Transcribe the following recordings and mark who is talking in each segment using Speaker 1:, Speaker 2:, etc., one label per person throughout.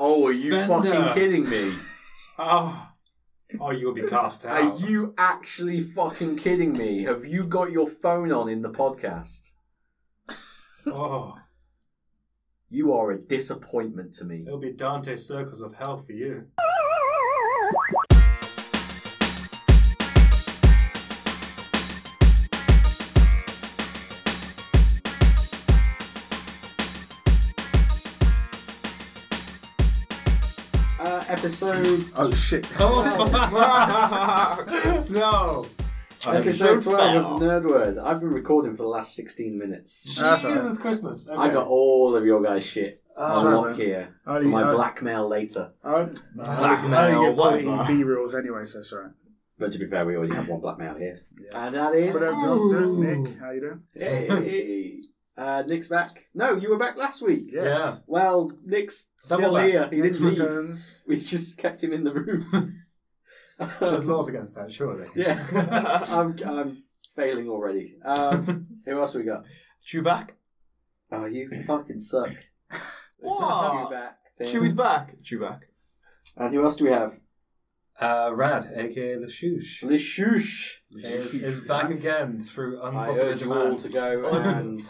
Speaker 1: Oh, you
Speaker 2: Fender.
Speaker 1: fucking kidding me?
Speaker 2: Oh, oh, you'll be cast
Speaker 1: Are
Speaker 2: out.
Speaker 1: you actually fucking kidding me? Have you got your phone on in the podcast?
Speaker 2: Oh,
Speaker 1: You are a disappointment to me.
Speaker 2: it'll be Dante's circles of hell for you.
Speaker 1: Uh, episode
Speaker 3: Oh shit!
Speaker 2: Oh, fuck. no.
Speaker 1: episode
Speaker 3: Episode
Speaker 1: twelve of Nerdword. I've been recording for the last sixteen minutes.
Speaker 3: That's all right.
Speaker 2: Jesus Christmas. Okay.
Speaker 1: I got all of your guys' shit.
Speaker 3: That's
Speaker 1: I'm
Speaker 3: all
Speaker 2: Uh,
Speaker 3: right,
Speaker 1: not
Speaker 3: Oh, man.
Speaker 1: here
Speaker 3: I
Speaker 1: for
Speaker 3: only-
Speaker 1: my
Speaker 3: I-
Speaker 1: blackmail later.
Speaker 3: I only-
Speaker 4: Blackmail,
Speaker 3: I only get
Speaker 4: whatever.
Speaker 3: quality B reels anyway, so it's alright.
Speaker 1: But to be fair, we already have one blackmail here,
Speaker 3: Yeah.
Speaker 1: and that
Speaker 3: But
Speaker 1: is
Speaker 3: uh,
Speaker 4: Ooh.
Speaker 3: don't- don't, Nick, how you doing?
Speaker 1: Hey. uh, Nick's back. No, you were back last week.
Speaker 3: Yes.
Speaker 1: Well, Nick's
Speaker 2: Double
Speaker 1: still
Speaker 2: back.
Speaker 1: here. He
Speaker 3: Nick
Speaker 1: didn't leave.
Speaker 3: returns.
Speaker 1: We just kept him in the room. Um,
Speaker 4: There's laws against that, surely.
Speaker 1: Yeah. I'm, I'm failing already. Um, who else we got?
Speaker 4: Chewbac.
Speaker 1: Oh, you fucking suck. You
Speaker 4: What?
Speaker 1: back.
Speaker 4: Chewie's back. Chewbac.
Speaker 1: And who else do we have?
Speaker 2: Uh, Rad, aka Lashoosh,
Speaker 1: Lishoosh.
Speaker 2: is, is back again through
Speaker 1: I
Speaker 2: unpopular
Speaker 1: urge you all
Speaker 2: demand.
Speaker 1: to go and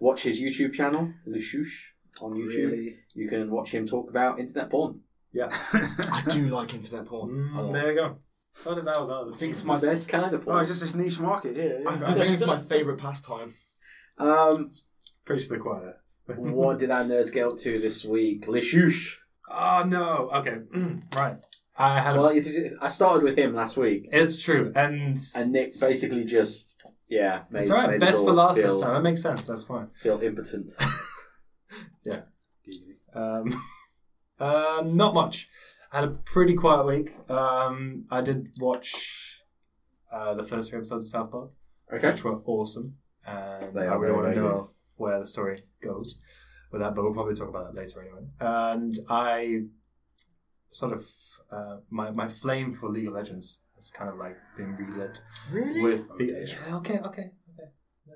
Speaker 1: watch his YouTube channel, Lishoosh, on YouTube.
Speaker 3: Really?
Speaker 1: You can watch him talk about internet porn.
Speaker 4: I do like internet porn. I
Speaker 2: Mm,
Speaker 4: like-
Speaker 2: there you go. So did ours. Ours. I think
Speaker 4: It's
Speaker 1: My
Speaker 4: my-
Speaker 1: best kind of
Speaker 3: Oh,
Speaker 1: porn.
Speaker 3: it's just this niche market here.
Speaker 4: I, I
Speaker 3: Yeah.
Speaker 4: think it's my favourite pastime.
Speaker 1: Um,
Speaker 2: preach to the choir.
Speaker 1: what did our nerds get up to this week? Lishoosh.
Speaker 2: Oh no. Okay. right. I had. A,
Speaker 1: Well, it is, I started with him last week,
Speaker 2: it's true, and
Speaker 1: and Nick basically just, yeah, made,
Speaker 2: it's all right.
Speaker 1: made us
Speaker 2: Best
Speaker 1: all
Speaker 2: for last
Speaker 1: feel,
Speaker 2: this time. That makes sense. That's fine.
Speaker 1: Feel impotent.
Speaker 2: Um, uh, not much. I had a pretty quiet week. Um, I did watch uh, the first three episodes of South Park,
Speaker 1: Okay.
Speaker 2: which were awesome, and
Speaker 1: They
Speaker 2: I
Speaker 1: are very,
Speaker 2: really want to
Speaker 1: very
Speaker 2: know where the story goes with that. But we'll probably talk about that later anyway. And I sort of uh, my my flame for League of Legends has kind of like been relit with the yeah, okay, okay, okay.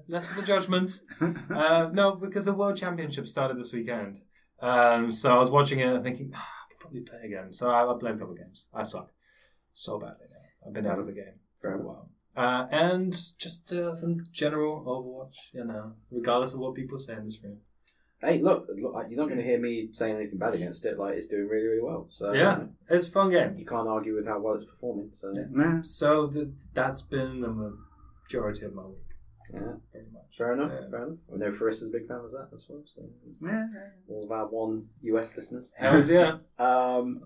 Speaker 2: Less for the judgment. uh, no, because the World Championship started this weekend, um, so I was watching it and thinking ah, I could probably play again. So I, I played a couple of games. I suck so badly now. I've been out of the game for a while. Uh, and just uh, some general Overwatch, you know, regardless of what people say in this room.
Speaker 1: Hey, look, look, you're not going to hear me saying anything bad against it. Like it's doing really, really well.
Speaker 4: Uh,
Speaker 1: So um,
Speaker 2: Yeah. It's a fun game.
Speaker 1: you can't argue with how well it's performing. So
Speaker 2: Yeah.
Speaker 3: Nah.
Speaker 2: So th- that's been the majority of my week,
Speaker 1: yeah,
Speaker 2: pretty much.
Speaker 1: fair enough.
Speaker 2: Yeah.
Speaker 1: Fair enough. I know Faris is a big fan of that as well. So
Speaker 3: Yeah.
Speaker 1: all of our one US listeners.
Speaker 2: Hells yeah.
Speaker 1: Um,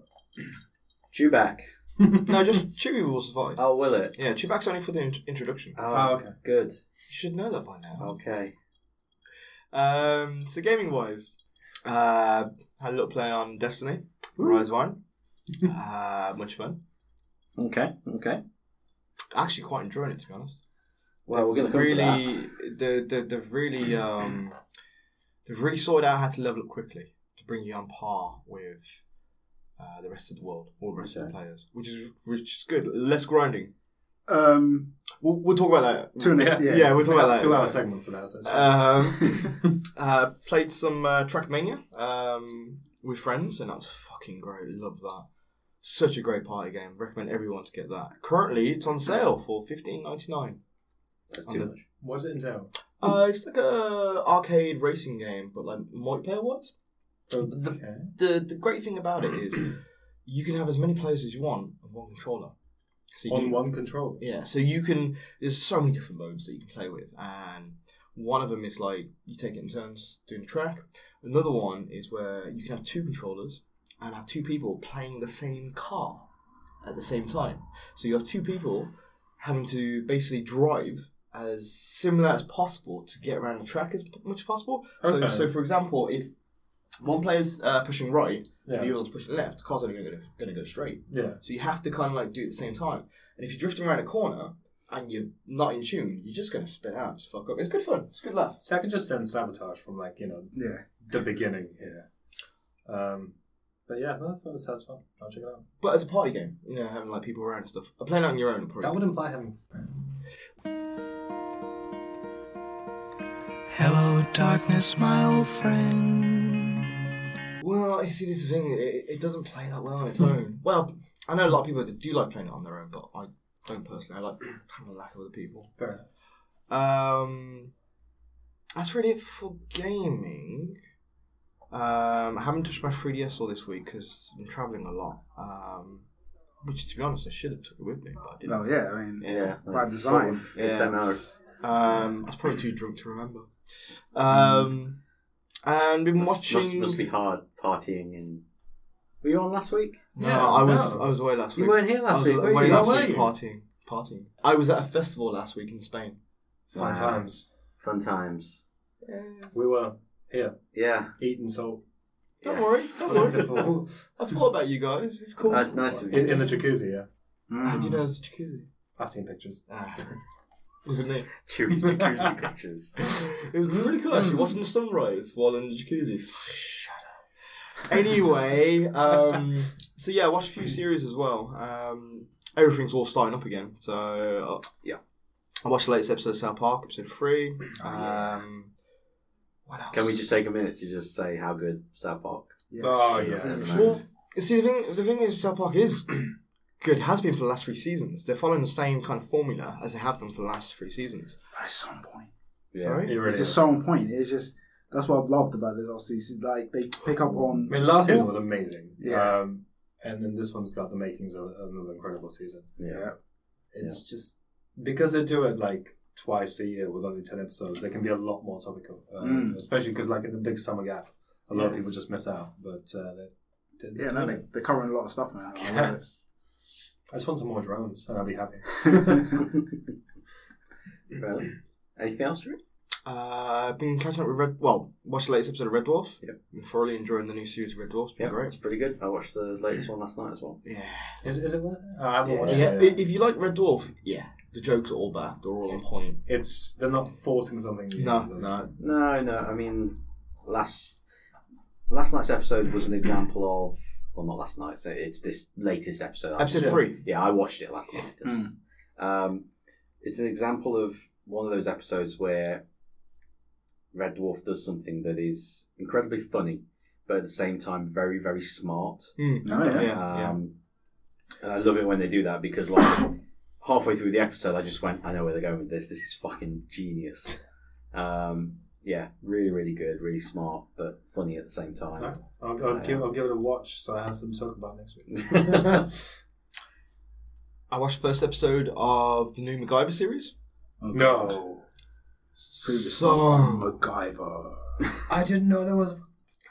Speaker 1: Chewbac.
Speaker 4: no, just Chewie will suffice.
Speaker 1: Oh, will it?
Speaker 4: Yeah, Chewbac's only for the in- introduction. You
Speaker 1: Oh,
Speaker 2: Oh, okay.
Speaker 1: Good.
Speaker 4: should know that by now.
Speaker 1: Okay.
Speaker 4: Um, so gaming wise, uh, had a little play on Destiny,
Speaker 2: Ooh.
Speaker 4: Rise One. uh, much fun.
Speaker 1: Okay. Okay.
Speaker 4: Actually, quite enjoying it to be honest.
Speaker 1: Well, we're going to come to that.
Speaker 4: really, they, they, they've really, um, they've really sorted out how to level up quickly to bring you on par with uh, the rest of the world, all the rest of the
Speaker 1: Okay.
Speaker 4: players, which is which is good. Less grinding.
Speaker 3: Um.
Speaker 4: We'll, we'll talk about that.
Speaker 3: To an
Speaker 2: Yeah.
Speaker 3: yeah.
Speaker 4: yeah, we'll talk
Speaker 2: We have
Speaker 4: about
Speaker 2: a
Speaker 4: that.
Speaker 2: two hour segment for that. So it's
Speaker 4: Uh, Um, uh, played some uh, Trackmania um, with friends, and that was fucking great. Love that. Such a great party game. Recommend everyone to get that. Currently, it's on sale for fifteen ninety nine.
Speaker 1: That's too much.
Speaker 2: What's it entail?
Speaker 4: Uh, it's like a arcade racing game, but like multiplayer wise.
Speaker 2: Okay.
Speaker 4: The the great thing about it is you can have as many players as you want on one controller. So you
Speaker 2: On
Speaker 4: can-
Speaker 2: one control.
Speaker 4: Yeah, so you can. There's so many different modes that you can play with, and one of them is like you take it in turns doing a track. Another one is where you can have two controllers and have two people playing the same car at the same time. So you have two people having to basically drive as similar as possible to get around the track as p- much as possible.
Speaker 2: Okay.
Speaker 4: So, so for example, if one player's uh, pushing right,
Speaker 2: Yeah.
Speaker 4: the other one's pushing left, the car's only going to go straight.
Speaker 2: Yeah.
Speaker 4: So you have to kind of like do it at the same time. And if you're drifting around a corner and you're not in tune, you're just going to spin out, just fuck up. It's good fun. It's good laugh.
Speaker 2: So I can just send sabotage from like you know
Speaker 3: Yeah.
Speaker 2: the beginning here. Um, but yeah, no, that sounds fun. I'll check it out.
Speaker 4: But as a party game, you know, having like people around and stuff. Playing it on your own,
Speaker 2: That
Speaker 4: probably.
Speaker 2: would imply having.
Speaker 5: Hello, darkness, my old friend.
Speaker 4: Well, you see, this is the thing. It, it doesn't play that well on its own. Well, I know a lot of people that do like playing it on their own, but I don't personally. I like having a lack of other people.
Speaker 2: Fair enough.
Speaker 4: Um, that's really it for gaming. Um, I haven't touched my 3DS all this week because I'm traveling a lot. Um, which, to be honest, I should have took it with me, but I didn't.
Speaker 3: Oh yeah, I mean,
Speaker 1: Yeah.
Speaker 3: By
Speaker 1: that's sort
Speaker 3: design.
Speaker 1: of-
Speaker 4: Yeah.
Speaker 1: It's MO.
Speaker 4: Um, I was probably too drunk to remember.
Speaker 1: Mm.
Speaker 4: Um, and been
Speaker 1: Must,
Speaker 4: watching.
Speaker 1: must, must be hard partying in. Were you on last week?
Speaker 4: No,
Speaker 2: Yeah,
Speaker 4: I was
Speaker 2: no.
Speaker 4: I was away last
Speaker 1: You
Speaker 4: week.
Speaker 1: weren't here
Speaker 4: I
Speaker 1: last
Speaker 4: was
Speaker 1: week, were
Speaker 4: away
Speaker 1: you?
Speaker 4: last
Speaker 2: Where
Speaker 4: week
Speaker 2: were
Speaker 4: partying. Partying. I was at a festival last week in Spain.
Speaker 2: Fun
Speaker 1: Wow.
Speaker 2: times.
Speaker 1: Fun times.
Speaker 2: We were here
Speaker 1: Yeah.
Speaker 2: eating salt
Speaker 4: Don't
Speaker 1: Yes.
Speaker 4: worry, don't worry.
Speaker 2: Plentiful.
Speaker 4: I thought about you guys. It's cool.
Speaker 1: That's nice of
Speaker 2: in,
Speaker 1: you.
Speaker 2: in the jacuzzi. Yeah,
Speaker 3: mm.
Speaker 4: How do you know it's a jacuzzi?
Speaker 2: I've seen pictures.
Speaker 4: Ah. Was it me?
Speaker 1: Chewy's jacuzzi pictures.
Speaker 4: It was really cool actually, watching the sunrise while in the jacuzzi. Mm-hmm. Shut up. Anyway, um, so yeah, I watched a few series as well. Um, everything's all starting up again, so uh, yeah. I watched the latest episode of South Park, episode three. Um, what else?
Speaker 1: Can we just take a minute to just say how good South Park?
Speaker 3: Yes.
Speaker 2: Oh, yeah.
Speaker 3: Yes.
Speaker 4: Well, see, the thing, the thing is, South Park is good. Has been for the last three seasons. They're following the same kind of formula as they have done for the last three seasons.
Speaker 3: At some point.
Speaker 2: It
Speaker 4: Sorry.
Speaker 2: really
Speaker 3: It's just
Speaker 2: is.
Speaker 3: so on point. It's just that's what I've loved about this. Obviously, it's like they pick up
Speaker 2: I
Speaker 3: on.
Speaker 2: mean, last season was amazing.
Speaker 3: Yeah.
Speaker 2: Um, and then this one's got the makings of another incredible season.
Speaker 1: Yeah.
Speaker 2: It's just because they do it like twice a year with only 10 episodes, they can be a lot more topical. Um,
Speaker 3: Mm.
Speaker 2: Especially because, like, in the big summer gap, a lot of people just miss out. But uh, they, they,
Speaker 3: Yeah, no, they,
Speaker 2: they,
Speaker 3: they're covering a lot of stuff, man. I love it.
Speaker 2: I just want some more drones and I'll be happy.
Speaker 1: well, anything else, Drew?
Speaker 4: Uh, I've been catching up with Red. Well, watched the latest episode of Red Dwarf.
Speaker 1: Yep.
Speaker 4: Been thoroughly enjoying the new series of Red Dwarf. It's been
Speaker 1: it's
Speaker 4: great.
Speaker 1: pretty good. I watched the latest one last night as well.
Speaker 4: Yeah.
Speaker 2: Is, is it worth it? I haven't
Speaker 1: Yeah.
Speaker 2: watched
Speaker 4: yeah.
Speaker 2: it.
Speaker 4: i- If you like Red Dwarf, yeah, the jokes are all bad. They're all on point.
Speaker 2: It's they're not forcing something. new.
Speaker 4: No, no.
Speaker 1: No, no. I mean, last last night's episode was an example of well, not last night. So it's this latest episode. I
Speaker 4: Episode
Speaker 1: watched it.
Speaker 4: three.
Speaker 1: Yeah, I watched it last night. yes. um, it's an example of one of those episodes where Red Dwarf does something that is incredibly funny, but at the same time very, very smart.
Speaker 4: Mm.
Speaker 3: No, Oh, yeah.
Speaker 4: Yeah.
Speaker 1: Um, And I love it when they do that because, like, halfway through the episode, I just went, I know where they're going with this. This is fucking genius. Um, yeah, really, really good, really smart, but funny at the same time.
Speaker 2: No. I'll, I'll, give, I'll give it a watch so I have some to talk about next week.
Speaker 4: I watched the first episode of the new MacGyver series.
Speaker 3: Okay.
Speaker 2: no.
Speaker 3: Previous one,
Speaker 4: So
Speaker 3: MacGyver.
Speaker 2: I didn't know there was.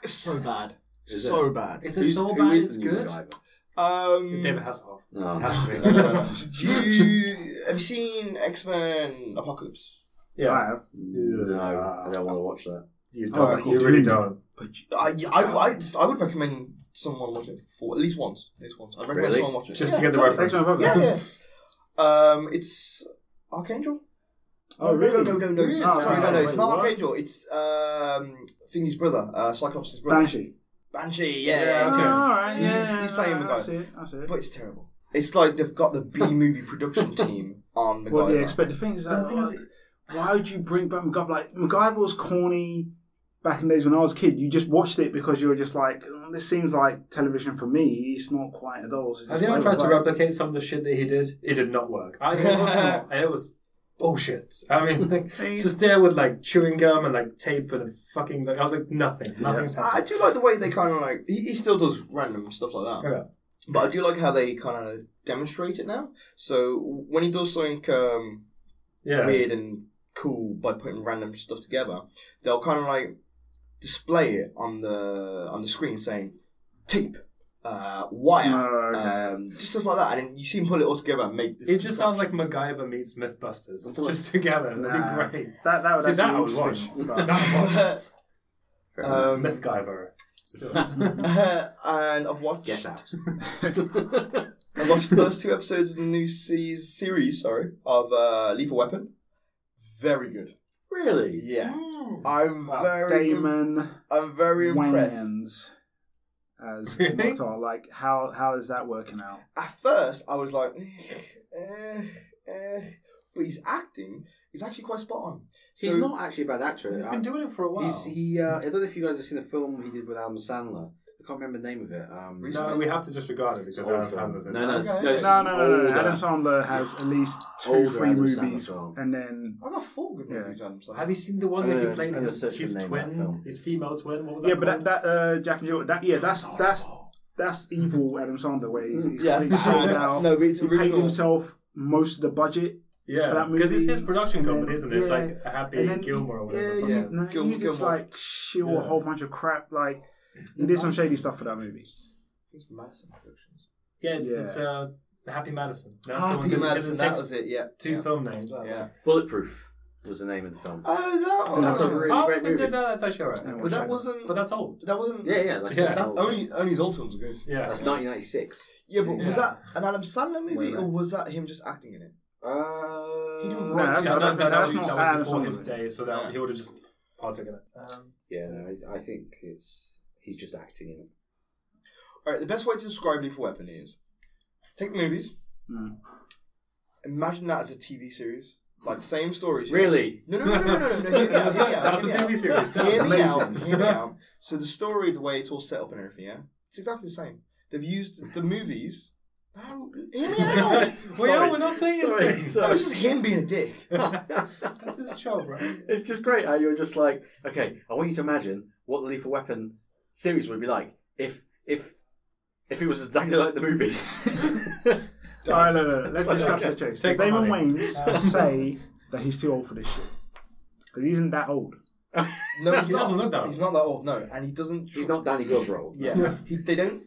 Speaker 4: it's so bad.
Speaker 1: Is
Speaker 4: so bad.
Speaker 2: Is
Speaker 1: Who's-
Speaker 2: it
Speaker 1: who
Speaker 2: so bad?
Speaker 1: is
Speaker 2: It's
Speaker 1: the new
Speaker 2: good.
Speaker 1: MacGyver?
Speaker 4: Um,
Speaker 2: David Hasselhoff.
Speaker 1: No.
Speaker 2: Has to be.
Speaker 4: Do you, have you seen X Men Apocalypse?
Speaker 2: yeah.
Speaker 3: I have.
Speaker 1: no, I don't want to watch that.
Speaker 2: You
Speaker 3: Oh,
Speaker 2: don't.
Speaker 3: like
Speaker 2: you
Speaker 3: you
Speaker 2: really
Speaker 3: do.
Speaker 2: don't.
Speaker 3: But you,
Speaker 4: I, I, I, I would recommend someone watch it for at least once. At least once. I'd recommend
Speaker 1: Really?
Speaker 4: someone watch it.
Speaker 2: Just
Speaker 4: yeah.
Speaker 2: to get the
Speaker 3: Yeah,
Speaker 2: reference.
Speaker 3: X-Men Apocalypse.
Speaker 4: Yeah, yeah. Um, it's Archangel.
Speaker 3: Oh,
Speaker 4: no, no,
Speaker 3: really?
Speaker 4: no, no, no,
Speaker 3: Really?
Speaker 4: sorry,
Speaker 3: Oh,
Speaker 4: no, no,
Speaker 3: wait,
Speaker 4: it's not
Speaker 3: what?
Speaker 4: Archangel. It's um, Thingy's brother, uh, Cyclops' brother,
Speaker 3: Banshee.
Speaker 4: Banshee. Yeah,
Speaker 2: Yeah,
Speaker 4: yeah,
Speaker 2: that's
Speaker 4: yeah.
Speaker 2: him.
Speaker 3: all right, yeah,
Speaker 4: He's- he's playing
Speaker 3: no, I
Speaker 4: MacGyver.
Speaker 3: see it, I see it.
Speaker 4: but it's terrible. It's like they've got the B movie production team on MacGyver.
Speaker 3: What do you expect? The thing is,
Speaker 2: But the thing is-
Speaker 3: like, why would you bring back MacGyver? Like, MacGyver was corny back in the days when I was a kid. You just watched it because you were just like, oh, this seems like television for me. It's not quite adult.
Speaker 2: Have you ever tried to replicate some of the shit that he did? It did not work. I mean, it was, not, it was bullshit. I mean, like, just there with like chewing gum and like tape and a fucking. Like, I was like, nothing. Nothing's
Speaker 4: I I
Speaker 2: happening.
Speaker 4: do like the way they kind of like he, he still does random stuff like that.
Speaker 2: Yeah.
Speaker 4: But I do like how they kind of demonstrate it now. So when he does something um,
Speaker 2: Yeah.
Speaker 4: weird and cool by putting random stuff together, they'll kind of like display it on the on the screen saying tape, uh, wire,
Speaker 3: Oh, okay.
Speaker 4: um, just stuff like that, and then you see him pull it all together and make this.
Speaker 2: Ah, It just sounds like MacGyver meets MythBusters just together.
Speaker 3: Nah.
Speaker 2: That'd be great.
Speaker 3: That, that would
Speaker 2: See,
Speaker 3: actually
Speaker 2: that I
Speaker 3: be
Speaker 2: would
Speaker 3: interesting, but-
Speaker 4: um,
Speaker 2: MythGyver. Still.
Speaker 4: and I've watched
Speaker 1: Get out.
Speaker 4: I watched the first two episodes of the new se- series, sorry, of uh, Lethal Weapon. Very good.
Speaker 1: really?
Speaker 2: Hmm.
Speaker 4: Yeah, I'm
Speaker 3: Well,
Speaker 4: very,
Speaker 3: Damon
Speaker 4: I'm very impressed.
Speaker 3: Wayans as
Speaker 2: Really?
Speaker 3: Moktar. Like, how how is that working out?
Speaker 4: At first, I was like, eh, eh, but he's acting. He's actually quite spot on.
Speaker 1: He's
Speaker 4: So-
Speaker 1: not actually a bad actor.
Speaker 2: He's
Speaker 1: I-
Speaker 2: been doing it for a while.
Speaker 1: He's, he, uh, I don't know if you guys have seen the film he did with Adam Sandler I can't remember the name of it. Um,
Speaker 2: No, we have to disregard it because Adam
Speaker 1: Old
Speaker 2: Sandler's in
Speaker 1: No, no,
Speaker 4: Okay.
Speaker 1: no,
Speaker 4: No,
Speaker 1: it's
Speaker 3: No, no, no, no.
Speaker 1: older.
Speaker 3: Adam Sandler has at least two
Speaker 1: Older
Speaker 3: free
Speaker 1: Adam Sandler
Speaker 3: movies,
Speaker 1: film.
Speaker 3: and then
Speaker 4: I got four good
Speaker 3: Yeah.
Speaker 4: movies Adam Sandler.
Speaker 2: Have you seen the one
Speaker 1: I'm
Speaker 2: where he
Speaker 1: gonna-
Speaker 2: played
Speaker 1: I'm gonna
Speaker 2: his,
Speaker 1: search for
Speaker 2: his
Speaker 1: the name of that
Speaker 2: twin,
Speaker 1: film.
Speaker 2: his female twin? What was that
Speaker 3: yeah, but that,
Speaker 2: called?
Speaker 3: that uh, Jack and Jill, that yeah, that's that's that's evil Adam Sandler where he's, he's
Speaker 4: Yeah,
Speaker 3: completely sold
Speaker 4: and-
Speaker 3: out.
Speaker 4: no, but it's
Speaker 3: he paid
Speaker 4: original.
Speaker 3: himself most of the budget, for
Speaker 2: yeah,
Speaker 3: that
Speaker 2: because it's
Speaker 3: movie,
Speaker 2: his production
Speaker 3: and then-
Speaker 2: company, isn't it? It's
Speaker 3: yeah.
Speaker 2: like Happy
Speaker 3: and then
Speaker 2: Gilmore or whatever.
Speaker 3: yeah,
Speaker 2: the
Speaker 3: yeah,
Speaker 2: fuck.
Speaker 3: no, he
Speaker 4: Gilmore,
Speaker 3: used this,
Speaker 4: Gilmore.
Speaker 3: like shill a
Speaker 2: Yeah.
Speaker 3: whole bunch of crap. Like he did some shady stuff for that movie.
Speaker 4: It's Madison Productions.
Speaker 2: yeah, it's,
Speaker 3: Yeah.
Speaker 2: it's uh, Happy Madison. That's the one
Speaker 4: Happy
Speaker 2: because it-
Speaker 4: Madison,
Speaker 2: it
Speaker 4: that
Speaker 2: takes
Speaker 4: was it, yeah.
Speaker 2: two
Speaker 4: yeah.
Speaker 2: film names.
Speaker 4: Yeah.
Speaker 1: Bulletproof was the name of the film.
Speaker 4: Oh, that one.
Speaker 1: That's a really
Speaker 2: oh,
Speaker 1: great
Speaker 2: no, no,
Speaker 1: movie.
Speaker 2: no, that's actually alright.
Speaker 3: Yeah.
Speaker 4: But that wasn't.
Speaker 2: But that's old.
Speaker 4: That wasn't.
Speaker 1: Yeah, yeah, that's-
Speaker 2: Yeah.
Speaker 4: That, only, only his old films are good.
Speaker 2: Yeah,
Speaker 1: That's 1996.
Speaker 4: Yeah, but was
Speaker 2: Yeah.
Speaker 4: that an Adam Sandler movie
Speaker 1: Way back.
Speaker 4: or was that him just acting in it? He didn't
Speaker 1: Uh,
Speaker 4: write-
Speaker 2: Yeah,
Speaker 3: that's
Speaker 2: no,
Speaker 3: not-
Speaker 2: that, that,
Speaker 3: that's
Speaker 2: was,
Speaker 3: not
Speaker 2: that was
Speaker 3: Adam
Speaker 2: before his
Speaker 3: Sandler.
Speaker 2: day, so that
Speaker 4: Yeah.
Speaker 2: he would have just partaken in it. Um,
Speaker 1: yeah, no, it's- I think it's he's just acting in it.
Speaker 4: All right, the best way to describe Lethal Weapon is take the movies,
Speaker 3: Mm.
Speaker 4: imagine that as a TV series, like same stories. you know?
Speaker 1: Really?
Speaker 4: No, no, no, no, no, no. no, hear me out,
Speaker 2: That's
Speaker 4: hear me
Speaker 2: a-
Speaker 4: out,
Speaker 2: that's a
Speaker 4: hear me out.
Speaker 2: TV series. too.
Speaker 4: Hear me out,
Speaker 3: Amazing.
Speaker 4: hear me out. So the story, the way it's all set up and everything, yeah, it's exactly the same. They've used the movies. No, hear me out.
Speaker 2: Well, yeah, we're not saying anything.
Speaker 4: That was just him being a dick.
Speaker 2: That's his job, right?
Speaker 1: It's just great how you're just like, okay, I want you to imagine what the Lethal Weapon series would be like if if if it was exactly like the movie.
Speaker 3: All right, no, no, no. Let's
Speaker 1: Okay.
Speaker 3: just cut to the chase.
Speaker 2: Take
Speaker 3: Did
Speaker 2: my
Speaker 3: Damon
Speaker 2: money.
Speaker 3: Wayans say that he's too old for this shit. 'Cause he isn't that old.
Speaker 4: No, he's
Speaker 2: He
Speaker 4: not.
Speaker 2: doesn't look that
Speaker 4: He's
Speaker 2: old.
Speaker 4: not that old. No, and he doesn't.
Speaker 1: He's not Danny Gilbert.
Speaker 4: Yeah, he, they don't.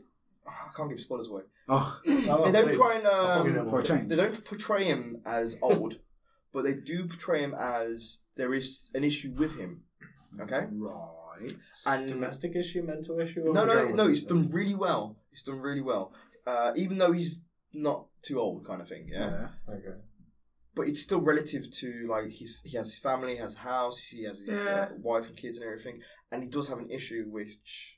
Speaker 4: I can't give spoilers away.
Speaker 3: Oh,
Speaker 2: Oh,
Speaker 4: they don't
Speaker 2: please.
Speaker 4: try and.
Speaker 2: I'll probably
Speaker 4: Um,
Speaker 2: never
Speaker 3: for a
Speaker 2: watch it.
Speaker 3: change.
Speaker 4: they don't portray him as old, but they do portray him as there is an issue with him. Okay,
Speaker 3: Right.
Speaker 4: and
Speaker 2: Domestic issue, mental issue. or
Speaker 4: no, no,
Speaker 2: whatever.
Speaker 4: no, it's done really well. It's done really well. Uh, even though he's not too old, kind of thing. Yeah,
Speaker 3: Yeah.
Speaker 2: Okay.
Speaker 4: but it's still relative to like he's he has his family, he has a house, he has his
Speaker 3: Yeah.
Speaker 4: uh, wife and kids and everything, and he does have an issue which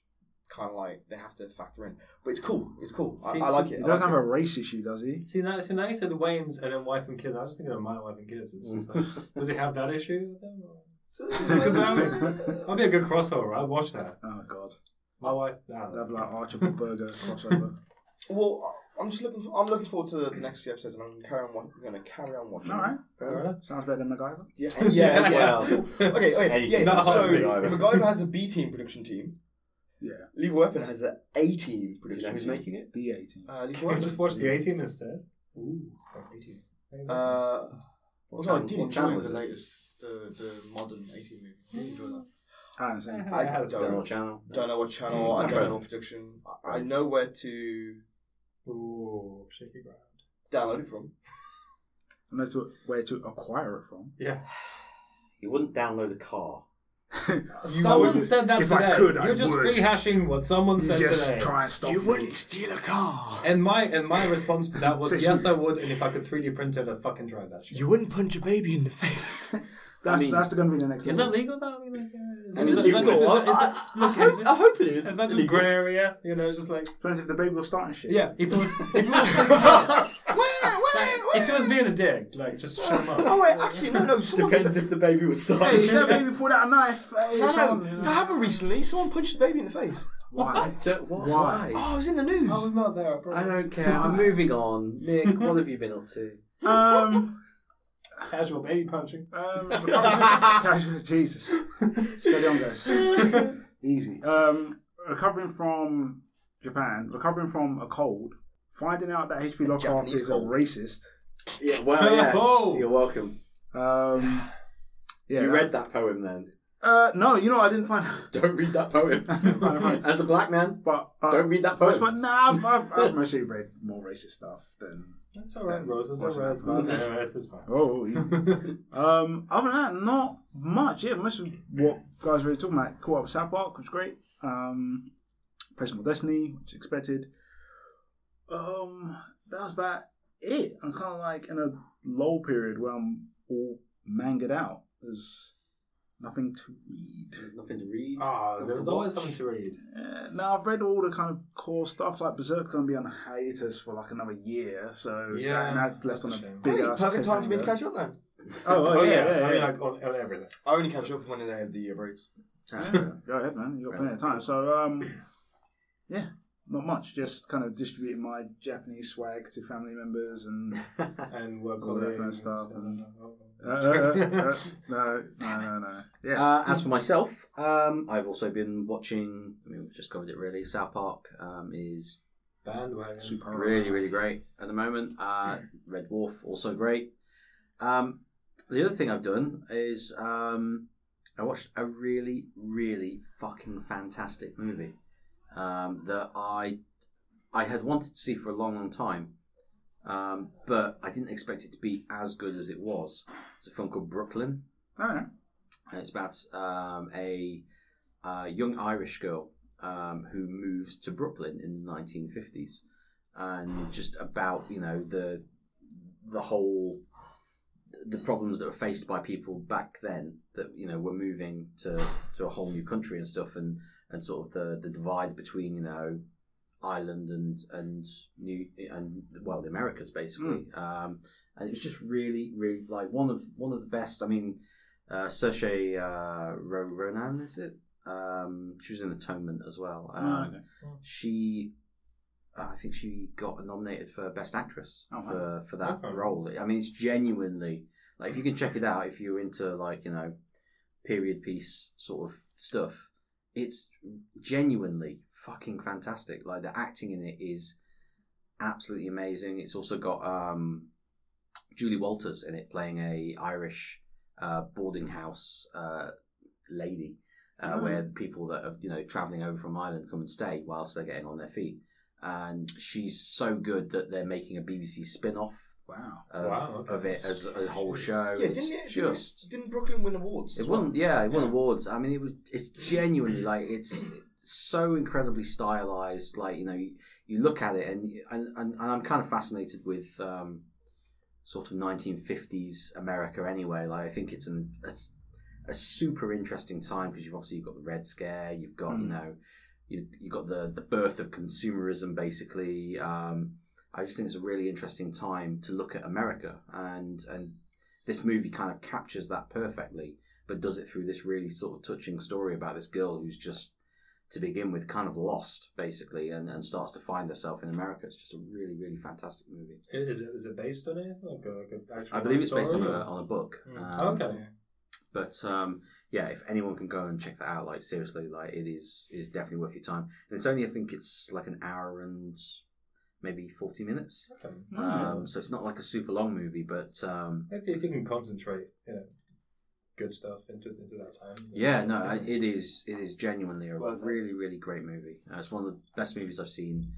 Speaker 4: kind of like they have to factor in. But it's cool. It's cool. I,
Speaker 2: See,
Speaker 4: I
Speaker 2: so
Speaker 4: like it.
Speaker 3: He
Speaker 4: I like
Speaker 3: doesn't have
Speaker 4: it.
Speaker 3: a race issue, does he?
Speaker 2: See now, so now you said the Waynes and then wife and kids. I was just thinking of my wife and kids. It's just like, does he have that issue with them? or- That'd be a good crossover. I'd watch that.
Speaker 3: Oh god,
Speaker 2: My wife. Nah,
Speaker 3: they have like Archibald Burger crossover.
Speaker 4: Well, I'm just looking. For, I'm looking forward to the next few episodes, and I'm carry on. wa- I'm going to carry on watching.
Speaker 3: All right,
Speaker 2: Fair enough.
Speaker 3: sounds better than MacGyver.
Speaker 4: Yeah, Oh, yeah, yeah.
Speaker 1: Well,
Speaker 4: okay, okay.
Speaker 1: Anything.
Speaker 4: Yeah,
Speaker 2: Not hard
Speaker 4: so
Speaker 2: to
Speaker 1: be either.
Speaker 4: MacGyver has a B team production team.
Speaker 3: Yeah,
Speaker 4: Lethal Weapon has a A team
Speaker 1: do you
Speaker 4: production
Speaker 1: know who's
Speaker 4: team.
Speaker 1: making it?
Speaker 3: B eighteen.
Speaker 4: Uh, Lethal
Speaker 2: Or
Speaker 4: Weapon.
Speaker 2: just watch the A Team instead. Ooh.
Speaker 4: A team. Uh, although I did enjoy the latest, the, the modern A team movie. I did enjoy that.
Speaker 3: I haven't seen. it.
Speaker 2: I had a
Speaker 1: Don't know
Speaker 4: don't
Speaker 2: spell.
Speaker 1: what channel.
Speaker 4: Don't know what channel.
Speaker 1: Mm.
Speaker 4: I
Speaker 1: Okay.
Speaker 4: don't know what production. I- I know where to
Speaker 2: Ooh, shaky ground.
Speaker 4: download it from.
Speaker 3: I know to, where to acquire it from.
Speaker 2: Yeah.
Speaker 1: You wouldn't download a car.
Speaker 2: Someone
Speaker 3: would.
Speaker 2: said that
Speaker 3: If I
Speaker 2: today.
Speaker 3: could, I
Speaker 2: You're just
Speaker 3: would.
Speaker 2: rehashing what someone said
Speaker 3: just
Speaker 2: today.
Speaker 3: try and stop. me.
Speaker 4: steal a car.
Speaker 2: And my and my response to that was
Speaker 3: Says
Speaker 2: yes,
Speaker 3: you.
Speaker 2: I would, and if I could 3D print it, I'd fucking drive that shit.
Speaker 4: wouldn't punch a baby in the face.
Speaker 3: That's
Speaker 1: I mean-
Speaker 3: that's going to be the next.
Speaker 2: Is that
Speaker 3: level.
Speaker 2: legal though? I mean, like, uh, is,
Speaker 1: I mean,
Speaker 2: is, that- is, that
Speaker 1: legal.
Speaker 2: just- is,
Speaker 4: I,
Speaker 2: that- is that-
Speaker 4: I-
Speaker 2: look,
Speaker 4: I
Speaker 2: is
Speaker 4: hope,
Speaker 2: it-
Speaker 4: I hope it is.
Speaker 2: is that just
Speaker 4: Legal.
Speaker 2: grey area? You know, just like
Speaker 3: Depends if the baby was starting shit.
Speaker 2: yeah. If it was if it
Speaker 4: Wah,
Speaker 2: was
Speaker 4: wah,
Speaker 2: if it was
Speaker 4: wah.
Speaker 2: being a dick, like just shut him up.
Speaker 4: Oh wait, actually no, no. Someone
Speaker 1: Depends if the baby was
Speaker 3: Hey,
Speaker 1: starting.
Speaker 3: see that baby pulled out a knife. Hey,
Speaker 4: No, no,
Speaker 3: someone-
Speaker 4: that happened recently. Someone punched the baby in the face.
Speaker 3: Why?
Speaker 1: So- why?
Speaker 3: Why?
Speaker 4: Oh, it was in the news.
Speaker 2: I was not there. I
Speaker 1: I
Speaker 2: promise.
Speaker 1: don't care. I'm moving on. Nick, what have you been up to?
Speaker 3: Um,
Speaker 2: Casual baby punching.
Speaker 3: um, recovering- Jesus. Steady on, guys. Easy. Um, recovering from Japan, recovering from a cold, finding out that HP Lockhart
Speaker 4: Japanese
Speaker 3: is
Speaker 4: cold.
Speaker 3: a racist.
Speaker 1: Yeah, well, yeah.
Speaker 2: Oh.
Speaker 1: You're welcome.
Speaker 3: Um, yeah.
Speaker 1: You read that poem then.
Speaker 3: Uh, no, you know I didn't find.
Speaker 1: Don't read that poem.
Speaker 3: I didn't find it funny.
Speaker 1: As a black man,
Speaker 3: but uh,
Speaker 1: don't read that
Speaker 3: I just
Speaker 1: poem.
Speaker 3: went, nah, I've, I've, I've mostly read more racist stuff than.
Speaker 2: That's all right.
Speaker 3: Yeah.
Speaker 2: Roses
Speaker 3: What's
Speaker 2: are red.
Speaker 3: that?
Speaker 2: This is fine.
Speaker 3: Oh, you- um, other than that, not much. Yeah, most of what guys were talking about. Caught up with South Park, which was great. Um, played some more Destiny, which is expected. Um, that was about it. I'm kind of like in a lull period where I'm all mangaed out. There's nothing to read.
Speaker 1: There's nothing to read.
Speaker 2: Ah,
Speaker 1: Nothing
Speaker 2: there was
Speaker 1: to
Speaker 2: always
Speaker 1: watch.
Speaker 2: something to read.
Speaker 3: Uh, now I've read all the kind of core stuff like Berserk's gonna be on hiatus for like another year, so
Speaker 2: Yeah,
Speaker 3: and that's left on
Speaker 2: that's a
Speaker 3: a
Speaker 2: shame.
Speaker 3: big
Speaker 4: Great,
Speaker 3: ass
Speaker 4: perfect time for me to
Speaker 3: cliffhanger.
Speaker 4: catch up then.
Speaker 3: Oh, oh, yeah, yeah,
Speaker 2: I mean,
Speaker 3: yeah.
Speaker 2: like on, on everything.
Speaker 4: I only catch up when they have the year breaks.
Speaker 3: Yeah, Go ahead, man. You got plenty of time. So, um, Not much, just kind of distributing my Japanese swag to family members and
Speaker 2: and work
Speaker 3: All that
Speaker 2: holiday
Speaker 3: kind of stuff and- uh, uh, uh, no, no, no, no. Yeah,
Speaker 1: Uh, as for myself, um, I've also been watching. I mean, we've just covered it really. South Park um, is
Speaker 2: bandwagon.
Speaker 3: Super.
Speaker 1: really, really great at the moment. Uh, Red Dwarf also great. Um, the other thing I've done is um, I watched a really, really fucking fantastic movie um, that I I had wanted to see for a long, long time, um, but I didn't expect it to be as good as it was. It's a film called Brooklyn.
Speaker 3: Alright.
Speaker 1: And it's about um, a uh, young Irish girl um, who moves to Brooklyn in the 1950s, and just about you know the the whole the problems that were faced by people back then that you know were moving to to a whole new country and stuff, and and sort of the the divide between you know Ireland and and new and well the Americas basically. Um, and it was just really, really like one of one of the best. I mean, uh, Saoirse uh, Ro- Ronan, is it? Um, she was in Atonement as well. Um,
Speaker 3: Oh, okay.
Speaker 1: She, uh, I think she got nominated for Best Actress
Speaker 3: Oh, wow.
Speaker 1: for, for that
Speaker 2: Okay.
Speaker 1: role. I mean, it's genuinely like if you can check it out, if you're into like you know period piece sort of stuff, it's genuinely fucking fantastic. Like the acting in it is absolutely amazing. It's also got um, Julie Walters in it playing a Irish uh, boarding house uh, lady, uh,
Speaker 3: Oh.
Speaker 1: where the people that are you know traveling over from Ireland come and stay whilst they're getting on their feet. And she's so good that they're making a BBC spin-off
Speaker 3: Wow.
Speaker 1: of,
Speaker 2: Wow, okay.
Speaker 1: Uh, of it as a whole show.
Speaker 4: Yeah,
Speaker 1: It's
Speaker 4: didn't it, didn't,
Speaker 1: just
Speaker 4: it, didn't Brooklyn win awards?
Speaker 1: it
Speaker 4: as well?
Speaker 1: won, yeah, it won
Speaker 4: Yeah.
Speaker 1: awards. I mean, it was. It's genuinely like it's so incredibly stylized. Like you know, you, you look at it, and, and and and I'm kind of fascinated with um, sort of 1950s America. Anyway, like I think it's an a, s- a super interesting time because you've obviously you've got the Red Scare, you've got you
Speaker 3: Mm.
Speaker 1: know, you you got the the birth of consumerism, basically. Um, I just think it's a really interesting time to look at America, and and this movie kind of captures that perfectly, but does it through this really sort of touching story about this girl who's just to begin with kind of lost basically, and, and starts to find herself in America. It's just a really really fantastic movie.
Speaker 2: Is it is it based on anything like a, like a actual
Speaker 1: I believe it's based on
Speaker 2: story
Speaker 1: a
Speaker 2: or-
Speaker 1: on a book.
Speaker 4: Mm.
Speaker 1: Um,
Speaker 2: Okay.
Speaker 1: But um, yeah, if anyone can go and check that out, like seriously, like it is is definitely worth your time. And it's only I think it's like an hour and maybe forty minutes.
Speaker 2: Okay.
Speaker 3: Hmm. Uh,
Speaker 1: Um, so it's not like a super long movie, but um,
Speaker 2: Maybe if you can concentrate, you know, good stuff into into that time. you
Speaker 1: yeah,
Speaker 2: know,
Speaker 1: no,
Speaker 2: it's
Speaker 1: I-
Speaker 2: good.
Speaker 1: it is it is genuinely a
Speaker 2: Worth it.
Speaker 1: really really great movie. Uh, it's one of the best movies I've seen,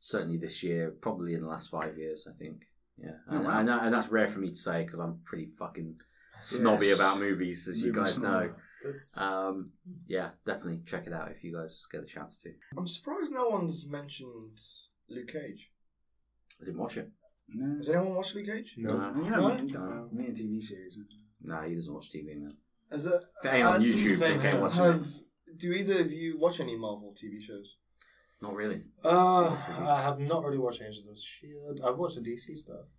Speaker 1: certainly this year, probably in the last five years. I think. Yeah,
Speaker 3: Oh,
Speaker 1: and,
Speaker 3: wow.
Speaker 1: and, and that's rare for me to say because I'm pretty fucking snobby
Speaker 3: Yes.
Speaker 1: about movies, as you
Speaker 3: Movie
Speaker 1: guys
Speaker 3: snob.
Speaker 1: know.
Speaker 2: This-
Speaker 1: Um, yeah, definitely check it out if you guys get the chance to.
Speaker 4: I'm surprised no one's mentioned Luke Cage.
Speaker 1: I didn't watch it.
Speaker 3: No.
Speaker 4: Has anyone watched Luke Cage?
Speaker 2: no.
Speaker 1: No,
Speaker 3: You know,
Speaker 4: Right?
Speaker 3: me, no, me and TV series.
Speaker 1: Nah, he doesn't watch TV now.
Speaker 4: As a,
Speaker 1: If it ain't on
Speaker 4: uh,
Speaker 1: YouTube,
Speaker 2: same
Speaker 1: they can't
Speaker 2: here.
Speaker 1: watch it.
Speaker 4: have do either of you watch any Marvel TV shows?
Speaker 1: Not really.
Speaker 2: Uh, I have not really watched Angels of Shield. E I've watched the DC stuff.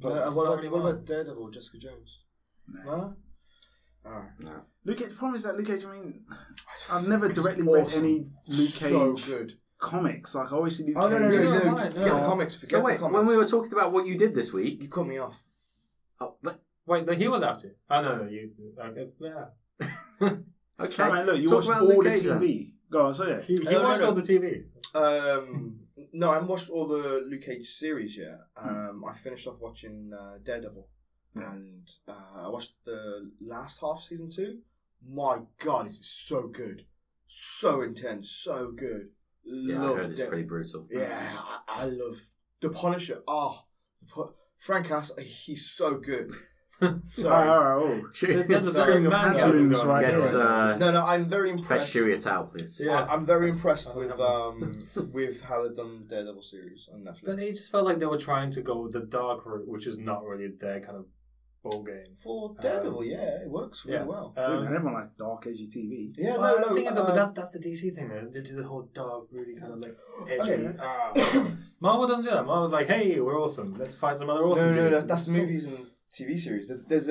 Speaker 2: But
Speaker 4: Uh,
Speaker 2: it's
Speaker 4: what,
Speaker 2: not
Speaker 4: about,
Speaker 2: really
Speaker 4: what
Speaker 2: mine.
Speaker 4: about Daredevil, or Jessica Jones?
Speaker 3: No.
Speaker 4: No. Alright.
Speaker 1: No.
Speaker 3: Luke Cage. The problem is that Luke Cage. I mean, I've never directly read
Speaker 4: awesome.
Speaker 3: any Luke
Speaker 4: So
Speaker 3: Cage
Speaker 4: good.
Speaker 3: comics. Like I always see Luke
Speaker 4: Oh no
Speaker 3: Cage.
Speaker 4: no no
Speaker 2: No,
Speaker 4: no!
Speaker 2: no, no.
Speaker 4: Forget the comics. Forget
Speaker 1: So wait,
Speaker 4: the comics.
Speaker 1: when we were talking about what you did this week,
Speaker 4: you cut me off.
Speaker 1: oh, but
Speaker 2: Wait, no, he was out to. I know you. Okay, yeah.
Speaker 1: okay,
Speaker 3: Oh, man, look, you
Speaker 1: Talk
Speaker 3: watched
Speaker 1: about
Speaker 3: all
Speaker 1: Luke
Speaker 3: the
Speaker 1: Cage then.
Speaker 3: TV. Go on, so yeah.
Speaker 2: He, he
Speaker 4: Oh, No, no,
Speaker 2: watched
Speaker 4: no.
Speaker 2: on the TV.
Speaker 4: Um, no, I watched all the Luke Cage series. Yeah, um, I finished off watching uh, Daredevil, and uh, I watched the last half of season two. My God, it's so good, so intense, so good.
Speaker 1: yeah, I heard
Speaker 4: Loved
Speaker 1: it's
Speaker 4: it.
Speaker 1: pretty brutal.
Speaker 4: Yeah, I, I love the Punisher. Oh, the pu- Frank Ass, he's so good.
Speaker 3: Alright,
Speaker 4: Sorry.
Speaker 3: alright, oh. alright.
Speaker 2: There- There's a
Speaker 4: Sorry,
Speaker 2: there's a
Speaker 4: your
Speaker 2: man
Speaker 3: pantaloons
Speaker 2: that's
Speaker 3: right
Speaker 1: Gets,
Speaker 2: there.
Speaker 1: uh,
Speaker 4: No, no, I'm very
Speaker 1: Fetch
Speaker 4: impressed.
Speaker 1: Chewie a towel, please.
Speaker 2: Yeah.
Speaker 4: I, am very
Speaker 2: I
Speaker 4: impressed
Speaker 2: don't
Speaker 4: with
Speaker 2: have
Speaker 4: um with how they've done the Daredevil series on Netflix.
Speaker 2: But it just felt like they were trying to go the dark route, which is not really their kind of ball game.
Speaker 4: For
Speaker 2: Um,
Speaker 4: Daredevil, yeah, it works really
Speaker 2: yeah.
Speaker 4: well.
Speaker 3: Dude, man,
Speaker 2: Um,
Speaker 3: everyone likes dark, edgy TV.
Speaker 4: Yeah,
Speaker 2: well,
Speaker 4: no, no.
Speaker 2: the thing is, though,
Speaker 4: uh,
Speaker 2: but that's that's the DC thing. Man. They do the whole dark, really kind of like edgy.
Speaker 4: Okay.
Speaker 2: Ah. Marvel doesn't do that. Marvel's like, hey, we're awesome. Let's find some other awesome
Speaker 4: no, no,
Speaker 2: dudes.
Speaker 4: that's, that's the movies and TV series. There's there's a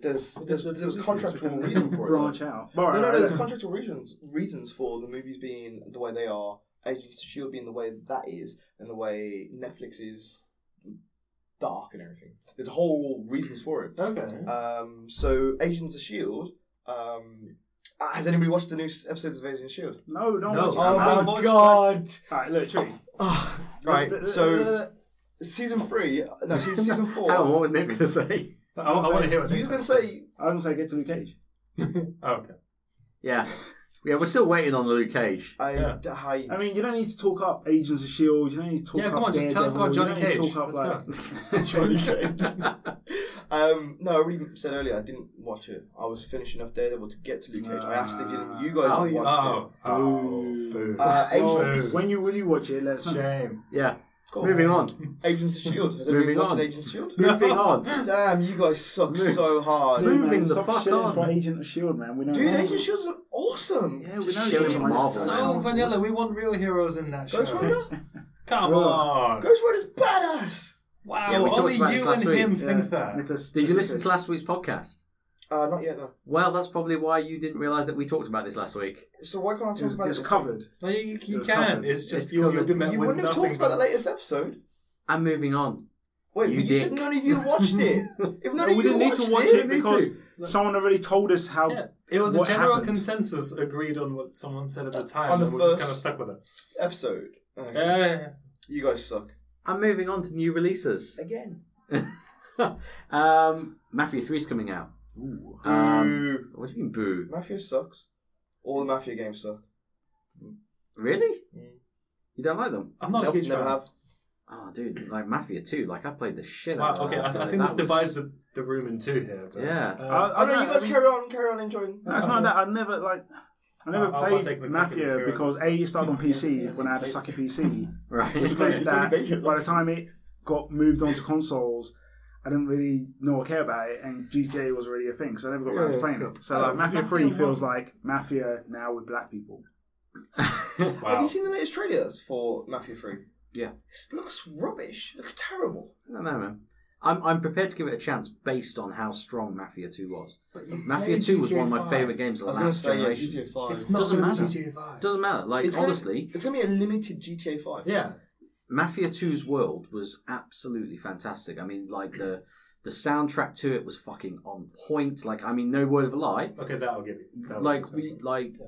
Speaker 4: there's there's,
Speaker 2: that's-
Speaker 4: there's, a contractual reason for it.
Speaker 3: Branch out. All
Speaker 4: though. No,
Speaker 3: right,
Speaker 4: no,
Speaker 3: all
Speaker 4: no.
Speaker 3: right,
Speaker 4: There's
Speaker 3: look.
Speaker 4: contractual reasons reasons for the movies being the way they are Agents of Shield E being the way that is, and the way Netflix is dark and everything. There's whole reasons for it.
Speaker 2: Okay.
Speaker 4: Um, so Agents of Shield. E Um, uh, has anybody watched the new s- episodes of Agents of Shield?
Speaker 3: No, no.
Speaker 2: No.
Speaker 3: it's-
Speaker 2: Oh,
Speaker 4: Oh
Speaker 2: I've
Speaker 4: my
Speaker 2: watched
Speaker 4: god!
Speaker 3: All right, look, Chewie.
Speaker 4: Ugh. right, so season three, no, season, season four.
Speaker 1: Alan, what was Nick going to say?
Speaker 2: I, want to hear what
Speaker 4: you
Speaker 2: they-
Speaker 4: can say
Speaker 3: I was gonna say get to Luke Cage.
Speaker 2: Oh, okay.
Speaker 1: Yeah. Yeah, we're still waiting on Luke Cage.
Speaker 4: I,
Speaker 2: Yeah.
Speaker 4: I,
Speaker 3: I mean, you don't need to talk up Agents of Shield. You don't need to talk
Speaker 2: Yeah,
Speaker 3: up.
Speaker 2: come on, just tell us about Johnny
Speaker 3: Daredevil, you don't need to
Speaker 2: Cage. Let's
Speaker 3: Talk up,
Speaker 4: Johnny
Speaker 3: like,
Speaker 4: Cage. um, no, I already said earlier I didn't watch it. I was finishing off Daredevil to get to Luke Cage. I asked if you, you guys
Speaker 1: Oh,
Speaker 4: had
Speaker 1: you-
Speaker 4: watched it.
Speaker 2: Oh, oh, boo.
Speaker 4: Uh,
Speaker 3: Well,
Speaker 4: Agents,
Speaker 3: when you will you watch it? Let us know.
Speaker 2: Shame.
Speaker 1: Yeah.
Speaker 4: Cool.
Speaker 1: Moving on.
Speaker 4: Agents of Shield. E Has everybody
Speaker 1: Moving
Speaker 4: watched
Speaker 1: on.
Speaker 4: Agents of Shield?
Speaker 1: Moving on.
Speaker 4: E Damn, you guys suck
Speaker 1: Move.
Speaker 4: so hard.
Speaker 1: Move. Moving
Speaker 3: man,
Speaker 1: the
Speaker 3: stop
Speaker 1: fuck
Speaker 3: shilling
Speaker 1: on.
Speaker 3: for Agent of Shield, man. We know.
Speaker 4: Dude, Agents of Shield E is awesome.
Speaker 1: Yeah, we know
Speaker 3: Shit,
Speaker 1: Jimmy
Speaker 3: it's
Speaker 1: Marvel.
Speaker 3: so-
Speaker 1: now.
Speaker 2: vanilla. We want real heroes in that
Speaker 4: Ghost Rider.
Speaker 2: Come
Speaker 3: Real.
Speaker 2: on.
Speaker 4: Ghost Rider's badass.
Speaker 2: Wow.
Speaker 1: Yeah, we talked
Speaker 2: only
Speaker 1: about this
Speaker 2: you
Speaker 1: last
Speaker 2: and
Speaker 1: week.
Speaker 2: him
Speaker 3: Yeah,
Speaker 2: think that.
Speaker 3: Nicholas-
Speaker 1: Did you
Speaker 3: Nicholas
Speaker 1: listen
Speaker 3: Cage.
Speaker 1: to last week's podcast?
Speaker 4: Uh, not yet, no.
Speaker 1: Well, that's probably why you didn't realise that we talked about this last week.
Speaker 4: So why can't I
Speaker 3: It
Speaker 4: talk
Speaker 3: was,
Speaker 4: about
Speaker 3: it
Speaker 4: it?
Speaker 3: was
Speaker 4: this
Speaker 3: covered.
Speaker 2: No, you, you
Speaker 3: It's
Speaker 2: can.
Speaker 3: covered.
Speaker 2: It's just
Speaker 1: It's
Speaker 2: you, you'll
Speaker 1: covered.
Speaker 2: be
Speaker 4: week?
Speaker 2: met
Speaker 4: You
Speaker 2: with
Speaker 4: wouldn't have
Speaker 2: nothing
Speaker 4: talked about the
Speaker 2: but-
Speaker 4: latest episode.
Speaker 1: I'm moving on.
Speaker 4: Wait,
Speaker 1: You
Speaker 4: but you said
Speaker 1: dick.
Speaker 4: none of you watched it. If none
Speaker 3: No,
Speaker 4: of
Speaker 3: we
Speaker 4: you
Speaker 3: didn't need
Speaker 4: watched
Speaker 3: to watch
Speaker 4: it,
Speaker 3: it because someone already told us how.
Speaker 2: Yeah, it was a
Speaker 3: what
Speaker 2: general
Speaker 3: happened.
Speaker 2: consensus agreed on what someone said at the time,
Speaker 4: On the
Speaker 2: and we're just
Speaker 4: first-
Speaker 2: kind of stuck with it.
Speaker 4: episode. Okay.
Speaker 2: Yeah, yeah, yeah.
Speaker 4: You guys suck.
Speaker 1: I'm moving on to new releases.
Speaker 4: Again.
Speaker 1: um, Mafia 3's coming out. Um,
Speaker 4: Boo.
Speaker 1: what do you mean, boo?
Speaker 4: Mafia sucks. All the Mafia games suck.
Speaker 1: Really?
Speaker 4: Mm.
Speaker 1: You don't like them?
Speaker 2: I'm not
Speaker 4: Nope,
Speaker 2: a huge
Speaker 4: never
Speaker 2: fan.
Speaker 4: have.
Speaker 1: Oh, dude, like Mafia 2, like I played the shit
Speaker 2: Wow,
Speaker 1: out of
Speaker 2: okay,
Speaker 1: that.
Speaker 2: I, th- I
Speaker 1: Like,
Speaker 2: think this
Speaker 1: that was-
Speaker 2: divides the, the room in two here. But,
Speaker 1: Yeah.
Speaker 2: uh,
Speaker 4: Oh no, you guys carry on, carry on enjoying.
Speaker 3: No, it's not that. I never like. I
Speaker 2: I'll-
Speaker 3: never
Speaker 2: I'll
Speaker 3: played
Speaker 2: take the cookie
Speaker 3: Mafia
Speaker 2: and
Speaker 3: because a it started on PC when I had a sucky PC.
Speaker 1: Right.
Speaker 4: already- it's
Speaker 3: that
Speaker 4: already vacant.
Speaker 3: by the time it got moved onto consoles, I didn't really know or care about it, and GTA was already a thing, so I never got around
Speaker 1: Yeah,
Speaker 3: to playing
Speaker 1: sure.
Speaker 3: it. So like,
Speaker 2: Oh,
Speaker 3: Mafia
Speaker 2: Mafia
Speaker 3: Three
Speaker 2: one.
Speaker 3: feels like Mafia now with black people.
Speaker 4: Have
Speaker 2: wow.
Speaker 4: you seen the latest trailer for Mafia Three?
Speaker 1: Yeah.
Speaker 4: This looks rubbish. Looks terrible.
Speaker 1: I don't know, man. I'm, I'm prepared to give it a chance based on how strong Mafia 2 was.
Speaker 4: But you've
Speaker 1: Mafia
Speaker 4: played
Speaker 1: 2 was
Speaker 4: GTA
Speaker 1: one of my
Speaker 4: 5.
Speaker 1: favourite games of the
Speaker 4: I was gonna
Speaker 1: last
Speaker 4: say yeah,
Speaker 1: generation.
Speaker 4: GTA Five.
Speaker 2: It's not
Speaker 1: Doesn't
Speaker 2: gonna be
Speaker 1: matter.
Speaker 2: GTA Five.
Speaker 1: Doesn't matter. Like,
Speaker 4: It's gonna-
Speaker 1: honestly,
Speaker 4: it's gonna be a limited GTA Five.
Speaker 2: Yeah,
Speaker 1: Mafia 2's world was absolutely fantastic. I mean, like, the. The soundtrack to it was fucking on point. Like, I mean, no word of a lie.
Speaker 2: okay, that'll give you. that'll
Speaker 1: like
Speaker 2: give you
Speaker 1: we like
Speaker 2: Yeah.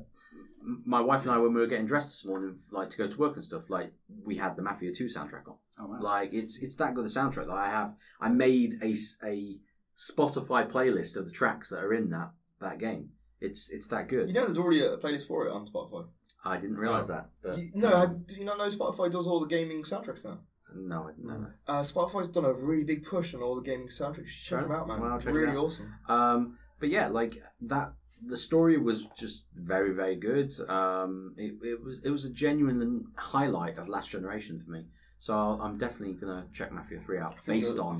Speaker 1: m my wife and I when we were getting dressed this morning like to go to work and stuff like we had the Mafia 2 soundtrack on
Speaker 3: Oh, wow.
Speaker 1: like it's it's that good a soundtrack that I have I made a, s- a Spotify playlist of the tracks that are in that that game it's it's that good
Speaker 4: You know, there's already a playlist for it on Spotify.
Speaker 1: I didn't realise that but um,
Speaker 4: You, no, have, do you not know Spotify does all the gaming soundtracks now?
Speaker 1: no I didn't know that
Speaker 4: Uh, Spotify's done a really big push on all the gaming soundtracks. You should Check them
Speaker 1: Right.
Speaker 4: out, man.
Speaker 1: Well, I'll check it
Speaker 4: really
Speaker 1: out.
Speaker 4: awesome.
Speaker 1: Um, but yeah, like that. The story was just very, very good. Um, it, it was it was a genuine highlight of Last Generation for me. So I'll, I'm definitely gonna check Mafia Three out
Speaker 4: think
Speaker 1: based
Speaker 4: you're-
Speaker 1: on.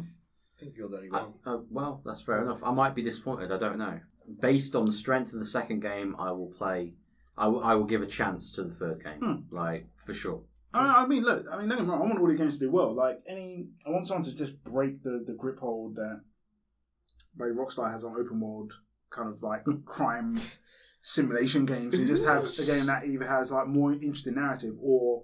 Speaker 4: I think you're the only
Speaker 1: I,
Speaker 4: one.
Speaker 1: uh, well, that's fair enough. I might be disappointed. I don't know. Based on the strength of the second game, I will play. I will I will give a chance to the third game,
Speaker 3: Hmm.
Speaker 1: like for sure.
Speaker 3: I, I mean, look, I mean, don't get me wrong. I want all the games to do well. Like any, I want someone to just break the, the grip hold that like Rockstar has on open world kind of like crime simulation games, and just have a game that either has like more interesting narrative or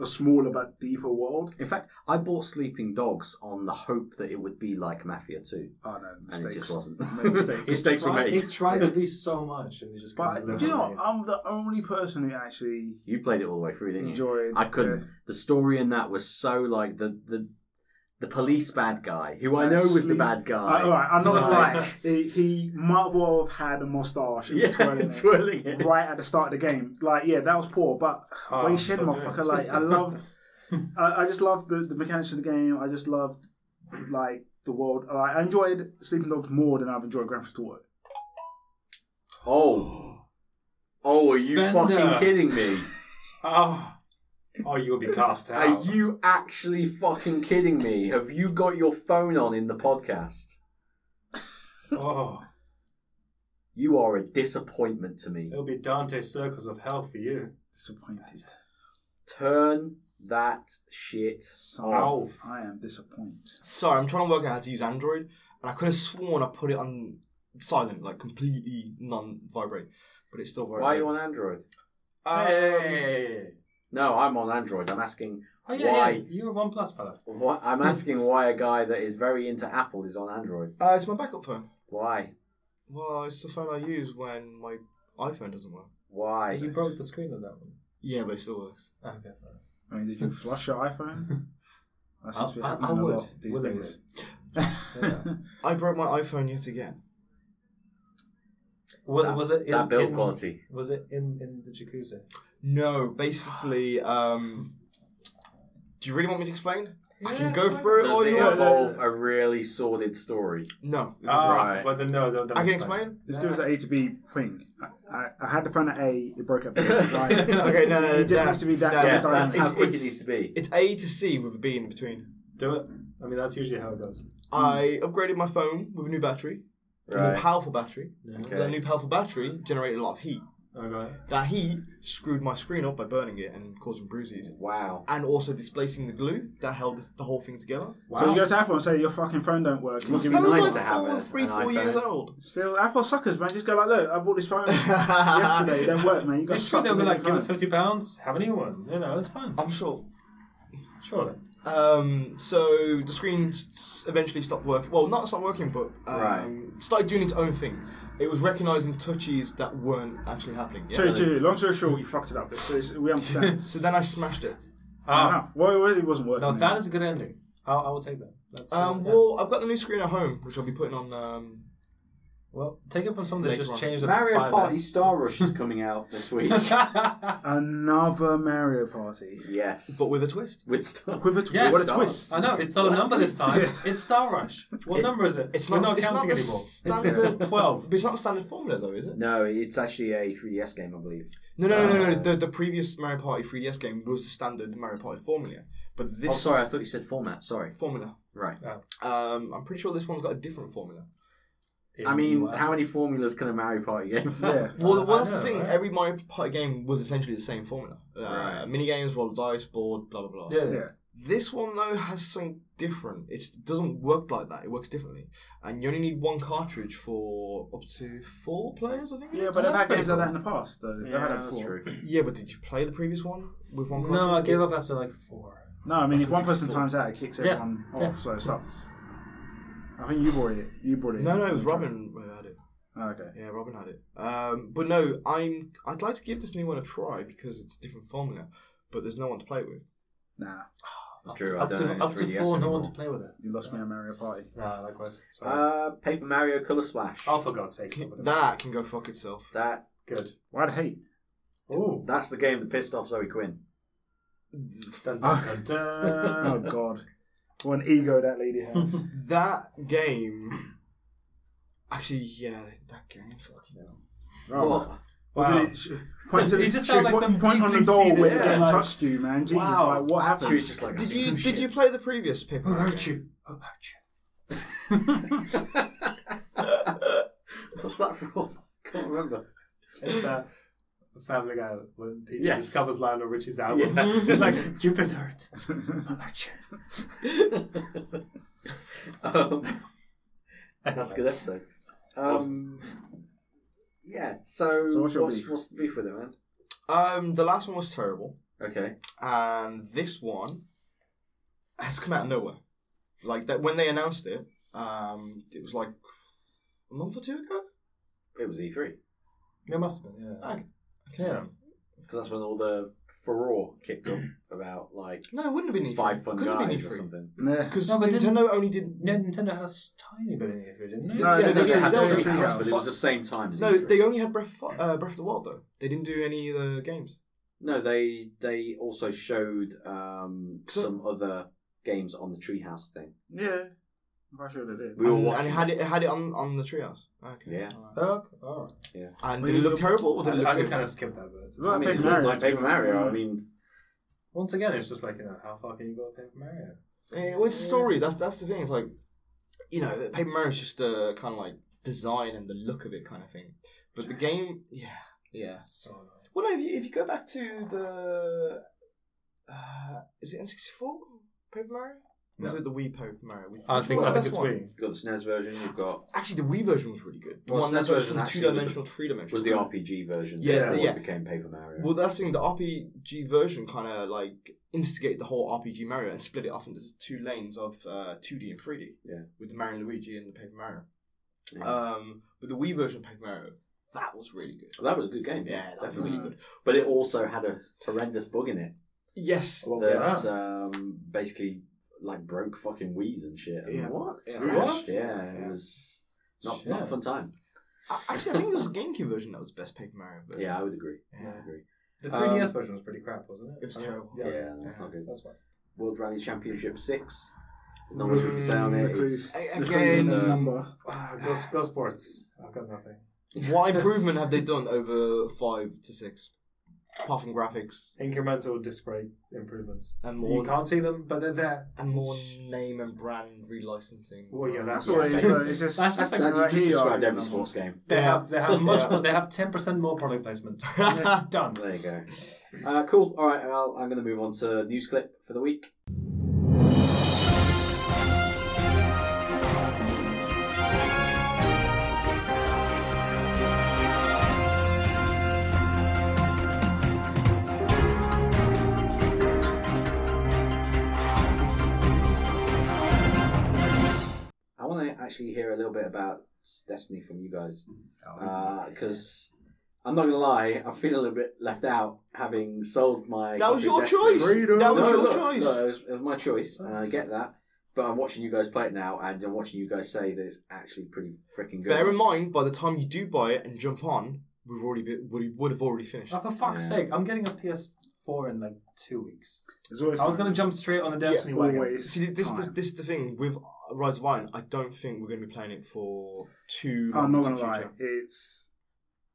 Speaker 3: a smaller but deeper world.
Speaker 1: In fact, I bought Sleeping Dogs on the hope that it would be like Mafia Two,
Speaker 3: Oh no,
Speaker 1: and it
Speaker 3: mistakes.
Speaker 1: just wasn't.
Speaker 3: Made mistakes.
Speaker 2: It
Speaker 1: mistakes were
Speaker 2: tried-
Speaker 1: made.
Speaker 2: It tried to be so much, and it just couldn't
Speaker 3: But
Speaker 2: deliver
Speaker 3: do you know,
Speaker 2: on
Speaker 3: what?
Speaker 2: it.
Speaker 3: I'm the only person who actually
Speaker 1: You played it all the way through, didn't you?
Speaker 3: enjoyed.
Speaker 1: I couldn't.
Speaker 3: uh,
Speaker 1: The story in that was so like the the the police bad guy, who I
Speaker 3: And
Speaker 1: know was the
Speaker 3: sleep-
Speaker 1: bad guy.
Speaker 3: I, all right, I'm not gonna
Speaker 1: Like-
Speaker 3: lie. He, he might well have had a moustache and
Speaker 1: yeah,
Speaker 3: twirling
Speaker 1: twirling,
Speaker 3: it.
Speaker 1: it.
Speaker 3: right at the start of the game. Like, yeah, that was poor, but
Speaker 2: Oh,
Speaker 3: way
Speaker 2: I'm
Speaker 3: shed,
Speaker 2: so
Speaker 3: motherfucker.
Speaker 2: doing.
Speaker 3: Like, I loved, I, I just loved the, the mechanics of the game. I just loved, like, the world. Like, I enjoyed Sleeping Dogs more than I've enjoyed Grand Theft Auto.
Speaker 1: Oh, oh, are you
Speaker 2: Fender.
Speaker 1: fucking kidding me?
Speaker 2: Oh, oh, you will be cast
Speaker 1: Are
Speaker 2: out.
Speaker 1: you actually fucking kidding me? Have you got your phone on in the podcast?
Speaker 2: Oh,
Speaker 1: You are a disappointment to me.
Speaker 2: it'll be Dante circles of hell for you.
Speaker 3: Disappointed.
Speaker 1: Turn that shit off.
Speaker 2: Alf.
Speaker 3: I am disappointed.
Speaker 4: Sorry, I'm trying to work out how to use Android, and I could have sworn I put it on silent, like completely non-vibrate, but it's still vibrating.
Speaker 1: Why are you on Android?
Speaker 4: Um,
Speaker 2: hey.
Speaker 1: No, I'm on Android. I'm asking
Speaker 2: Oh yeah,
Speaker 1: Why?
Speaker 2: yeah. You're a One Plus fella.
Speaker 1: why, I'm asking why a guy that is very into Apple is on Android.
Speaker 4: Uh, it's my backup phone.
Speaker 1: Why?
Speaker 4: Well, it's the phone I use when my iPhone doesn't work.
Speaker 1: Why?
Speaker 2: You broke the screen on that one. Ah,
Speaker 4: Yeah, but it still works.
Speaker 2: Okay. fair.
Speaker 3: I mean, did you flush your iPhone? That seems to be
Speaker 2: I- I- I
Speaker 3: happening a
Speaker 2: would,
Speaker 3: lot these
Speaker 2: willingly.
Speaker 3: days.
Speaker 2: Yeah.
Speaker 4: I broke my iPhone yet again.
Speaker 2: Was it was it in,
Speaker 1: that build
Speaker 2: in-
Speaker 1: quality?
Speaker 2: Was it in in the jacuzzi?
Speaker 4: No, basically, um, do you really want me to explain? I can
Speaker 2: Yeah,
Speaker 4: go
Speaker 2: fine.
Speaker 4: through it all
Speaker 1: Does it
Speaker 4: you
Speaker 3: yeah,
Speaker 4: want.
Speaker 3: yeah,
Speaker 1: involve a really sordid story?
Speaker 4: No, it doesn't.
Speaker 2: Ah,
Speaker 1: Right.
Speaker 2: well then no. That, that
Speaker 4: I
Speaker 2: was
Speaker 4: can
Speaker 2: fine.
Speaker 4: explain.
Speaker 3: Just give us an A to B thing. I, I, I had the phone at A, it broke up. Right.
Speaker 4: Okay, no, no,
Speaker 3: It just
Speaker 4: no,
Speaker 3: has to be that
Speaker 4: no,
Speaker 3: kind
Speaker 1: yeah,
Speaker 3: of
Speaker 4: no,
Speaker 1: that's
Speaker 3: dynamic.
Speaker 1: how quick it Hmm.
Speaker 4: it's- it's-
Speaker 1: needs to be.
Speaker 4: It's A to C with a B in between.
Speaker 2: Do it. I mean that's usually how it goes.
Speaker 4: I upgraded my phone with a new battery, a
Speaker 1: Right.
Speaker 4: more powerful battery.
Speaker 1: Okay.
Speaker 4: That new powerful battery generated a lot of heat.
Speaker 2: Okay.
Speaker 4: That heat screwed my screen up by burning it and causing bruises,
Speaker 1: Wow.
Speaker 4: and also displacing the glue that held this- the whole thing together.
Speaker 2: Wow.
Speaker 3: So you go to Apple and say your fucking phone don't work. and
Speaker 1: My
Speaker 3: you give me
Speaker 1: It'd be nice
Speaker 4: Phone's like
Speaker 1: to have
Speaker 4: four,
Speaker 1: a-
Speaker 4: three,
Speaker 1: an
Speaker 4: four
Speaker 1: iPhone.
Speaker 4: years old.
Speaker 3: Still, Apple suckers, man. Just go like, look, I bought this phone yesterday. It don't work, man. You got
Speaker 2: It's true.
Speaker 3: sucked
Speaker 2: They'll be
Speaker 3: into
Speaker 2: like,
Speaker 3: the
Speaker 2: give us
Speaker 3: phone.
Speaker 2: fifty pounds. Have a new one. You know, it's fine.
Speaker 4: I'm sure.
Speaker 2: Surely.
Speaker 4: Um, so the screen s- eventually stopped working. Well, not stopped working, but um,
Speaker 1: Right.
Speaker 4: started doing its own thing. It was recognizing touches that weren't actually happening. yet.
Speaker 3: True, true. Long story short, you fucked it up. It's, it's, we understand.
Speaker 4: So then I smashed it.
Speaker 3: Fair
Speaker 2: Ah,
Speaker 3: enough. well, it wasn't working.
Speaker 2: no,
Speaker 3: then.
Speaker 2: that is a good ending. I'll, I will take that. That's, uh,
Speaker 4: Um,
Speaker 2: yeah.
Speaker 4: well, I've got the new screen at home, which I'll be putting on. Um,
Speaker 2: Well, take it from someone that
Speaker 4: Later
Speaker 2: just
Speaker 4: on.
Speaker 2: changed the
Speaker 1: Mario
Speaker 2: 5S.
Speaker 1: Party Star Rush is coming out this week.
Speaker 3: Another Mario Party.
Speaker 1: yes.
Speaker 4: but with a twist.
Speaker 1: with Star
Speaker 3: With a twist.
Speaker 2: Yes.
Speaker 3: what a
Speaker 1: Stars.
Speaker 3: twist.
Speaker 2: I know it's not a number this time. It's Star Rush. What
Speaker 4: It-
Speaker 2: number is it?
Speaker 4: it's
Speaker 2: We're
Speaker 4: not- it's not
Speaker 2: counting
Speaker 4: the
Speaker 2: anymore.
Speaker 4: standard-
Speaker 2: It's twelve.
Speaker 4: But it's not a standard formula, though, is it?
Speaker 1: No, it's actually a 3DS game, I believe.
Speaker 4: No, no, no, no.
Speaker 1: Uh,
Speaker 4: no. The, the previous Mario Party 3DS game was the standard Mario Party formula, but this
Speaker 1: Oh, sorry, I thought you said format. Sorry.
Speaker 4: formula.
Speaker 1: Right.
Speaker 4: Um, I'm pretty sure this one's got a different formula.
Speaker 1: I mean, how many formulas can a Mario Party game?
Speaker 3: Yeah.
Speaker 4: Well, well
Speaker 2: I
Speaker 4: that's the
Speaker 2: know,
Speaker 4: thing.
Speaker 2: right?
Speaker 4: Every Mario Party game was essentially the same formula. Uh,
Speaker 1: Right.
Speaker 4: Mini games, roll dice, board, blah blah blah.
Speaker 2: Yeah.
Speaker 3: Yeah.
Speaker 4: This one though has something different. It's, it doesn't work like that. It works differently, and you only need one cartridge for up to four players. I think. it
Speaker 3: Yeah,
Speaker 4: is.
Speaker 3: but they've
Speaker 2: that's
Speaker 3: had
Speaker 2: pretty
Speaker 3: games like that
Speaker 2: cool.
Speaker 3: in the past, though. They've had that before.
Speaker 4: yeah, but did you play the previous one with one cartridge?
Speaker 2: No, I gave up after like four.
Speaker 3: No, I mean,
Speaker 4: That's
Speaker 3: if one
Speaker 4: a
Speaker 3: person
Speaker 4: 64.
Speaker 3: times out, it kicks
Speaker 2: Yeah.
Speaker 3: everyone off,
Speaker 2: Yeah.
Speaker 3: so it sucks. I think you bought it. You bought it.
Speaker 4: No, no, it was Robin who had it.
Speaker 3: Oh, okay.
Speaker 4: Yeah, Robin had it. Um, but no, I'm. I'd like to give this new one a try because it's a different formula, but there's no one to play it with.
Speaker 3: Nah,
Speaker 1: Drew, I
Speaker 2: up
Speaker 1: don't
Speaker 2: to,
Speaker 1: know
Speaker 2: up to
Speaker 1: 3DS
Speaker 2: four, no
Speaker 1: anymore.
Speaker 2: one to play with it.
Speaker 3: you lost me on Mario Party.
Speaker 2: Nah, likewise. Sorry.
Speaker 1: Uh, Paper Mario Color Splash.
Speaker 2: oh, for God's sake, stop with it.
Speaker 4: That can go fuck itself.
Speaker 1: That
Speaker 2: good.
Speaker 3: Why'd I hate?
Speaker 2: Ooh.
Speaker 1: that's the game that pissed off Zoe Quinn.
Speaker 2: Dun, dun, dun, dun.
Speaker 3: Oh, God. What an ego that lady has.
Speaker 4: That game. Actually, yeah, that game. Fucking hell.
Speaker 3: Oh.
Speaker 1: What?
Speaker 3: Wow.
Speaker 2: Wow.
Speaker 3: Did it, sh- point to
Speaker 2: You
Speaker 3: the,
Speaker 2: just
Speaker 3: uh,
Speaker 2: sound
Speaker 3: she
Speaker 2: like
Speaker 3: point,
Speaker 2: some
Speaker 3: point on the
Speaker 2: deeply
Speaker 3: door where
Speaker 2: seated,
Speaker 3: it
Speaker 2: like-
Speaker 3: touched you, man. Jesus,
Speaker 2: Wow.
Speaker 3: like, what happened?
Speaker 1: She was just like,
Speaker 4: Did you
Speaker 1: "Some
Speaker 4: did
Speaker 1: shit." Oh,
Speaker 4: you play the previous paper?
Speaker 2: Who
Speaker 4: Mario
Speaker 2: hurt
Speaker 4: game?
Speaker 2: you? Who hurt you?
Speaker 1: What's that from? Can't remember.
Speaker 2: It's uh, Family Guy when Peter
Speaker 1: Yes.
Speaker 2: discovers Lionel Richie's album.
Speaker 1: Yeah.
Speaker 2: It's like you've been hurt. Who hurt you?
Speaker 1: um, that's a good episode. Um, Yeah. So,
Speaker 3: So what's
Speaker 1: what's,
Speaker 3: your
Speaker 1: what's,
Speaker 3: beef?
Speaker 1: the beef with it, man?
Speaker 4: Um, the last one was terrible,
Speaker 1: Okay.
Speaker 4: and this one has come out of nowhere. Like that when they announced it, um, it was like a month or two ago.
Speaker 1: It was E3
Speaker 2: It must have been. Yeah.
Speaker 4: Okay. okay.
Speaker 2: Yeah.
Speaker 1: because that's when all the furore kicked up about like
Speaker 4: No, it wouldn't have been E3.
Speaker 1: five fun
Speaker 4: Couldn't have been
Speaker 1: guys or
Speaker 4: E3
Speaker 1: something.
Speaker 3: Nah.
Speaker 4: because
Speaker 2: No, but
Speaker 4: Nintendo
Speaker 2: didn't-
Speaker 4: only did.
Speaker 2: No, Nintendo had a s- tiny bit in E3, didn't they?
Speaker 3: No,
Speaker 1: yeah,
Speaker 3: they
Speaker 1: they
Speaker 3: did
Speaker 1: had
Speaker 3: Zelda
Speaker 1: Dreamhouse,
Speaker 3: Dreamhouse.
Speaker 1: but it was E the same time. As
Speaker 4: No,
Speaker 1: E3.
Speaker 4: they only had Breath of, Fi- uh, Breath of the Wild though. They didn't do any of the games.
Speaker 1: No, they they also showed um,
Speaker 4: So-
Speaker 1: some other games on the Treehouse thing.
Speaker 3: Yeah. I'm quite sure they did.
Speaker 1: We were
Speaker 4: and,
Speaker 1: watching.
Speaker 4: and it had it, it had it on, on the treehouse. Okay.
Speaker 1: Yeah.
Speaker 4: alright.
Speaker 2: Okay, all
Speaker 4: And did it look terrible or
Speaker 2: right.
Speaker 4: did it
Speaker 2: I,
Speaker 4: look
Speaker 2: I could
Speaker 4: good?
Speaker 2: kind of skip that bit.
Speaker 3: Well,
Speaker 1: I mean,
Speaker 3: Paper
Speaker 1: it looked
Speaker 3: Mario.
Speaker 1: like Paper Mario.
Speaker 4: Mm.
Speaker 1: I mean,
Speaker 2: Once again, it's just like you know, how far can you go with Paper Mario?
Speaker 4: Yeah, Eh, well, it's a story. That's that's the thing. It's like, you know, Paper Mario is just uh, kind of like design and the look of it kind of thing. But the game, yeah, yeah.
Speaker 2: So annoying.
Speaker 4: Well, no, if you, if you go back to the, uh, is it N sixty four Paper Mario? Was
Speaker 2: No.
Speaker 4: it the Wii Pope Mario? We-
Speaker 2: I think
Speaker 4: what's
Speaker 2: I think
Speaker 4: the best
Speaker 2: it's
Speaker 4: one?
Speaker 2: Wii.
Speaker 1: You've got the SNES version. You've got
Speaker 4: Actually, the Wii version was really good. The
Speaker 1: Well, SNES
Speaker 4: one that goes
Speaker 1: version
Speaker 4: from
Speaker 1: actually
Speaker 4: two
Speaker 1: was the-
Speaker 4: dimensional to three dimensional.
Speaker 1: was the RPG version.
Speaker 4: Yeah,
Speaker 1: that
Speaker 4: yeah.
Speaker 1: Became Paper Mario.
Speaker 4: Well, that's the thing. The RPG version kind of like instigated the whole RPG Mario and split it off into two lanes of uh, 2D and 3D.
Speaker 1: Yeah.
Speaker 4: With the Mario and Luigi and the Paper Mario.
Speaker 1: Yeah.
Speaker 4: Um, but the Wii version of Paper Mario, that was really good.
Speaker 1: Well, that was a good game.
Speaker 4: Yeah, that was
Speaker 1: definitely.
Speaker 4: really good.
Speaker 1: But it also had a horrendous bug in it
Speaker 4: Yes.
Speaker 2: What was
Speaker 1: that
Speaker 2: that?
Speaker 1: um, basically like broke fucking Wii's and shit. And
Speaker 4: Yeah.
Speaker 1: What?
Speaker 4: Yeah.
Speaker 1: Crashed.
Speaker 4: What?
Speaker 1: Yeah, it was not not a
Speaker 2: Shit.
Speaker 1: fun time.
Speaker 4: A- Actually, I think it was the GameCube version that was the best Paper Mario version.
Speaker 1: Yeah, I would agree. I would
Speaker 4: Yeah.
Speaker 1: agree.
Speaker 2: The
Speaker 1: Um,
Speaker 2: 3DS version was pretty crap, wasn't it?
Speaker 4: It was
Speaker 2: Okay.
Speaker 4: terrible.
Speaker 1: Yeah,
Speaker 2: Yeah, okay.
Speaker 1: that's not good.
Speaker 2: that's fine.
Speaker 1: World Rally Championship six. There's not much we can say on it. It's-
Speaker 3: Recluse.
Speaker 4: A-
Speaker 3: Recluse
Speaker 4: again,
Speaker 3: and Mm, the
Speaker 1: um,
Speaker 3: number.
Speaker 2: Ah, go, go sports. I've got nothing.
Speaker 4: What improvement have they done over five to six? Apart from graphics
Speaker 2: Incremental display improvements.
Speaker 4: and
Speaker 2: You
Speaker 4: more
Speaker 2: can't see them, but they're there.
Speaker 4: and more name and brand relicensing.
Speaker 2: Well, yeah, that's
Speaker 3: That's what it is. though. It's
Speaker 2: that's
Speaker 3: just.
Speaker 2: the thing.
Speaker 1: That, you
Speaker 3: Right
Speaker 1: just
Speaker 3: here,
Speaker 1: described
Speaker 3: yeah.
Speaker 1: every sports game.
Speaker 2: They
Speaker 4: Yeah.
Speaker 2: have they have much
Speaker 4: Yeah.
Speaker 2: more. They have ten percent more product placement. Done.
Speaker 1: There you go. Uh, cool. All right, I'll, I'm going to move on to news clip for the week. I want to actually hear a little bit about Destiny from you guys Uh, because I'm not gonna lie, I feel a little bit left out having sold my.
Speaker 4: That
Speaker 1: copy of
Speaker 4: was your
Speaker 1: Destiny.
Speaker 4: choice.
Speaker 3: Freedom.
Speaker 4: That was
Speaker 1: No,
Speaker 4: your
Speaker 1: look,
Speaker 4: choice.
Speaker 1: look, it, was, it was my choice, and I
Speaker 2: That's-
Speaker 1: get that. But I'm watching you guys play it now, and I'm watching you guys say that it's actually pretty freaking good.
Speaker 4: Bear in mind, by the time you do buy it and jump on, we've already been, we would have already finished.
Speaker 2: Oh, for fuck's
Speaker 1: Yeah.
Speaker 2: sake! I'm getting a PS4 in like two weeks.
Speaker 3: There's always
Speaker 2: I was gonna
Speaker 3: time.
Speaker 2: jump straight on a Destiny wagon.
Speaker 3: Always.
Speaker 4: See, this this,
Speaker 3: time.
Speaker 4: this is the thing with Rise of Iron. I don't think we're going to be playing it for too long.
Speaker 3: I'm not
Speaker 4: into
Speaker 3: gonna
Speaker 4: the
Speaker 3: lie,
Speaker 4: future.
Speaker 3: it's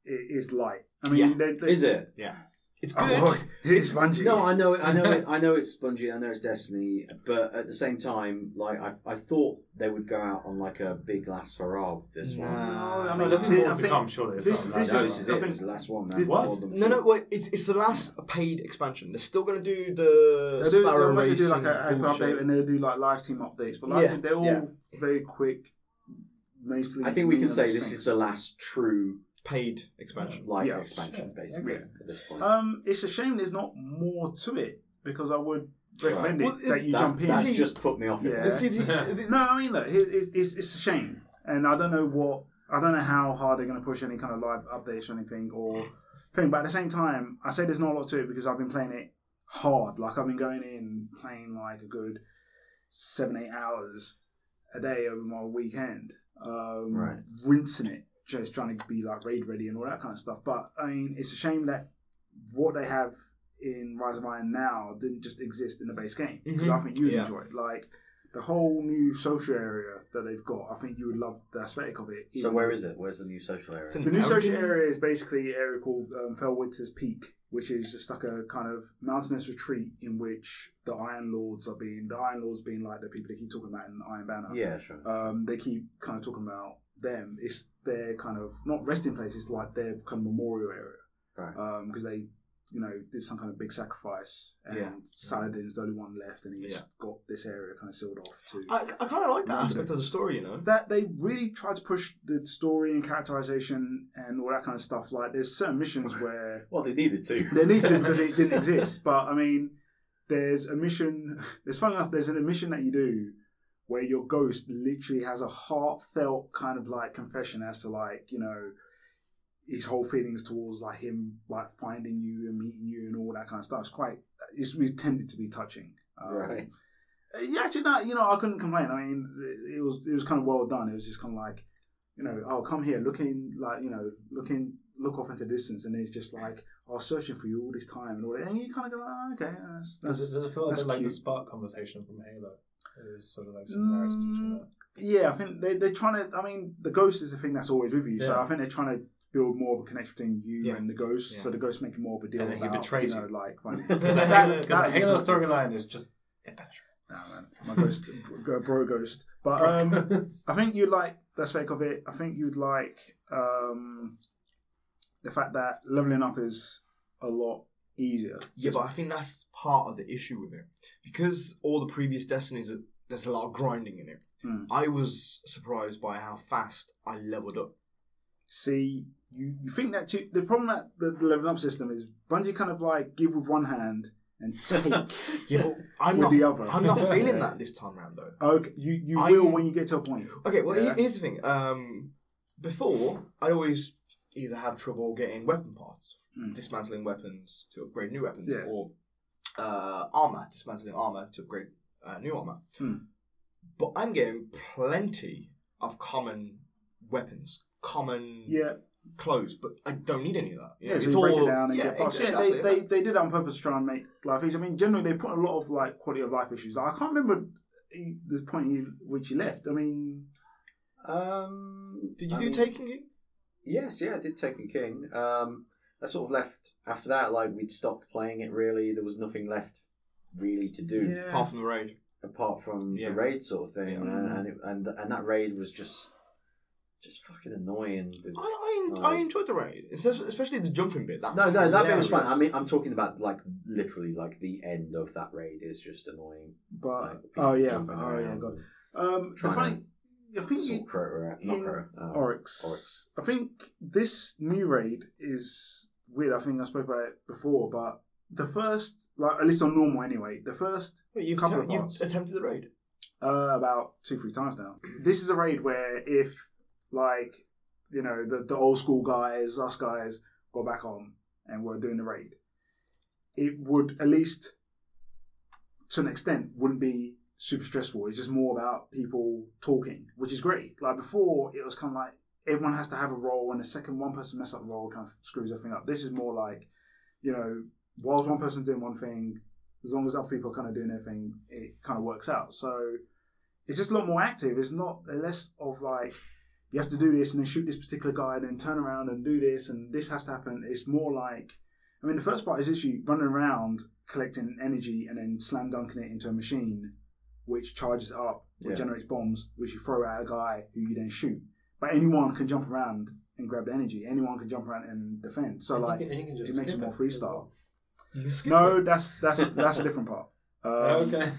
Speaker 3: it is light. I mean,
Speaker 4: Yeah.
Speaker 3: they, they,
Speaker 1: Is it?
Speaker 4: Yeah, it's
Speaker 3: Oh,
Speaker 4: good.
Speaker 3: Lord, it's spongy.
Speaker 1: No, I know, it, I know, it, I know it's Bungie, I know it's Destiny, but at the same time, like I, I thought they would go out on like a big last hurrah with this one.
Speaker 4: Nah.
Speaker 3: I
Speaker 2: No,
Speaker 3: mean,
Speaker 2: Oh, there'll be
Speaker 3: Uh, I
Speaker 2: more to
Speaker 3: think
Speaker 2: come. Surely, it's
Speaker 3: this-
Speaker 2: not
Speaker 1: No,
Speaker 2: like
Speaker 3: this
Speaker 2: that.
Speaker 1: this is it.
Speaker 3: I think-
Speaker 1: This is the last one. man.
Speaker 3: this-
Speaker 2: What?
Speaker 1: Hold them
Speaker 4: No,
Speaker 1: to-
Speaker 4: no, wait, it's, it's the last paid expansion. They're still going to do the
Speaker 3: They'll do,
Speaker 4: Sparrow
Speaker 3: they'll mostly
Speaker 4: Racing
Speaker 3: do like an update
Speaker 4: bullshit.
Speaker 3: and they'll do like live team updates, but like
Speaker 4: Yeah,
Speaker 3: team they're all
Speaker 4: yeah.
Speaker 3: very quick. Mostly,
Speaker 1: I think we can
Speaker 3: meaningless
Speaker 1: say this
Speaker 3: things.
Speaker 1: is the last true
Speaker 4: paid expansion.
Speaker 1: live
Speaker 3: Yeah.
Speaker 1: expansion,
Speaker 2: Shit.
Speaker 1: basically,
Speaker 3: Okay.
Speaker 1: at this point.
Speaker 3: Um, it's a shame there's not more to it because I would recommend
Speaker 4: Well,
Speaker 3: it that
Speaker 4: it's-
Speaker 3: you
Speaker 1: that's
Speaker 3: jump in.
Speaker 1: that's
Speaker 4: See-
Speaker 1: just put me off. it.
Speaker 3: Yeah.
Speaker 4: Uh, see, the- the-
Speaker 3: No, I mean, look, it, it, it's, it's a shame, and I don't know what I don't know how hard they're going to push any kind of live updates or anything or thing. But at the same time, I say there's not a lot to it because I've been playing it hard. Like I've been going in playing like a good seven eight hours a day over my weekend, um,
Speaker 1: Right.
Speaker 3: rinsing it, just trying to be like raid ready and all that kind of stuff. But I mean, it's a shame that what they have in Rise of Iron now didn't just exist in the base game because I think you'd
Speaker 4: Yeah.
Speaker 3: enjoy it. Like the whole new social area that they've got, I think you would love the aesthetic of it.
Speaker 1: So where is it? Where's the new social area?
Speaker 4: It's in
Speaker 3: The new social
Speaker 4: Mountains.
Speaker 3: area is basically an area called um, Felwinter's Peak, which is just like a kind of mountainous retreat in which the Iron Lords are being the Iron Lords being like the people they keep talking about in Iron Banner.
Speaker 1: Yeah, sure.
Speaker 3: Um, they keep kind of talking about them. It's their kind of not resting place. It's like their kind of memorial area Uh,
Speaker 1: Right.
Speaker 3: because they, you know, did some kind of big sacrifice, and
Speaker 4: Yeah.
Speaker 3: Saladin's the only one left, and he's
Speaker 4: Yeah.
Speaker 3: got this area kind of sealed off to.
Speaker 4: I, I kind of like that aspect of the story, you know.
Speaker 3: that they really tried to push the story and characterization and all that kind of stuff. Like, there's certain missions where
Speaker 1: Well, they needed to.
Speaker 3: they need to because it didn't exist. But I mean, there's a mission. There's funny enough. There's an mission that you do where your ghost literally has a heartfelt kind of like confession as to like you know his whole feelings towards like him like finding you and meeting you and all that kind of stuff. It's quite. It's, it's tended to be touching. Um,
Speaker 1: Right.
Speaker 3: Yeah, actually, no, you know, I couldn't complain. I mean, it- it was it was kind of well done. It was just kind of like, you know, oh, come here, looking like you know, looking look off into distance, and it's just like I was searching for you all this time and all that, and you kind of go, oh, okay, that's,
Speaker 2: Does it,
Speaker 3: that's
Speaker 2: does it feel a
Speaker 3: that's
Speaker 2: bit like the
Speaker 3: cute. Mm.
Speaker 2: Spark conversation from Halo? There's sort of like similarities between that.
Speaker 3: yeah. I think they they're trying to. I mean, the ghost is the thing that's always with you, so
Speaker 2: Yeah.
Speaker 3: I think they're trying to build more of a connection between you
Speaker 4: Yeah.
Speaker 3: and the ghost,
Speaker 4: Yeah.
Speaker 3: so the ghost making more of a deal.
Speaker 2: And then he
Speaker 3: about,
Speaker 2: betrays
Speaker 3: you, know,
Speaker 2: you.
Speaker 3: like finding-
Speaker 2: Because the,
Speaker 4: That-
Speaker 2: Halo- 'cause the
Speaker 3: that-
Speaker 2: Halo storyline is just impenetrable.
Speaker 3: Nah, man, my ghost, bro, ghost, but um. I think you'd like that's fake of it. I think you'd like um, the fact that leveling up is a lot easier.
Speaker 4: Yeah, but I think that's part of the issue with it. Because all the previous Destinies, uh, there's a lot of grinding in it.
Speaker 3: Mm.
Speaker 4: I was surprised by how fast I leveled up.
Speaker 3: See, you, you think that too. The problem that the, the leveling up system is Bungie kind of like give with one hand and take.
Speaker 4: Yeah, but I'm,
Speaker 3: With
Speaker 4: not,
Speaker 3: the other. Oh,
Speaker 4: I'm not feeling that this time round, though.
Speaker 3: okay, you, you
Speaker 4: I- Mm,
Speaker 3: will when you get to a point.
Speaker 4: Okay, well,
Speaker 3: Yeah.
Speaker 4: he- here's the thing. Um, before, I always either have trouble getting weapon parts,
Speaker 3: Mm.
Speaker 4: dismantling weapons to upgrade new weapons,
Speaker 3: Yeah.
Speaker 4: or uh, armor, dismantling armor to upgrade uh, new armor.
Speaker 3: Mm.
Speaker 4: But I'm getting plenty of common weapons, common
Speaker 3: Yeah,
Speaker 4: clothes, but I don't need any of that. You
Speaker 3: yeah.
Speaker 4: know,
Speaker 3: so you break it down and
Speaker 4: yeah,
Speaker 3: get past. it.
Speaker 4: exactly,
Speaker 3: yeah, they,
Speaker 4: exactly.
Speaker 3: they, they did it on purpose to try and make life easy. I mean, generally they put a lot of like quality of life issues. I can't remember he- the point he, which he left. I mean,
Speaker 1: Um,
Speaker 4: Did you
Speaker 1: I
Speaker 4: do
Speaker 1: mean-
Speaker 4: Taking King?
Speaker 1: Yes, yeah, I did Taken King. Um, I sort of left after that. Like we'd stopped playing it. Really, there was nothing left really to do
Speaker 3: yeah.
Speaker 4: Apart from the raid.
Speaker 1: apart from
Speaker 4: Yeah.
Speaker 1: the raid sort of thing.
Speaker 4: Yeah.
Speaker 1: Uh, and, it, and and that raid was just just fucking annoying.
Speaker 4: I, I, en- I enjoyed the raid, It's- especially the jumping bit. That
Speaker 1: No,
Speaker 4: was
Speaker 1: no, that bit was fun.
Speaker 4: hilarious.
Speaker 1: I mean, I'm talking about like literally like the end of that raid is just annoying.
Speaker 3: but
Speaker 1: Like, people
Speaker 3: oh yeah,
Speaker 1: jumping
Speaker 3: oh yeah,
Speaker 1: around
Speaker 3: God.
Speaker 1: and
Speaker 3: Um, the
Speaker 1: Trying
Speaker 3: funny, I think
Speaker 1: sort
Speaker 3: you,
Speaker 1: of Crota out- not
Speaker 3: in
Speaker 1: Crota, uh,
Speaker 3: Oryx.
Speaker 1: Oryx.
Speaker 3: I think this new raid is weird. I think I spoke about it before, but the first, like at least on normal anyway, the first
Speaker 4: Wait, you've,
Speaker 3: Couple of
Speaker 4: attempt- you've
Speaker 3: parts.
Speaker 4: attempted the raid.
Speaker 3: uh, about two, three times now. This is a raid where if like you know the the old school guys, us guys, got back on and were doing the raid, it would at least to an extent wouldn't be super stressful. It's just more about people talking, which is great. Like before, it was kind of like everyone has to have a role, and the second one person mess up the role, kind of screws everything up. This is more like you know, whilst one person's doing one thing, as long as other people are kind of doing their thing, it kind of works out. So it's just a lot more active. It's not less of like you have to do this and then shoot this particular guy and then turn around and do this and this has to happen. It's more like I mean the first part is literally running around collecting energy and then slam dunking it into a machine which charges it up, which
Speaker 1: Yeah.
Speaker 3: generates bombs, which you throw at a guy who you then shoot. But anyone can jump around and grab the energy. Anyone can jump around and defend. So
Speaker 2: And you
Speaker 3: like
Speaker 2: can- and you can just
Speaker 3: it makes
Speaker 2: skip
Speaker 3: it more
Speaker 2: as
Speaker 3: freestyle.
Speaker 4: You can skip
Speaker 3: No,
Speaker 4: it.
Speaker 3: that's that's that's a different part. Um,
Speaker 2: well. okay.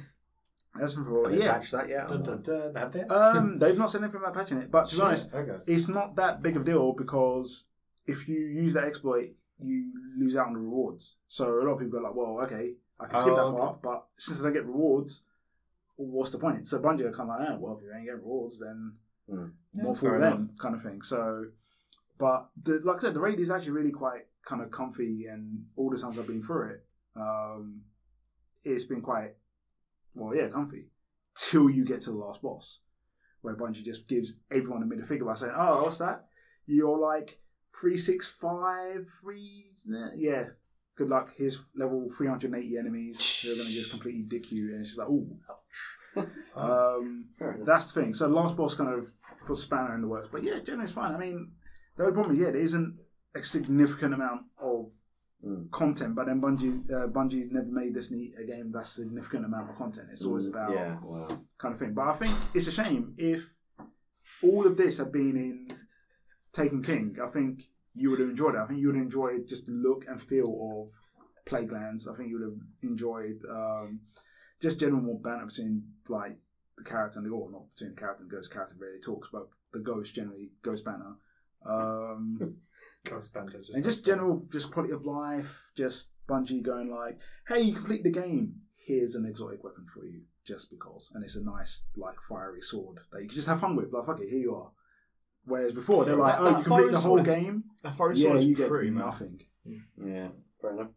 Speaker 3: That's from
Speaker 1: Have they
Speaker 3: Yeah.
Speaker 1: patched that yet?
Speaker 2: Dun, dun, dun. Have they?
Speaker 3: Um, they've not said anything about patching it, but to be honest,
Speaker 2: okay.
Speaker 3: it's not that big of a deal because if you use that exploit, you lose out on the rewards. So a lot of people are like, "Well, okay, I can skip
Speaker 2: Oh,
Speaker 3: that
Speaker 2: okay.
Speaker 3: part, but since I don't get rewards, what's the point?" So Bungie are kind of like, oh, "Well, if you don't get rewards, then
Speaker 1: Hmm.
Speaker 2: Yeah,
Speaker 3: more
Speaker 2: that's
Speaker 3: for
Speaker 2: fair
Speaker 3: them,"
Speaker 2: enough.
Speaker 3: kind of thing. So, but the, like I said, the raid is actually really quite kind of comfy, and all the times I've been through it, um, it's been quite well, yeah, comfy till you get to the last boss, where Bungie just gives everyone a middle figure by saying, "Oh, what's that? You're like three six five three, yeah." Good luck. Here's level 380 enemies. They're going to just completely dick you, and it's just like, ooh, ouch. um,
Speaker 1: Fair enough.
Speaker 3: that's the thing. So last boss kind of puts spanner in the works, but yeah, generally it's fine. I mean, the only problem is yeah, there isn't a significant amount of
Speaker 1: Mm.
Speaker 3: content, but then Bungie uh, Bungie's never made this neat a game that's significant amount of content. It's always about
Speaker 1: Mm, yeah, well,
Speaker 3: kind of thing. But I think it's a shame if all of this had been in Taken King. I think you would have enjoyed it. I think you would enjoy just the look and feel of Playgrounds. I think you would have enjoyed um, just general more banter between like the character and the or not between the character and the ghost. Character really talks, but the ghost generally ghost banner. Um,
Speaker 2: Ghost Banter. Just
Speaker 3: and just
Speaker 2: like-
Speaker 3: general, just quality of life, just Bungie going like, "Hey, you complete the game. Here's an exotic weapon for you, just because." And it's a nice, like, fiery sword that you can just have fun with. Like, fuck it, here you are. Whereas before they're like,
Speaker 4: That-
Speaker 3: "Oh,
Speaker 4: that
Speaker 3: you complete the
Speaker 4: fiery
Speaker 3: whole
Speaker 4: sword is
Speaker 3: game.
Speaker 4: That forest
Speaker 3: yeah,
Speaker 4: sword
Speaker 3: you
Speaker 4: is
Speaker 3: get
Speaker 4: pretty man.
Speaker 3: nothing."
Speaker 1: yeah, fair enough.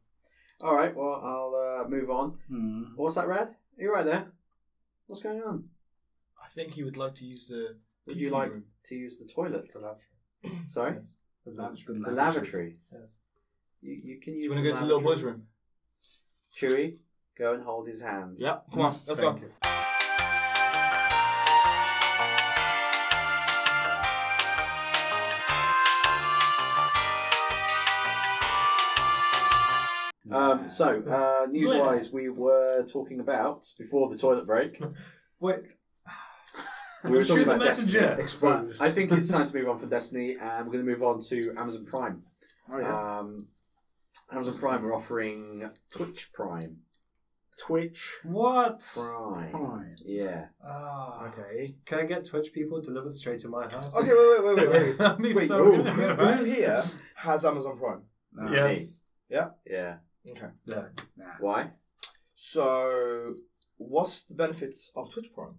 Speaker 1: All right, well, I'll uh, move on.
Speaker 3: Hmm.
Speaker 1: What's that, Rad? Are you right there? What's going on?
Speaker 4: I think he would like to use the.
Speaker 1: Would
Speaker 4: PP
Speaker 1: you like
Speaker 4: room.
Speaker 1: to use the toilet?
Speaker 2: The lavatory.
Speaker 1: Sorry,
Speaker 2: Yes. The
Speaker 3: The
Speaker 2: lavatory.
Speaker 1: the
Speaker 3: lavatory.
Speaker 1: lavatory.
Speaker 2: Yes.
Speaker 1: You, you can
Speaker 4: Do
Speaker 1: use.
Speaker 4: you want to go to the little boy's room?
Speaker 1: Chewy, go and hold his hand.
Speaker 4: Yep. Come on. Let's go.
Speaker 2: Thank you.
Speaker 1: Um, so, uh, news-wise, we were talking about before the toilet break.
Speaker 2: Wait.
Speaker 1: We were talking
Speaker 2: Shoot the
Speaker 1: about
Speaker 2: messenger.
Speaker 1: Destiny.
Speaker 2: Exposed.
Speaker 1: But I
Speaker 2: Oh, uh,
Speaker 1: think it's time to move on from Destiny, and we're going to move on to Amazon Prime.
Speaker 3: Oh yeah.
Speaker 1: Um, Amazon Prime are offering Twitch Prime.
Speaker 3: Twitch
Speaker 2: What?
Speaker 1: Prime.
Speaker 3: Prime.
Speaker 1: Yeah.
Speaker 2: Ah, okay. Can I get Twitch people delivered straight to my house?
Speaker 4: Okay, wait, wait, wait, wait, wait.
Speaker 2: That'd be
Speaker 4: Wait,
Speaker 2: so
Speaker 4: who-
Speaker 2: good.
Speaker 4: who here has Amazon Prime?
Speaker 3: Nah,
Speaker 2: Yes.
Speaker 1: Yeah.
Speaker 4: Okay.
Speaker 2: Yeah.
Speaker 3: nah.
Speaker 1: Why?
Speaker 4: So, what's the benefits of Twitch Prime?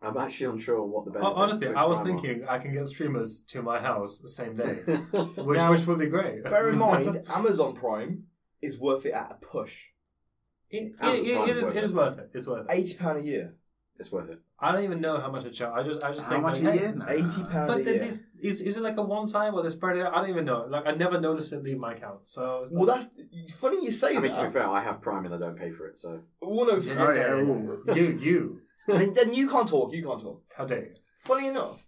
Speaker 1: I'm actually unsure on what the benefits.
Speaker 2: Hon-
Speaker 1: of
Speaker 2: Honestly,
Speaker 1: Twitch
Speaker 2: I was
Speaker 1: Prime
Speaker 2: thinking I can get streamers to my house the same day,
Speaker 1: are.
Speaker 2: which
Speaker 4: Now-
Speaker 2: which would be great.
Speaker 4: Bear in mind, Amazon Prime is worth it at a push.
Speaker 2: It-
Speaker 1: Amazon
Speaker 2: it- it-
Speaker 1: Prime's
Speaker 2: it is
Speaker 1: worth
Speaker 2: it
Speaker 1: it.
Speaker 2: is worth it. It's worth it.
Speaker 4: Eighty pound a year.
Speaker 1: it's worth it.
Speaker 2: I don't even know how much I charge. I just I just
Speaker 3: How
Speaker 2: think
Speaker 3: much
Speaker 2: like,
Speaker 3: a
Speaker 2: hey,
Speaker 3: year? Nah.
Speaker 4: Eighty pound a
Speaker 2: But
Speaker 4: year.
Speaker 2: it is, is is it like a one time or they spread it out? I don't even know. Like I never noticed it leave my account. So it's
Speaker 4: Well,
Speaker 2: like,
Speaker 4: that's funny you say
Speaker 1: I mean, to be
Speaker 4: that.
Speaker 1: fair, I have Prime and I don't pay for it, so
Speaker 4: Well, no,
Speaker 3: Oh,
Speaker 2: yeah.
Speaker 3: yeah,
Speaker 2: you you
Speaker 4: then, then you can't talk. You can't talk.
Speaker 2: how dare you?
Speaker 4: Funny enough,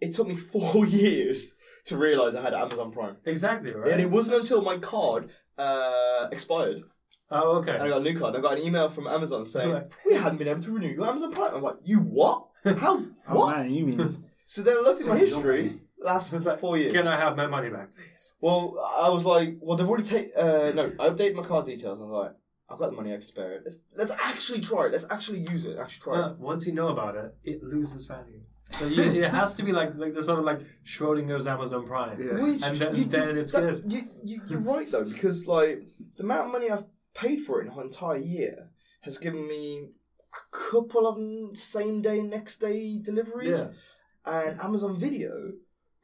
Speaker 4: it took me four years to realise I had Amazon Prime,
Speaker 2: Exactly right.
Speaker 4: and it wasn't until my card uh, expired
Speaker 2: oh
Speaker 4: and I
Speaker 2: okay.
Speaker 4: got a new card. I got an email from Amazon saying
Speaker 2: Right.
Speaker 4: we hadn't been able to renew your Amazon Prime. I'm like, you what? How?
Speaker 3: Oh
Speaker 4: what?
Speaker 3: man, you mean
Speaker 4: So then I looked at my
Speaker 3: It's not
Speaker 4: history.
Speaker 3: money.
Speaker 4: Last
Speaker 2: It's like,
Speaker 4: four years.
Speaker 2: Can I have my money back, please?
Speaker 4: Well, I was like, well, they've already taken. Uh, no, I updated my card details. I was like, I've got the money. I can spare it. Let's, let's actually try it. Let's actually use it. Actually try
Speaker 2: Uh, once you know about it, it loses value. So you, it has to be like like the sort of like Schrodinger's Amazon Prime.
Speaker 4: it.
Speaker 3: Yeah.
Speaker 4: Which
Speaker 2: And then- then it's good.
Speaker 4: You, you, you're right though, because like the amount of money I've paid for it in an entire year has given me a couple of same day, next day deliveries,
Speaker 2: Yeah.
Speaker 4: and Amazon Video.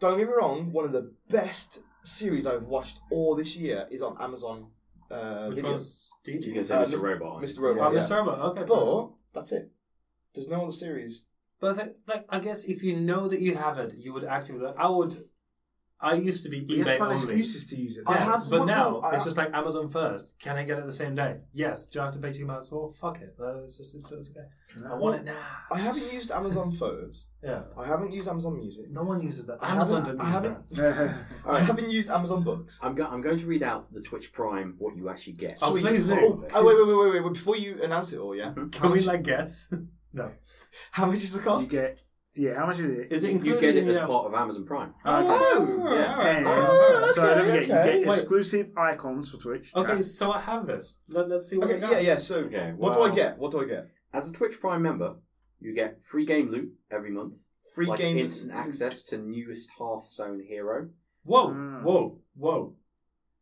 Speaker 4: Don't get me wrong. One of the best series I've watched all this year is on Amazon. Uh,
Speaker 2: Which
Speaker 4: video.
Speaker 2: one's DT?
Speaker 1: you can say
Speaker 4: Uh,
Speaker 1: Mr.
Speaker 4: Mis-
Speaker 1: Robot. on it.
Speaker 4: Mr.
Speaker 2: Oh,
Speaker 4: Robot. yeah.
Speaker 2: Mr. Robot. Okay. fine.
Speaker 4: But that's it. There's no other series.
Speaker 2: But I think, like, I guess if you know that you have it, you would actively. I would. I used to be
Speaker 3: you have
Speaker 2: eBay
Speaker 3: to find
Speaker 2: only.
Speaker 3: excuses to use it?
Speaker 4: I
Speaker 2: Yeah,
Speaker 4: have-
Speaker 2: but
Speaker 4: well,
Speaker 2: now
Speaker 4: I-
Speaker 2: it's just like Amazon first. Can I get it the same day? Yes. Do I have to pay two months? Well, fuck it. Uh, It's just it's, it's okay. I want it now.
Speaker 4: I haven't used Amazon Photos.
Speaker 2: Yeah.
Speaker 4: I haven't used Amazon Music.
Speaker 2: No one uses that.
Speaker 4: I
Speaker 2: Amazon
Speaker 4: haven't-
Speaker 2: didn't
Speaker 4: I
Speaker 2: use
Speaker 4: haven't-
Speaker 2: that.
Speaker 4: I haven't used Amazon Books.
Speaker 1: I'm, go- I'm going to read out the Twitch Prime what you actually get.
Speaker 2: Oh,
Speaker 4: Sweet.
Speaker 2: please do. Mm-hmm.
Speaker 4: Oh, oh, wait, wait, wait, wait, wait. Before you announce it all, yeah?
Speaker 2: Can we like guess? no.
Speaker 4: How much is the
Speaker 3: you
Speaker 4: cost?
Speaker 3: get yeah. How much is it?
Speaker 2: Is it
Speaker 1: you
Speaker 2: included?
Speaker 1: get it
Speaker 2: in
Speaker 1: as
Speaker 2: your-
Speaker 1: part of Amazon Prime.
Speaker 4: Oh,
Speaker 2: Ah, Yeah.
Speaker 1: yeah.
Speaker 3: Yeah, yeah, yeah.
Speaker 4: Oh,
Speaker 3: so
Speaker 4: okay,
Speaker 3: don't forget,
Speaker 4: okay.
Speaker 3: you get
Speaker 2: Wait.
Speaker 3: exclusive icons for Twitch.
Speaker 2: Okay,
Speaker 3: chat.
Speaker 2: so I have this. Let, let's see what
Speaker 4: Okay,
Speaker 2: I got.
Speaker 4: yeah, yeah. So,
Speaker 1: Okay,
Speaker 4: what do
Speaker 1: well-
Speaker 4: I get? What do I get?
Speaker 1: As a Twitch Prime member, you get free game loot every month,
Speaker 4: Free
Speaker 1: like
Speaker 4: game
Speaker 1: instant access to newest Hearthstone hero
Speaker 2: Whoa,
Speaker 3: Mm.
Speaker 2: whoa, whoa.
Speaker 1: Hmm.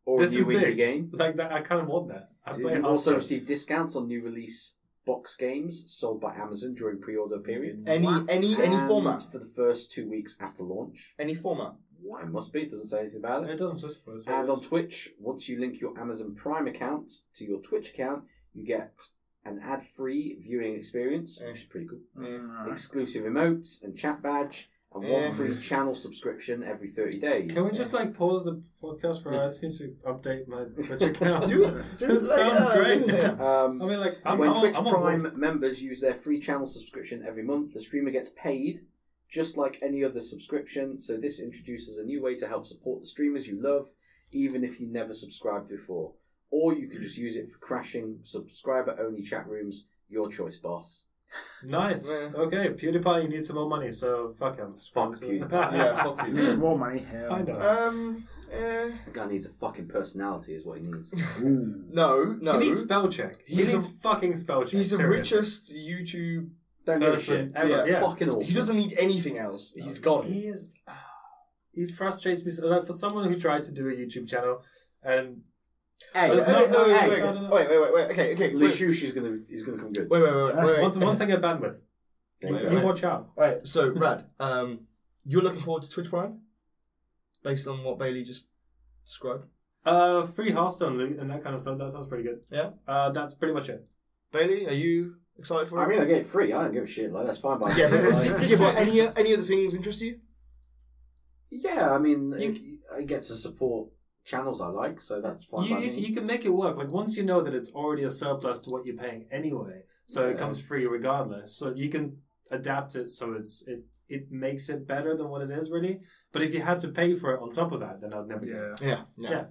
Speaker 1: or
Speaker 2: This
Speaker 1: a
Speaker 2: is
Speaker 1: new indie
Speaker 2: big.
Speaker 1: game.
Speaker 2: Like that, I kind of want that. I
Speaker 1: You
Speaker 2: play
Speaker 1: can also
Speaker 2: Hearthstone.
Speaker 1: receive discounts on new release box games sold by Amazon during pre-order period.
Speaker 4: Any any any
Speaker 1: And
Speaker 4: format.
Speaker 1: for the first two weeks after launch.
Speaker 4: Any format.
Speaker 1: It must be. It doesn't say anything about
Speaker 2: It
Speaker 1: it.
Speaker 2: doesn't specify. so
Speaker 1: And
Speaker 2: it's-
Speaker 1: on Twitch, once you link your Amazon Prime account to your Twitch account, you get an ad-free viewing experience, which is pretty cool.
Speaker 3: Mm, alright.
Speaker 1: exclusive emotes and chat badge, and
Speaker 4: Yeah.
Speaker 1: one free channel subscription every 30 days.
Speaker 2: Can we just like pause the podcast for I just need to update my Twitch account?
Speaker 4: Do it. Do it
Speaker 2: This sounds
Speaker 4: later.
Speaker 2: great.
Speaker 4: Yeah.
Speaker 1: Um,
Speaker 2: I mean, like, I'm,
Speaker 1: when
Speaker 2: I'm,
Speaker 1: Twitch
Speaker 2: I'm on board.
Speaker 1: Prime members use their free channel subscription every month, the streamer gets paid just like any other subscription. So this introduces a new way to help support the streamers you love, even if you never subscribed before. Or you can just use it for crashing subscriber-only chat rooms. Your choice, boss.
Speaker 2: Nice.
Speaker 4: Yeah.
Speaker 2: Okay, PewDiePie, you need some more money, so fuck him.
Speaker 1: Fuck PewDiePie.
Speaker 2: Um,
Speaker 4: Yeah, fuck
Speaker 3: It needs
Speaker 4: you.
Speaker 3: more money. Hell.
Speaker 2: I know.
Speaker 4: Um, eh.
Speaker 1: The guy needs a fucking personality, is what he needs.
Speaker 3: Ooh.
Speaker 4: No, no.
Speaker 2: He needs spell check. He
Speaker 4: He's
Speaker 2: needs
Speaker 4: a-
Speaker 2: fucking spell check.
Speaker 4: He's the
Speaker 2: seriously.
Speaker 4: richest YouTube.
Speaker 1: Don't give a shit.
Speaker 2: person ever.
Speaker 4: Yeah.
Speaker 2: Yeah.
Speaker 1: Fucking awful.
Speaker 4: He doesn't need anything else. He's got it.
Speaker 2: He is. He frustrates me. So, like, for someone who tried to do a YouTube channel, and
Speaker 1: Hey,
Speaker 2: There's
Speaker 4: Okay,
Speaker 2: no-
Speaker 4: okay,
Speaker 2: no- hey.
Speaker 4: wait, wait, wait, wait, wait, wait, wait, okay, okay. Wait,
Speaker 1: Lishu, she's gonna, he's gonna come good.
Speaker 4: wait, wait, wait, wait, wait.
Speaker 2: once once I get bandwidth,
Speaker 1: There you
Speaker 4: Wait,
Speaker 1: go.
Speaker 2: you
Speaker 4: wait.
Speaker 2: watch out.
Speaker 4: Alright, so Rad, um, you're looking forward to Twitch Prime, based on what Bailey just described.
Speaker 2: Uh, free Hearthstone loot and that kind of stuff. That sounds pretty good.
Speaker 4: Yeah.
Speaker 2: Uh, that's pretty much it.
Speaker 4: Bailey, are you excited for it?
Speaker 1: I mean, I get it free. I don't give a shit. Like that's fine by
Speaker 4: yeah, but,
Speaker 1: me.
Speaker 2: it's-
Speaker 1: Like,
Speaker 4: yeah, but any any other things interest you?
Speaker 1: yeah. I mean, it, I get to support channels I like, so that's fine
Speaker 2: You,
Speaker 1: by
Speaker 2: you,
Speaker 1: me.
Speaker 2: you can make it work. Like once you know that it's already a surplus to what you're paying anyway, so
Speaker 4: Yeah.
Speaker 2: it comes free regardless. So you can adapt it so it's it it makes it better than what it is really. But if you had to pay for it on top of that, then I'd never get it.
Speaker 3: Yeah.
Speaker 4: Yeah,
Speaker 2: Yeah.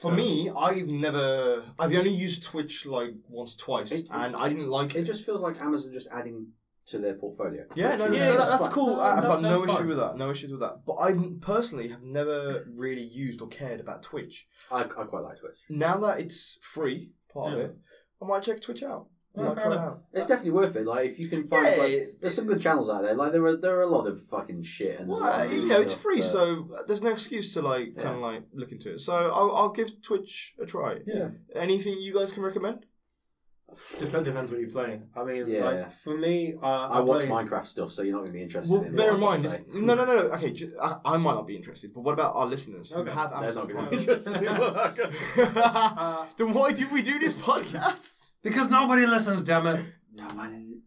Speaker 4: For me, I've never, I've only used Twitch like once, or twice,
Speaker 1: It-
Speaker 4: and I didn't like
Speaker 1: it
Speaker 4: it.
Speaker 1: just feels like Amazon just adding to their portfolio.
Speaker 4: Yeah, no, no,
Speaker 1: Which
Speaker 4: no,
Speaker 1: is-
Speaker 4: that, that's
Speaker 1: fine.
Speaker 4: cool. I- I've
Speaker 1: No,
Speaker 4: got no
Speaker 1: that's
Speaker 4: issue
Speaker 1: fine.
Speaker 4: with that. No issues with that. But I personally have never really used or cared about Twitch.
Speaker 1: I, I quite like Twitch.
Speaker 4: Now that it's free, part of
Speaker 1: Yeah.
Speaker 4: it, I might check Twitch out. I
Speaker 2: Yeah,
Speaker 4: might
Speaker 2: fair
Speaker 4: try it
Speaker 2: enough.
Speaker 4: out.
Speaker 1: It's definitely worth it. Like if you can find,
Speaker 4: Uh, Yeah.
Speaker 1: like, there's some good channels out there. Like there are there are a lot of fucking shit and there's a lot
Speaker 4: Well,
Speaker 1: of
Speaker 4: you
Speaker 1: new
Speaker 4: know, it's
Speaker 1: stuff,
Speaker 4: free,
Speaker 1: but-
Speaker 4: so there's no excuse to like kind of like look into it. So I'll, I'll give Twitch a try.
Speaker 1: yeah,
Speaker 4: Anything you guys can recommend?
Speaker 2: Depends, depends what you play. I mean,
Speaker 1: Yeah.
Speaker 2: like for me, uh, I,
Speaker 1: I watch
Speaker 2: play-
Speaker 1: Minecraft stuff, so you're not going to be interested.
Speaker 4: Well,
Speaker 1: in
Speaker 4: bear
Speaker 1: what
Speaker 4: in
Speaker 1: I
Speaker 4: mind,
Speaker 1: say.
Speaker 4: this, no, no, no. Okay, ju- I, I might not be interested, but what about our listeners who
Speaker 2: Okay.
Speaker 4: have
Speaker 1: They're not
Speaker 4: Amazon?
Speaker 1: going to be interested. in what I go-
Speaker 2: Uh,
Speaker 4: then why do we do this podcast?
Speaker 2: because nobody listens. Damn it!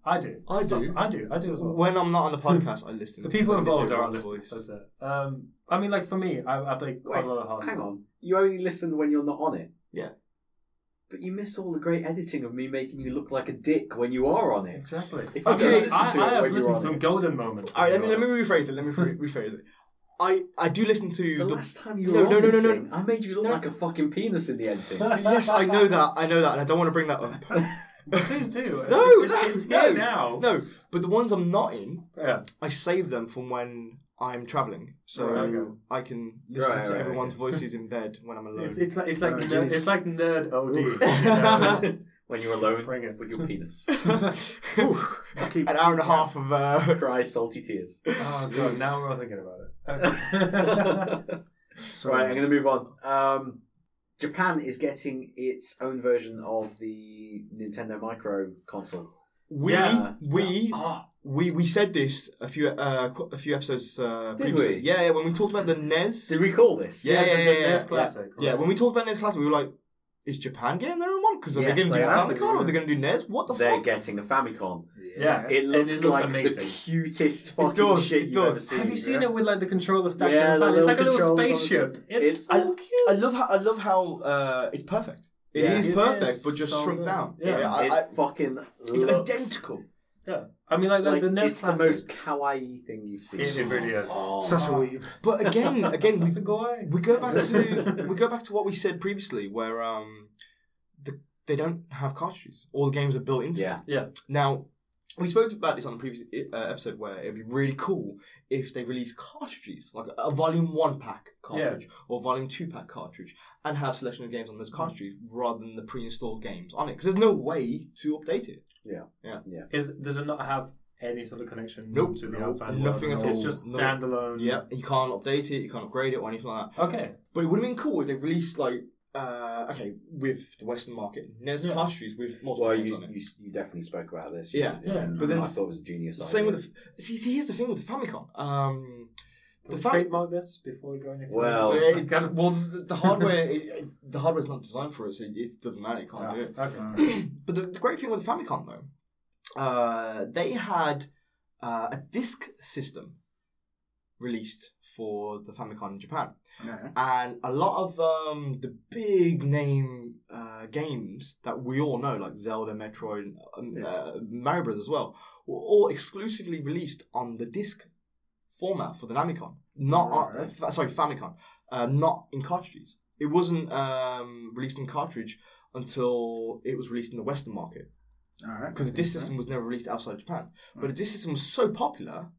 Speaker 2: I do.
Speaker 4: I do.
Speaker 2: Somet- I do. I do as well.
Speaker 4: When I'm not on the podcast, I listen.
Speaker 2: the people
Speaker 4: I miss
Speaker 2: involved are on
Speaker 4: everyone's
Speaker 2: listeners.
Speaker 4: voice.
Speaker 2: That's it. Um, I mean, like for me, I, I play quite
Speaker 1: Wait,
Speaker 2: a lot of hard
Speaker 1: Hang
Speaker 2: stuff.
Speaker 1: on, you only listen when you're not on it.
Speaker 4: Yeah.
Speaker 1: But you miss all the great editing of me making you look like a dick when you are on it.
Speaker 2: Exactly.
Speaker 1: If
Speaker 2: I
Speaker 1: you don't
Speaker 2: mean,
Speaker 1: listen
Speaker 2: I,
Speaker 1: to
Speaker 2: I
Speaker 1: it
Speaker 2: have
Speaker 1: when you're
Speaker 2: listened
Speaker 1: on
Speaker 2: to some
Speaker 1: it.
Speaker 2: golden moments.
Speaker 4: All right, let me let me rephrase it. Let me re- rephrase it. I I do listen to
Speaker 1: The
Speaker 4: the-
Speaker 1: last time you
Speaker 4: No,
Speaker 1: were on
Speaker 4: no, no,
Speaker 1: this
Speaker 4: no, no.
Speaker 1: thing, I made you look
Speaker 4: No.
Speaker 1: like a fucking penis in the editing.
Speaker 4: yes, I know that. I know that, and I don't want to bring that up.
Speaker 2: Please do. It's,
Speaker 4: No,
Speaker 2: it's, it's,
Speaker 4: no,
Speaker 2: it's
Speaker 4: no.
Speaker 2: here now.
Speaker 4: No, but the ones I'm not in,
Speaker 2: Yeah.
Speaker 4: I save them from when I'm traveling, so
Speaker 2: Right, okay.
Speaker 4: I can listen
Speaker 1: Right,
Speaker 4: to
Speaker 1: right,
Speaker 4: everyone's voices in bed when I'm alone.
Speaker 2: It's, it's like it's like
Speaker 3: Oh,
Speaker 2: nerd,
Speaker 3: jeez.
Speaker 2: it's like nerd OD.
Speaker 1: Ooh.
Speaker 2: Yeah, just
Speaker 1: when you're alone
Speaker 2: Bring it.
Speaker 1: with your penis.
Speaker 4: An hour and a half of. Uh...
Speaker 1: Cry salty tears.
Speaker 2: Oh god, now we're all thinking about it. Okay.
Speaker 1: right, I'm going to move on. Um, Japan is getting its own version of the Nintendo Micro console.
Speaker 4: We
Speaker 1: Yeah.
Speaker 4: we
Speaker 1: Oh,
Speaker 4: we we said this a few uh, qu- a few episodes uh,
Speaker 1: Did
Speaker 4: previously.
Speaker 1: we? E
Speaker 4: Yeah, yeah, when we talked about the NES.
Speaker 1: did we call this?
Speaker 4: Yeah,
Speaker 2: the-
Speaker 4: yeah,
Speaker 2: the
Speaker 4: yeah, yeah,
Speaker 2: NES
Speaker 4: yeah.
Speaker 2: classic. right?
Speaker 4: Yeah, when we talked about NES classic, we were like, "Is Japan getting their own one? Because are
Speaker 1: Yes,
Speaker 4: they going to
Speaker 1: they
Speaker 4: do
Speaker 1: have
Speaker 4: Famicom or are they going to do NES? What the
Speaker 1: They're
Speaker 4: fuck?"
Speaker 1: getting a Famicom.
Speaker 2: yeah,
Speaker 1: It
Speaker 2: and
Speaker 1: looks,
Speaker 2: it looks
Speaker 1: like
Speaker 2: amazing.
Speaker 1: the cutest fucking
Speaker 4: does,
Speaker 1: shit
Speaker 4: it
Speaker 1: you've
Speaker 4: does.
Speaker 1: ever seen.
Speaker 2: Have you seen
Speaker 1: yeah?
Speaker 2: it with like the controller stacked
Speaker 1: Yeah, the
Speaker 2: to the side? It's
Speaker 1: little
Speaker 2: like a little
Speaker 1: controls on the-
Speaker 2: spaceship. It's
Speaker 1: It's-
Speaker 2: so cute.
Speaker 4: I love how I love how uh, it's perfect. It is
Speaker 1: Yeah.
Speaker 2: It
Speaker 4: perfect,
Speaker 2: is
Speaker 4: but just
Speaker 2: so
Speaker 4: shrunk
Speaker 2: good.
Speaker 4: down.
Speaker 2: Yeah.
Speaker 4: I,
Speaker 1: it
Speaker 4: I,
Speaker 1: fucking
Speaker 4: it's
Speaker 1: looks
Speaker 4: identical.
Speaker 2: Yeah, I mean, like,
Speaker 1: Like,
Speaker 2: the NES
Speaker 1: it's the
Speaker 2: classic. Oh,
Speaker 1: most kawaii thing you've seen. Oh,
Speaker 2: It, it really is.
Speaker 3: Such a weeb.
Speaker 4: But again, again, we,
Speaker 2: Sugoi.
Speaker 4: we go back to we go back to what we said previously, where um, the, they don't have cartridges. All the games are built into. it.
Speaker 1: Yeah.
Speaker 2: Yeah.
Speaker 4: Now, we spoke about this on a previous uh, episode where it'd be really cool if they release cartridges, like a volume one pack cartridge or volume two pack cartridge, and have selection of games on those cartridges rather than the pre-installed games on it, because there's no way to update it.
Speaker 2: Is does it not have any sort of connection
Speaker 4: Nope.
Speaker 2: to the
Speaker 4: Nope.
Speaker 2: outside world?
Speaker 4: Nothing at all.
Speaker 2: It's just
Speaker 4: No.
Speaker 2: standalone.
Speaker 4: Yeah, you can't update it, you can't upgrade it or anything like that.
Speaker 2: Okay.
Speaker 4: But it would have been cool if they released like uh, okay with the Western market NES
Speaker 2: Yeah.
Speaker 4: cartridges with multiple
Speaker 1: Well,
Speaker 4: games
Speaker 1: you,
Speaker 4: on it.
Speaker 1: you, you definitely spoke about this.
Speaker 4: Yeah.
Speaker 2: Yeah.
Speaker 1: But
Speaker 4: But
Speaker 1: then
Speaker 4: then
Speaker 1: I
Speaker 4: s-
Speaker 1: thought it was a genius.
Speaker 4: Same
Speaker 1: idea.
Speaker 4: with the f- see, see. Here's the thing with the Famicom. Um,
Speaker 2: Can we
Speaker 4: fact-
Speaker 2: trademark this before we go any further?
Speaker 1: Well-
Speaker 2: Just-
Speaker 4: it- it- well, the, the hardware it, it- the hardware's not designed for it, so it doesn't matter. It can't
Speaker 2: Ah,
Speaker 4: do it.
Speaker 2: Okay.
Speaker 4: But the, the great thing with the Famicom though, uh, they had uh, a disc system released for the Famicom in Japan.
Speaker 3: Yeah.
Speaker 4: and a lot of um, the big name uh, games that we all know, like Zelda, Metroid, um, uh, Mario Bros. as well, were all exclusively released on the disc format for the Namicon, not on,
Speaker 3: Right.
Speaker 4: fa- sorry Famicom, uh, not in cartridges. It wasn't um, released in cartridge until it was released in the Western market
Speaker 3: All right.
Speaker 4: because the
Speaker 2: Mm-hmm.
Speaker 4: disc system was never released outside Japan. But the
Speaker 2: Mm.
Speaker 4: disc system was so popular,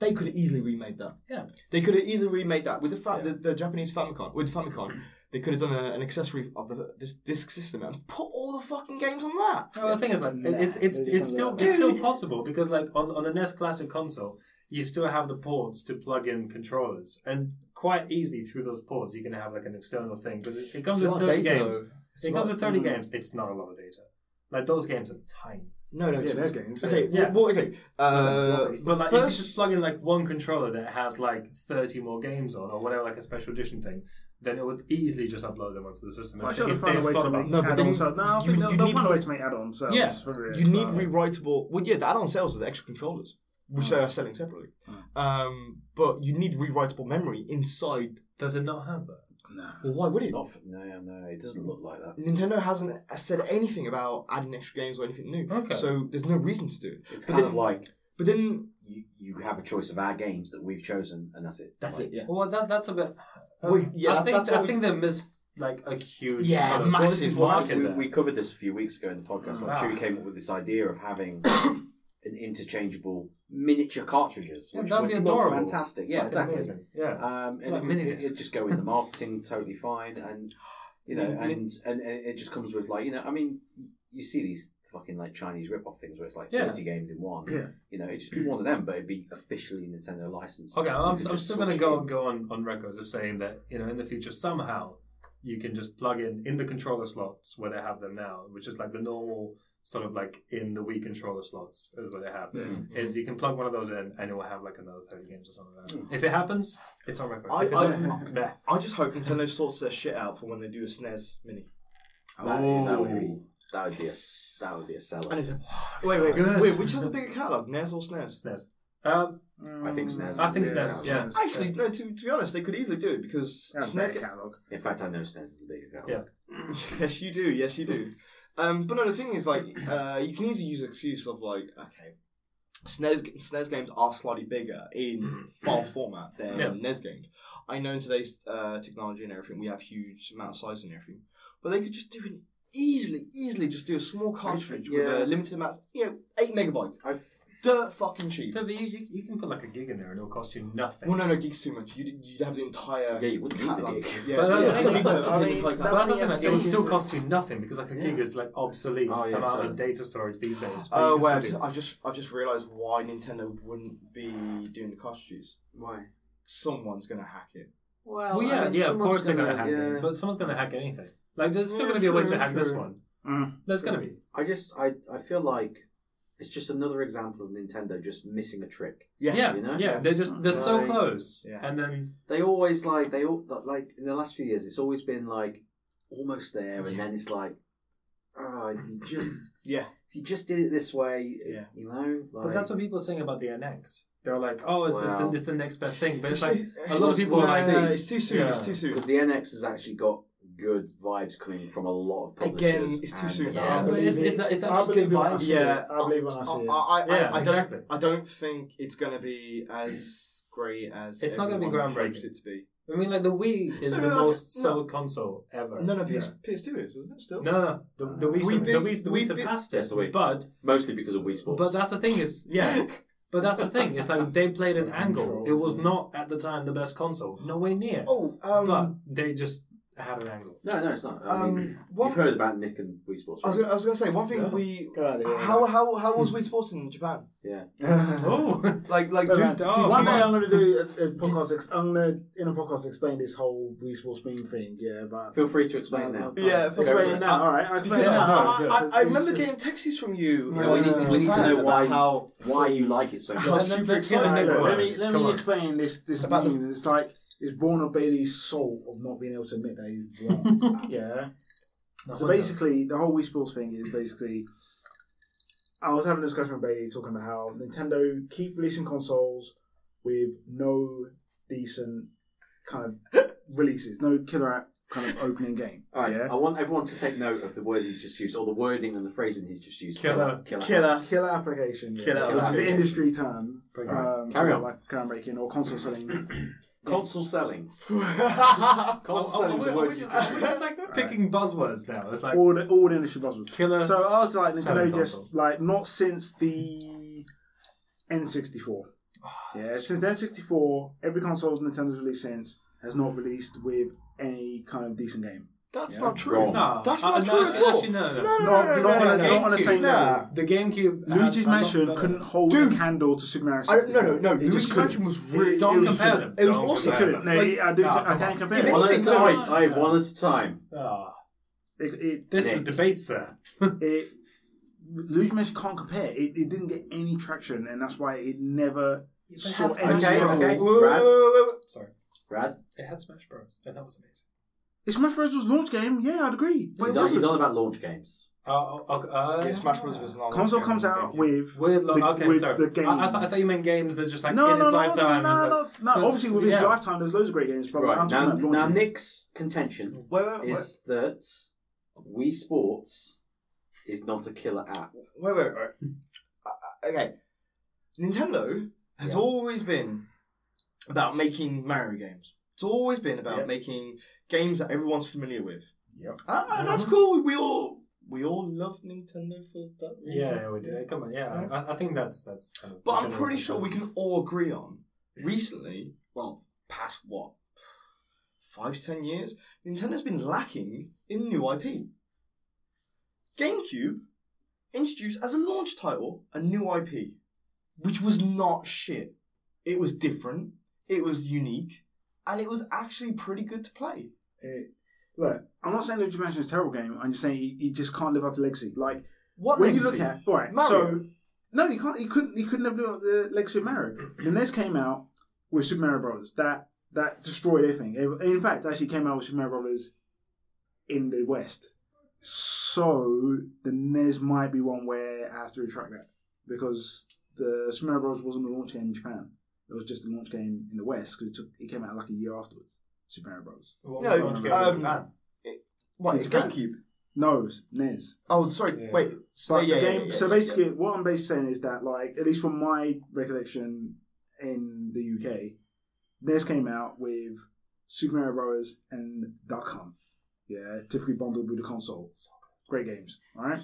Speaker 4: they could have easily remade that.
Speaker 2: Yeah.
Speaker 4: They could have easily remade that with the, fa-
Speaker 1: Yeah.
Speaker 4: the, the Japanese Famicom. With Famicom, they could have done a, an accessory of the this disc system and put all the fucking games on that.
Speaker 2: Well, the thing is, like, it,
Speaker 3: Nah,
Speaker 2: it's it's
Speaker 3: they just
Speaker 2: it's still
Speaker 3: don't do
Speaker 2: it's still
Speaker 4: Dude.
Speaker 2: possible because, like, on on the NES Classic console, you still have the ports to plug in controllers, and quite easily through those ports, you can have like an external thing because it, it comes
Speaker 4: It's a
Speaker 2: with
Speaker 4: lot of
Speaker 2: thirty
Speaker 4: data,
Speaker 2: games.
Speaker 4: though. It's a
Speaker 2: It comes
Speaker 4: lot-
Speaker 2: with thirty
Speaker 4: Mm.
Speaker 2: games. It's not a lot of data. Like those games are tiny.
Speaker 4: No, no,
Speaker 3: Yeah,
Speaker 4: it's-
Speaker 3: there's games.
Speaker 4: Okay,
Speaker 2: Yeah.
Speaker 4: well, okay. Uh,
Speaker 2: But like, if
Speaker 4: first-
Speaker 2: you just plug in like one controller that has like thirty more games on, or whatever, like a special edition thing, then it would easily just upload them onto the system.
Speaker 3: Well, I
Speaker 2: if
Speaker 3: should
Speaker 2: they-
Speaker 3: have
Speaker 2: if
Speaker 3: found
Speaker 2: they've
Speaker 3: a way
Speaker 2: thought
Speaker 3: to
Speaker 2: about
Speaker 3: make
Speaker 2: it.
Speaker 4: No, but then
Speaker 3: add-on sales. No, I
Speaker 4: you-
Speaker 3: think they'll,
Speaker 4: you
Speaker 3: they'll
Speaker 4: need-
Speaker 3: find a way to make add-on sales.
Speaker 2: Yeah.
Speaker 3: for it.
Speaker 4: You need
Speaker 3: Uh,
Speaker 4: rewritable. Well, yeah, the add-on sales are the extra controllers,
Speaker 2: Mm.
Speaker 4: which they are selling separately. Um, but you need rewritable memory inside.
Speaker 2: Does it not have that?
Speaker 3: No.
Speaker 4: Well, why would it?
Speaker 1: Not for, no, no, it doesn't look like that.
Speaker 4: Nintendo hasn't said anything about adding extra games or anything new.
Speaker 2: Okay.
Speaker 4: So there's no reason to do it.
Speaker 1: It's
Speaker 4: But
Speaker 1: kind
Speaker 4: then-
Speaker 1: of like
Speaker 4: But then
Speaker 1: you, you have a choice of our games that we've chosen, and that's it.
Speaker 4: that's
Speaker 1: Like,
Speaker 4: it. Yeah.
Speaker 2: Well, that that's a bit. um,
Speaker 4: Well, yeah,
Speaker 2: I think
Speaker 4: that's what
Speaker 2: I
Speaker 4: we-
Speaker 2: think they missed like a huge
Speaker 4: Yeah,
Speaker 2: sort of-
Speaker 4: massive
Speaker 1: Well, this is why
Speaker 2: market
Speaker 1: we,
Speaker 2: there.
Speaker 1: we covered this a few weeks ago in the podcast. Like
Speaker 2: Ah.
Speaker 1: Chewy came up with this idea of having an interchangeable miniature cartridges.
Speaker 2: Yeah,
Speaker 1: which
Speaker 2: that'd
Speaker 1: would
Speaker 2: be
Speaker 1: look
Speaker 2: adorable.
Speaker 1: Fantastic. Yeah,
Speaker 2: Fucking
Speaker 1: exactly.
Speaker 2: amazing. Yeah.
Speaker 1: Um, and
Speaker 2: Like
Speaker 1: it,
Speaker 2: mini
Speaker 1: it-
Speaker 2: discs.
Speaker 1: it'd just go in the marketing totally fine, and you know,
Speaker 4: Min-
Speaker 1: and, and and it just comes with like you know, I mean, you see these fucking like Chinese rip-off things where it's like
Speaker 2: Yeah.
Speaker 1: thirty games in one.
Speaker 6: Yeah.
Speaker 1: You know, it'd just be one of them, but it'd be officially Nintendo licensed.
Speaker 2: Okay,
Speaker 1: You
Speaker 2: I'm,
Speaker 1: could
Speaker 2: I'm
Speaker 1: just
Speaker 2: still going to
Speaker 1: switch
Speaker 2: go
Speaker 1: it.
Speaker 2: go on, on record of saying that you know in the future somehow you can just plug in in the controller slots where they have them now, which is like the normal sort of like in the Wii controller slots is where they have them.
Speaker 4: Mm-hmm.
Speaker 2: Is you can plug one of those in and it will have like another thirty games or something like that. If it happens, it's on record.
Speaker 4: Hmm. I-
Speaker 2: if it
Speaker 4: I-
Speaker 2: doesn't, meh.
Speaker 4: I just hope Nintendo sorts their shit out for when they do a SNES Mini.
Speaker 1: That, that would be
Speaker 2: Ooh.
Speaker 1: that would be a s- that would be a
Speaker 4: And
Speaker 1: seller.
Speaker 4: it's a, wait, wait,
Speaker 2: Good.
Speaker 4: wait. Which has a bigger catalog, NES or E SNES?
Speaker 2: SNES. Um,
Speaker 1: I think
Speaker 3: Mm.
Speaker 1: SNES.
Speaker 2: I think
Speaker 1: Yeah.
Speaker 2: SNES. Yeah.
Speaker 4: Actually, no. To, to be honest, they could easily do it because
Speaker 6: That's their
Speaker 4: SNES.
Speaker 6: catalogue.
Speaker 1: In fact, I know SNES is the bigger catalog.
Speaker 2: Yeah.
Speaker 4: yes, you do. Yes, you do. Um, but no, the thing is, like, uh, you can easily use the excuse of like, okay, SNES, SNES games are slightly bigger in file format than
Speaker 2: Yeah.
Speaker 4: NES games. I know in today's uh, technology and everything, we have huge amount of size and everything, but they could just do an easily, easily just do a small cartridge with
Speaker 1: Yeah.
Speaker 4: a limited amount, you know, eight megabytes,
Speaker 1: I've,
Speaker 4: dirt fucking cheap.
Speaker 2: No, but you, you, you can put like a gig in there and it'll cost you nothing.
Speaker 4: Well, no, no, gigs too much. You'd, you'd have the entire
Speaker 1: Yeah, you wouldn't need the
Speaker 4: catalog.
Speaker 1: gig.
Speaker 4: Yeah,
Speaker 2: But I
Speaker 4: yeah,
Speaker 2: don't
Speaker 4: gig
Speaker 2: know.
Speaker 1: I mean,
Speaker 4: would take the entire
Speaker 1: that-
Speaker 2: But
Speaker 4: catalog.
Speaker 2: that's the thing, like, it would
Speaker 1: Yeah.
Speaker 2: still cost you nothing because like a gig is like obsolete
Speaker 1: Oh, yeah,
Speaker 2: amount
Speaker 1: true.
Speaker 2: of data storage these days. but
Speaker 4: Oh
Speaker 2: you can
Speaker 4: wait, I've
Speaker 2: still
Speaker 4: just,
Speaker 2: do it.
Speaker 4: I've just I've just realised why Nintendo wouldn't be doing the cartridges.
Speaker 1: why?
Speaker 4: Someone's gonna hack it.
Speaker 1: Well,
Speaker 2: Well, yeah,
Speaker 1: I mean,
Speaker 2: yeah, of
Speaker 1: someone's
Speaker 2: course they're going to hack
Speaker 1: yeah.
Speaker 2: it, but someone's going to hack anything. Like, there's still
Speaker 4: Yeah,
Speaker 2: going to be a way
Speaker 4: true,
Speaker 2: to hack this
Speaker 4: true.
Speaker 2: one.
Speaker 6: Mm.
Speaker 2: There's going to be.
Speaker 1: I just I, I feel like it's just another example of Nintendo just missing a trick.
Speaker 2: Yeah, yeah,
Speaker 1: you know?
Speaker 4: Yeah.
Speaker 2: they're just they're so
Speaker 1: Like-
Speaker 2: close,
Speaker 4: Yeah.
Speaker 2: and then
Speaker 1: They always like they all like in the last few years it's always been like almost there and
Speaker 4: Yeah.
Speaker 1: then it's like oh if you just
Speaker 4: Yeah.
Speaker 1: if you just did it this way
Speaker 4: Yeah.
Speaker 1: you know like,
Speaker 2: but that's what people are saying about the NX. They're like, oh, it's, it's, the,
Speaker 1: Wow.
Speaker 2: it's the next best thing, but it's like a lot of people
Speaker 4: no,
Speaker 2: are like,
Speaker 4: no, no, it's too soon. It's
Speaker 2: Yeah.
Speaker 4: too soon.
Speaker 1: because the NX has actually got good vibes coming from a lot of
Speaker 4: Again,
Speaker 1: publishers.
Speaker 4: it's too
Speaker 1: and-
Speaker 4: soon.
Speaker 2: Yeah,
Speaker 3: I
Speaker 2: but
Speaker 3: believe
Speaker 2: is- is that- is that
Speaker 3: I
Speaker 2: just
Speaker 3: believe
Speaker 2: good
Speaker 3: when I
Speaker 2: vibes?
Speaker 3: see it.
Speaker 4: Yeah.
Speaker 3: I believe when I
Speaker 4: I,
Speaker 3: see it.
Speaker 4: I, I,
Speaker 2: Yeah,
Speaker 4: I
Speaker 2: exactly.
Speaker 4: don't I don't think it's gonna be as great as
Speaker 2: It's not gonna be
Speaker 4: everyone
Speaker 2: groundbreaking.
Speaker 4: hopes it to be.
Speaker 2: I mean, like the Wii is
Speaker 4: No,
Speaker 2: the
Speaker 4: no, no,
Speaker 2: most
Speaker 4: no.
Speaker 2: sold console ever.
Speaker 4: No, no, PS, PS2 is isn't it still?
Speaker 2: no, no, the, the Wii,
Speaker 4: Wii
Speaker 2: sur- the
Speaker 4: bit-
Speaker 2: Wii, the
Speaker 4: Wii
Speaker 2: Wii
Speaker 4: bit-
Speaker 2: surpassed
Speaker 1: Yes,
Speaker 2: it,
Speaker 1: the Wii.
Speaker 2: but
Speaker 1: mostly because of Wii Sports.
Speaker 2: but that's the thing is, yeah. But that's the thing. It's like they played an angle. It was not at the time the best console, nowhere near.
Speaker 4: Oh, um,
Speaker 2: but they just had an angle.
Speaker 1: no, no, it's not. I
Speaker 4: um,
Speaker 1: mean,
Speaker 4: one,
Speaker 1: you've heard about Nick and Wii Sports.
Speaker 4: I was
Speaker 1: right?
Speaker 4: gonna, I was gonna say one thing.
Speaker 3: Yeah.
Speaker 4: We
Speaker 3: God, yeah.
Speaker 4: how how how was Wii Sports in Japan?
Speaker 1: Yeah,
Speaker 2: Oh,
Speaker 4: Like like
Speaker 3: Wait,
Speaker 4: do,
Speaker 3: man,
Speaker 4: did
Speaker 2: oh,
Speaker 4: you-
Speaker 3: One day I'm gonna do a, a podcast. Ex- I'm gonna in a podcast explain this whole Wii Sports meme thing. Yeah, but
Speaker 1: feel free to explain now.
Speaker 4: Yeah, feel
Speaker 3: explain
Speaker 4: free.
Speaker 3: it now. All right, I'll explain
Speaker 4: Because "Oh,
Speaker 3: it
Speaker 2: Yeah,
Speaker 3: now.
Speaker 2: no,
Speaker 4: I, I, I,
Speaker 3: It's-
Speaker 4: I
Speaker 3: it's
Speaker 4: remember
Speaker 3: just-
Speaker 4: getting texts from you.
Speaker 1: Yeah,
Speaker 4: like,
Speaker 1: we need to- we need to
Speaker 4: Japan
Speaker 1: know
Speaker 4: about
Speaker 1: why-
Speaker 4: how
Speaker 1: Why you like it so much?
Speaker 4: How
Speaker 3: Let-
Speaker 4: super
Speaker 2: let's get a
Speaker 4: excited.
Speaker 2: Nick
Speaker 3: Let
Speaker 2: word.
Speaker 3: me let
Speaker 2: Come
Speaker 3: me
Speaker 2: on.
Speaker 3: explain this this
Speaker 4: About the-
Speaker 3: meme. It's like it's born of Bailey's soul of not being able to admit that he's wrong. yeah. So basically, the whole Wii Sports thing is basically. I was having a discussion with Bailey talking about how Nintendo keep releasing consoles with no decent kind of releases, no killer app kind of opening game.
Speaker 1: All right,
Speaker 3: Yeah.
Speaker 1: I want everyone to take note of the word he's just used, or the wording and the phrasing he's just used.
Speaker 2: Killer.
Speaker 1: killer.
Speaker 4: killer.
Speaker 3: Killer application. Yeah.
Speaker 4: Killer
Speaker 3: That's the
Speaker 1: application.
Speaker 3: industry term.
Speaker 2: Bring it.
Speaker 3: Um,
Speaker 1: Carry
Speaker 3: for,
Speaker 1: on.
Speaker 3: Like groundbreaking or console selling.
Speaker 1: Console selling.
Speaker 2: Oh,
Speaker 1: Console
Speaker 2: oh,
Speaker 1: selling is
Speaker 2: we're,
Speaker 1: the
Speaker 2: we're
Speaker 1: word.
Speaker 2: just, we're just like picking buzzwords now. It's like
Speaker 3: all the all the industry buzzwords.
Speaker 2: killer.
Speaker 3: So I was like
Speaker 2: Selling
Speaker 3: Nintendo just
Speaker 2: console.
Speaker 3: like not since the N64.
Speaker 2: Ah,
Speaker 3: yeah, since the N64, every console Nintendo's released since has not released with any kind of decent game.
Speaker 4: That's
Speaker 3: Yeah.
Speaker 4: not true.
Speaker 1: Wrong.
Speaker 2: no,
Speaker 4: That's
Speaker 2: uh,
Speaker 4: not
Speaker 2: no,
Speaker 4: true at
Speaker 2: actually,
Speaker 4: all.
Speaker 2: Actually, no, no, no.
Speaker 4: No, no,
Speaker 3: Not-
Speaker 4: no, no,
Speaker 3: not
Speaker 4: no,
Speaker 3: on a-
Speaker 4: no,
Speaker 3: not on a
Speaker 4: GameCube.
Speaker 3: same
Speaker 4: Nah.
Speaker 2: The GameCube. had
Speaker 3: Luigi's
Speaker 2: a lot
Speaker 3: Mansion
Speaker 2: better-
Speaker 3: couldn't hold
Speaker 4: Dude.
Speaker 3: a candle to Super Mario.
Speaker 4: I, no, no,
Speaker 3: 64.
Speaker 4: no.
Speaker 3: It just
Speaker 4: Luigi's
Speaker 3: couldn't.
Speaker 4: Mansion was really.
Speaker 3: It-
Speaker 2: Don't
Speaker 3: it was-
Speaker 2: compare them.
Speaker 4: it was
Speaker 2: Don't
Speaker 4: awesome.
Speaker 3: It
Speaker 2: compare
Speaker 3: couldn't.
Speaker 2: them.
Speaker 3: No, I do.
Speaker 2: No,
Speaker 3: I
Speaker 2: come
Speaker 3: can't
Speaker 2: on.
Speaker 3: compare.
Speaker 4: Even
Speaker 3: it.
Speaker 1: One at a
Speaker 4: Anything that I-
Speaker 1: time. I have one at a time.
Speaker 2: Ah,
Speaker 3: It, it,
Speaker 2: this is
Speaker 1: Nick.
Speaker 2: a debate, sir.
Speaker 3: it Luigi Mansion can't compare. It, it didn't get any traction, and that's why it never
Speaker 2: but it
Speaker 3: saw
Speaker 2: has-
Speaker 3: any
Speaker 1: Okay, okay.
Speaker 3: levels.
Speaker 4: Wait, wait, wait, wait, wait.
Speaker 2: Sorry,
Speaker 1: Brad,
Speaker 2: it had Smash Bros, and that was amazing.
Speaker 3: If Smash Bros was launch game, yeah, I'd agree. But it
Speaker 1: he's on, he's
Speaker 3: wasn't.
Speaker 1: on about launch games.
Speaker 2: Oh, oh, okay, uh,
Speaker 4: Yeah, Smash Bros. was an online
Speaker 3: Console
Speaker 4: game
Speaker 3: comes
Speaker 4: on
Speaker 3: out
Speaker 4: GameCube.
Speaker 3: with
Speaker 2: Weird long.
Speaker 3: the-
Speaker 2: okay,
Speaker 3: with
Speaker 2: sorry.
Speaker 3: the game.
Speaker 2: I, I, thought, I thought you meant games that just like
Speaker 3: no,
Speaker 2: in
Speaker 3: no,
Speaker 2: his
Speaker 3: no,
Speaker 2: lifetime.
Speaker 3: No,
Speaker 2: it's
Speaker 3: no,
Speaker 2: like,
Speaker 3: no, no,
Speaker 2: Because-
Speaker 3: Obviously, with his
Speaker 2: yeah.
Speaker 3: lifetime, there's loads of great games. But
Speaker 1: Right
Speaker 3: I'm
Speaker 1: now,
Speaker 3: talking about
Speaker 1: now
Speaker 3: launching.
Speaker 1: Nick's contention
Speaker 4: Wait, wait, wait.
Speaker 1: is that Wii Sports is not a killer app.
Speaker 4: Wait, wait, wait. Uh, uh, okay. Nintendo has
Speaker 1: Yeah.
Speaker 4: always been about making Mario games. It's always been about
Speaker 2: Yep.
Speaker 4: making games that everyone's familiar with.
Speaker 2: Yep. Uh-huh.
Speaker 4: Ah, that's cool. We all we all love Nintendo for that reason.
Speaker 2: Yeah, we did. Come on, yeah. I, I think that's that's. Kind of
Speaker 4: But
Speaker 2: the
Speaker 4: I'm
Speaker 2: general
Speaker 4: pretty sure we can
Speaker 2: consensus.
Speaker 4: all agree on recently, well, past what, five to ten years, Nintendo's been lacking in new IP. GameCube introduced as a launch title a new IP, which was not shit. It was different, it was unique, and it was actually pretty good to play.
Speaker 3: It, look, I'm not saying Luigi Mansion is a terrible game. I'm just saying he, he just can't live up to legacy. Like
Speaker 4: What
Speaker 3: when
Speaker 4: legacy?
Speaker 3: you look at all right,
Speaker 4: Mario.
Speaker 3: so no, you can't. He couldn't. He couldn't have lived up to the legacy of Mario. The NES came out with Super Mario Brothers. That that destroyed everything. It- in fact, it actually came out with Super Mario Brothers in the West. So the NES might be one where I have to retract that because the Super Mario Brothers wasn't a launch game in Japan. It was just a launch game in the West because it, took- it came out like a year afterwards. Super Mario Brothers.
Speaker 2: What
Speaker 4: No,
Speaker 2: launch game
Speaker 4: um,
Speaker 2: in Oh, Japan?
Speaker 4: What, it's
Speaker 3: Japan.
Speaker 4: GameCube?
Speaker 3: No, NES.
Speaker 4: Oh, sorry,
Speaker 2: Yeah.
Speaker 4: wait.
Speaker 3: But
Speaker 4: yeah,
Speaker 3: the
Speaker 4: yeah,
Speaker 3: game.
Speaker 4: yeah,
Speaker 3: so
Speaker 4: yeah,
Speaker 3: basically, what I'm basically saying is that, like, at least from my recollection in the UK, NES E came out with Super Mario Bros. and Duck Hunt. Yeah, typically bundled with the console. Great games, all right?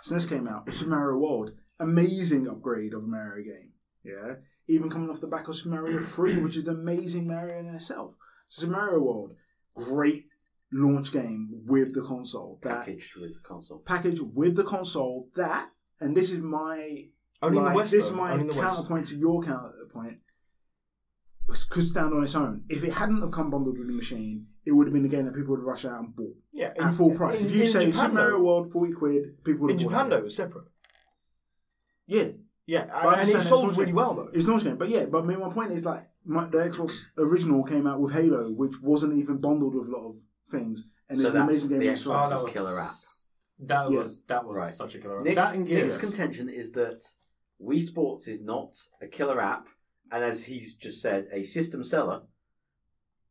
Speaker 3: So NES came out with Super Mario World. Amazing upgrade of a Mario game. Yeah, even coming off the back of Super Mario 3, which is an amazing Mario in itself. So Super Mario World, great launch game with the console. That
Speaker 1: Packaged with console.
Speaker 3: package with the console that, and this is my
Speaker 4: Only in
Speaker 3: like,
Speaker 4: the West.
Speaker 3: this is
Speaker 4: though,
Speaker 3: my
Speaker 4: only in the West.
Speaker 3: counterpoint to your counterpoint. was- Could stand on its own. If it hadn't have come bundled with the machine, it would have been a game that people would rush out and bought
Speaker 4: Yeah,
Speaker 3: at full price. if you say Super
Speaker 4: Japan,
Speaker 3: Mario
Speaker 4: though,
Speaker 3: World forty quid, people would
Speaker 4: in
Speaker 3: have bought
Speaker 4: Japan
Speaker 3: it.
Speaker 4: though, it's separate.
Speaker 3: Yeah,
Speaker 4: Yeah,
Speaker 3: I
Speaker 4: and, and it
Speaker 3: understand
Speaker 4: sold
Speaker 3: it's
Speaker 4: really
Speaker 3: launching.
Speaker 4: well though.
Speaker 3: it's launching, but yeah. But I mean, my point is like my, the Xbox original came out with Halo, which wasn't even bundled with a lot of things, and
Speaker 1: So
Speaker 3: it's an
Speaker 1: that's
Speaker 3: amazing
Speaker 1: the
Speaker 3: game.
Speaker 1: Xbox.
Speaker 3: Oh,
Speaker 1: Xbox's killer app.
Speaker 2: That
Speaker 3: Yeah.
Speaker 2: was that was
Speaker 1: Right.
Speaker 2: such a killer app.
Speaker 1: Nick's,
Speaker 2: that and
Speaker 1: Nick's
Speaker 2: Gears.
Speaker 1: contention is that Wii Sports is not a killer app, and as he's just said, a system seller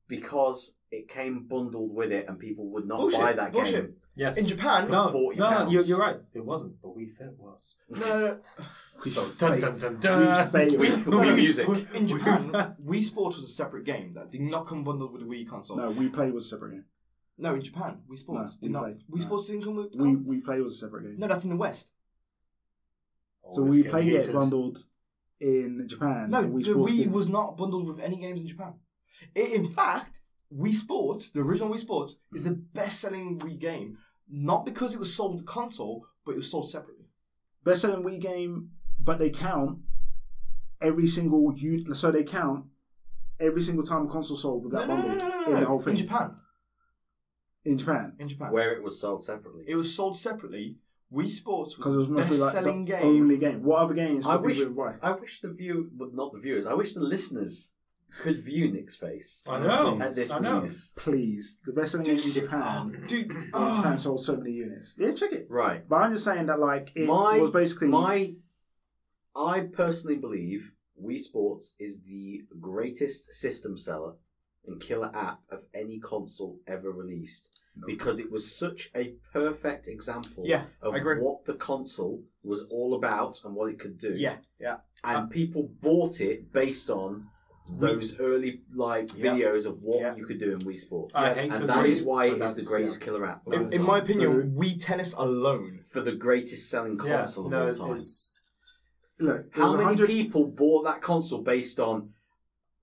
Speaker 1: because it came bundled with it, and people would not
Speaker 4: Bullshit,
Speaker 1: buy that
Speaker 4: bullshit.
Speaker 1: game.
Speaker 2: yes.
Speaker 4: In Japan,
Speaker 2: no, no,
Speaker 1: 40
Speaker 2: no,
Speaker 1: pounds.
Speaker 2: you're, you're right. It wasn't, but we thought it was.
Speaker 4: no,
Speaker 2: So dun dun dun
Speaker 3: We
Speaker 2: dun.
Speaker 3: failed.
Speaker 1: Wii
Speaker 4: no, no,
Speaker 1: Music.
Speaker 4: in Japan, Wii Sports was a separate game that did not come bundled with the Wii console.
Speaker 3: No, we play was a separate game.
Speaker 4: No, in Japan, Wii Sports
Speaker 3: No,
Speaker 4: did
Speaker 3: Wii
Speaker 4: not.
Speaker 3: Play.
Speaker 4: Wii
Speaker 3: No.
Speaker 4: Sports didn't come with.
Speaker 3: We we play was a separate game.
Speaker 4: no, that's in the West.
Speaker 2: Oh,
Speaker 3: So
Speaker 2: it's
Speaker 3: we
Speaker 2: getting
Speaker 3: played it
Speaker 2: heated.
Speaker 3: bundled in Japan.
Speaker 4: No,
Speaker 3: and we
Speaker 4: the
Speaker 3: sports
Speaker 4: Wii
Speaker 3: did.
Speaker 4: was not bundled with any games in Japan. It, in fact, Wii Sports, the original Wii Sports, is the best-selling Wii game, not because it was sold to console, but it was sold separately.
Speaker 3: best selling Wii game, but they count every single unit. So they count every single time a console sold with
Speaker 4: No,
Speaker 3: that
Speaker 4: no, no,
Speaker 3: bundled
Speaker 4: no, no,
Speaker 3: in
Speaker 4: no,
Speaker 3: the whole
Speaker 4: no.
Speaker 3: thing
Speaker 4: In Japan,
Speaker 3: In Japan.
Speaker 4: in Japan,
Speaker 1: Where it was sold separately.
Speaker 4: it was sold separately. Wii Sports was,
Speaker 3: because it was
Speaker 4: the
Speaker 3: mostly like the
Speaker 4: best-selling game.
Speaker 3: only game. What other games?
Speaker 1: I
Speaker 3: would
Speaker 1: wish,
Speaker 3: people buy?
Speaker 1: I wish the view, but not the viewers. I wish the listeners could view Nick's face
Speaker 2: I know.
Speaker 1: at this
Speaker 2: I know.
Speaker 1: news.
Speaker 3: Please, the best selling game in Japan.
Speaker 4: oh, dude,
Speaker 3: in
Speaker 4: oh,
Speaker 3: Japan sold so many units. Yeah, check it.
Speaker 1: Right.
Speaker 3: But I'm just saying that like it
Speaker 1: my
Speaker 3: was basically
Speaker 1: my. I personally believe Wii Sports is the greatest system seller and killer app of any console ever released because it was such a perfect example
Speaker 4: Yeah,
Speaker 1: of
Speaker 4: I agree.
Speaker 1: what the console was all about and what it could do.
Speaker 4: yeah, yeah.
Speaker 1: and people bought it based on those early like
Speaker 4: Yeah.
Speaker 1: videos of what
Speaker 4: Yeah.
Speaker 1: you could do in Wii Sports.
Speaker 2: I
Speaker 4: Yeah,
Speaker 2: hate to
Speaker 1: And that
Speaker 2: agree,
Speaker 1: is why
Speaker 2: but
Speaker 1: it is
Speaker 2: that's-
Speaker 1: the greatest killer app of
Speaker 4: In,
Speaker 1: all
Speaker 4: in
Speaker 1: time.
Speaker 4: my opinion, Wii Tennis alone.
Speaker 1: for the greatest selling
Speaker 2: Yeah,
Speaker 1: console
Speaker 2: no,
Speaker 1: of all time.
Speaker 2: it's-
Speaker 3: look. there
Speaker 1: How
Speaker 3: was
Speaker 1: many
Speaker 3: 100
Speaker 1: people bought that console based on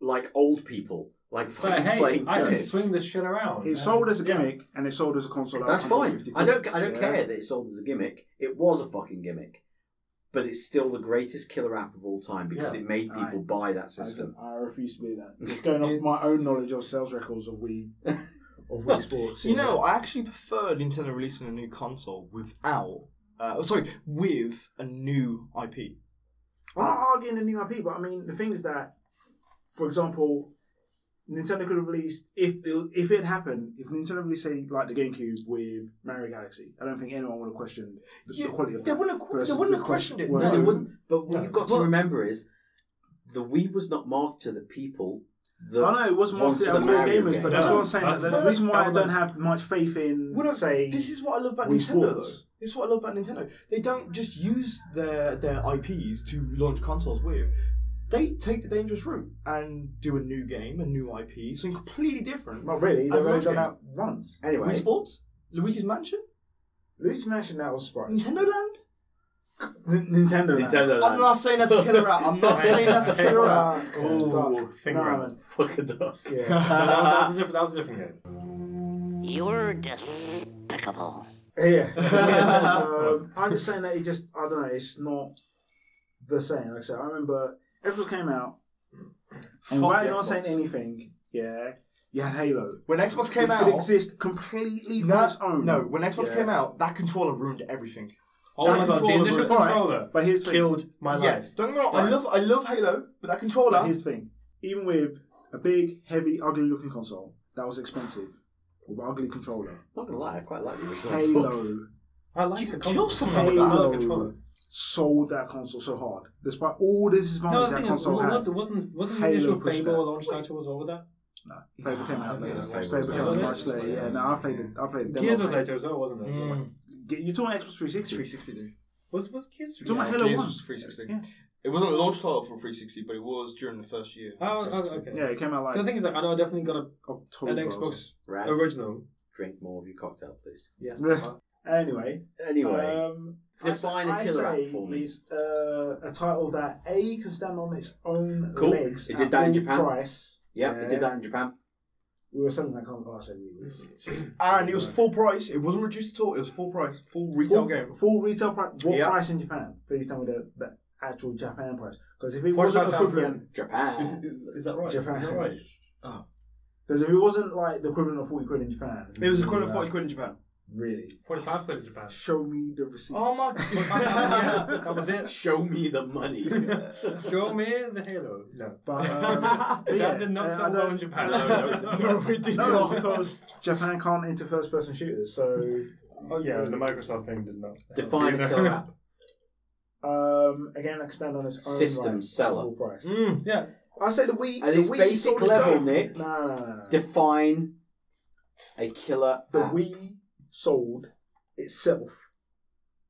Speaker 1: like old people, like
Speaker 2: It's like, hey,
Speaker 1: playing
Speaker 2: I can
Speaker 1: tennis?
Speaker 2: swing this shit around.
Speaker 3: It
Speaker 2: and
Speaker 3: sold
Speaker 2: it's-
Speaker 3: as a
Speaker 2: yeah.
Speaker 3: gimmick and it sold as a console. at
Speaker 1: That's fine.
Speaker 3: 150
Speaker 1: I don't. I don't
Speaker 3: quid. Yeah.
Speaker 1: care that it sold as a gimmick. It was a fucking gimmick, but it's still the greatest killer app of all time because
Speaker 2: Yeah.
Speaker 1: it made people
Speaker 3: Aye.
Speaker 1: buy that
Speaker 3: I
Speaker 1: system.
Speaker 3: don't- I refuse to believe that. Just going off my
Speaker 2: It's-
Speaker 3: own knowledge of sales records of Wii, of Wii Sports.
Speaker 4: You know, I actually prefer Nintendo releasing a new console without. Uh, oh, sorry, with a new IP.
Speaker 3: I'm not arguing the new IP, but I mean the thing is that, for example, Nintendo could have released if it, if it had happened, if Nintendo released say like the GameCube with Mario Galaxy, I don't think anyone would have questioned the, the
Speaker 4: Yeah,
Speaker 3: quality of
Speaker 4: they
Speaker 3: that
Speaker 4: wouldn't have- they
Speaker 3: versus
Speaker 4: wouldn't
Speaker 3: the
Speaker 4: have questioned it,
Speaker 3: qual-
Speaker 4: no,
Speaker 1: No,
Speaker 3: versus-
Speaker 1: it wasn't. But what
Speaker 2: No.
Speaker 1: you've got to
Speaker 2: Well-
Speaker 1: remember is the Wii was not marketed to the people. That
Speaker 3: I know Oh, it wasn't
Speaker 1: wanted
Speaker 3: marketed
Speaker 1: the
Speaker 3: at core
Speaker 1: Mario
Speaker 3: gamers,
Speaker 1: game.
Speaker 3: but
Speaker 2: No,
Speaker 3: that's what I'm saying.
Speaker 2: that's-
Speaker 3: that the
Speaker 4: that-
Speaker 3: reason why
Speaker 2: that
Speaker 3: I
Speaker 2: was
Speaker 3: don't
Speaker 2: like-
Speaker 3: have much faith in
Speaker 4: Well, no,
Speaker 3: say
Speaker 4: this is what I love about
Speaker 3: Wii
Speaker 4: Nintendo. Though.
Speaker 3: Sports.
Speaker 4: This is what I love about Nintendo. They don't just use their their IPs to launch consoles with. They take the dangerous route and do a new game, a new IP, something completely different.
Speaker 3: not really.
Speaker 4: As
Speaker 3: They've
Speaker 4: a
Speaker 3: only
Speaker 4: launch
Speaker 3: done
Speaker 4: game.
Speaker 3: that once.
Speaker 1: Anyway,
Speaker 4: Wii Sports, Luigi's Mansion.
Speaker 3: Luigi's Mansion that was surprised.
Speaker 4: Nintendo Land?
Speaker 3: N- Nintendo. Land.
Speaker 1: Nintendo
Speaker 4: I'm
Speaker 1: Land.
Speaker 4: not saying that's a killer app. I'm not saying that's a killer app.
Speaker 3: Dark,
Speaker 2: Ooh,
Speaker 3: dark.
Speaker 2: thing
Speaker 3: Nah,
Speaker 2: around.
Speaker 3: man.
Speaker 1: Fuck a duck.
Speaker 3: Yeah.
Speaker 2: That, that was a different. That was a different game.
Speaker 7: You're despicable.
Speaker 3: yeah. um, I'm just saying that it just, I don't know, it's not the same. Like I said, I remember Xbox came out, and
Speaker 4: Fuck
Speaker 3: without
Speaker 4: the
Speaker 3: not
Speaker 4: Xbox.
Speaker 3: saying anything, yeah, you had Halo.
Speaker 4: When Xbox came
Speaker 3: which
Speaker 4: out,
Speaker 3: could exist completely on
Speaker 4: no,
Speaker 3: its own.
Speaker 4: no. When Xbox
Speaker 3: Yeah.
Speaker 4: came out, that controller ruined everything.
Speaker 2: Oh my
Speaker 4: That
Speaker 2: god, the
Speaker 4: controller
Speaker 2: initial
Speaker 4: was-
Speaker 3: Alright,
Speaker 2: controller
Speaker 3: But here's the thing.
Speaker 2: killed my life.
Speaker 4: don't get me wrong. I love, I love Halo, but that
Speaker 3: But
Speaker 4: controller.
Speaker 3: here's the thing. Even with a big, heavy, ugly looking console, that was expensive. With an ugly controller.
Speaker 1: Not gonna lie, I quite like the original
Speaker 3: Halo
Speaker 1: Xbox.
Speaker 2: I like
Speaker 4: You
Speaker 2: the
Speaker 4: could
Speaker 2: console.
Speaker 4: kill someone with
Speaker 2: I
Speaker 4: that.
Speaker 2: love the controller.
Speaker 3: sold that console so hard. Despite all the
Speaker 2: No,
Speaker 3: disadvantages
Speaker 2: the
Speaker 3: that
Speaker 2: thing is,
Speaker 3: console had.
Speaker 2: was, wasn't wasn't the
Speaker 3: Halo
Speaker 2: initial
Speaker 3: pushed
Speaker 2: Fable
Speaker 3: that.
Speaker 2: a launch title as well with that?
Speaker 3: No, Fable came out
Speaker 4: Ah,
Speaker 3: later.
Speaker 4: yeah,
Speaker 3: Fable
Speaker 1: Fable
Speaker 3: came
Speaker 2: was
Speaker 3: out much
Speaker 2: later.
Speaker 3: later. Yeah, no, I played it. I played it.
Speaker 2: Gears was later as well, wasn't it?
Speaker 4: Mm.
Speaker 3: You're talking Xbox 360.
Speaker 4: 360 dude.
Speaker 2: Was was Gears?
Speaker 3: Don't
Speaker 4: Yeah,
Speaker 3: want Halo
Speaker 4: Gears
Speaker 3: 1.
Speaker 4: was 360.
Speaker 3: Yeah.
Speaker 4: It wasn't a launch title for 360, but it was during the first year. of
Speaker 2: Oh, oh,
Speaker 4: 360.
Speaker 2: okay.
Speaker 3: Yeah, it came out like
Speaker 2: The thing is, like, I know I definitely got a,
Speaker 3: October.
Speaker 2: an
Speaker 3: or
Speaker 2: Xbox
Speaker 1: Right.
Speaker 2: original.
Speaker 1: Drink more of your cocktail, please.
Speaker 2: Yes.
Speaker 3: something. anyway,
Speaker 1: Anyway,
Speaker 3: um,
Speaker 1: define a
Speaker 3: I
Speaker 1: killer
Speaker 3: say
Speaker 1: app for me.
Speaker 3: Is, uh, a title that A can stand on its own
Speaker 1: Cool.
Speaker 3: legs.
Speaker 1: It did
Speaker 3: at
Speaker 1: that in
Speaker 3: full
Speaker 1: Japan.
Speaker 3: Price.
Speaker 1: yeah, they did that in Japan.
Speaker 3: We were selling that console. Oh, I said we were.
Speaker 4: And it was full price. It wasn't reduced at all. It was full price, full retail
Speaker 3: full,
Speaker 4: game.
Speaker 3: Full retail price. What
Speaker 4: Yeah.
Speaker 3: price in Japan? Please tell me the, the actual Japan price. Because if it wasn't
Speaker 2: 45,000
Speaker 3: equivalent,
Speaker 2: yen.
Speaker 4: Is,
Speaker 1: Japan.
Speaker 4: is, is that right?
Speaker 3: Japan.
Speaker 4: Is that right?
Speaker 3: because if it wasn't like the equivalent of forty quid in Japan,
Speaker 4: It was equivalent
Speaker 3: uh,
Speaker 4: to 40 quid in Japan.
Speaker 3: Really?
Speaker 2: 45 quid in Japan.
Speaker 3: Show me the receipt.
Speaker 4: Oh my
Speaker 2: yeah,
Speaker 4: god.
Speaker 2: that was it.
Speaker 1: Show me the money.
Speaker 2: Show me the Halo. No.
Speaker 3: But, um, but
Speaker 2: That
Speaker 3: yeah,
Speaker 2: did not
Speaker 3: uh, I
Speaker 2: sound well in
Speaker 3: don't-
Speaker 2: Japan.
Speaker 4: no, we did
Speaker 3: No,
Speaker 4: not.
Speaker 3: because Japan can't into first-person shooters, so
Speaker 2: Oh, yeah, the Microsoft thing did not.
Speaker 1: Define a killer app.
Speaker 3: um, again, that can stand on its own
Speaker 1: System
Speaker 3: right,
Speaker 1: seller.
Speaker 3: full price.
Speaker 4: Mm.
Speaker 2: Yeah.
Speaker 3: I say the Wii.
Speaker 1: At
Speaker 3: the
Speaker 1: its
Speaker 3: Wii
Speaker 1: basic
Speaker 3: sold
Speaker 1: level,
Speaker 3: itself.
Speaker 1: Nick.
Speaker 3: No, no, no, no.
Speaker 1: Define a killer
Speaker 3: the
Speaker 2: Ah.
Speaker 1: app.
Speaker 3: Wii sold itself.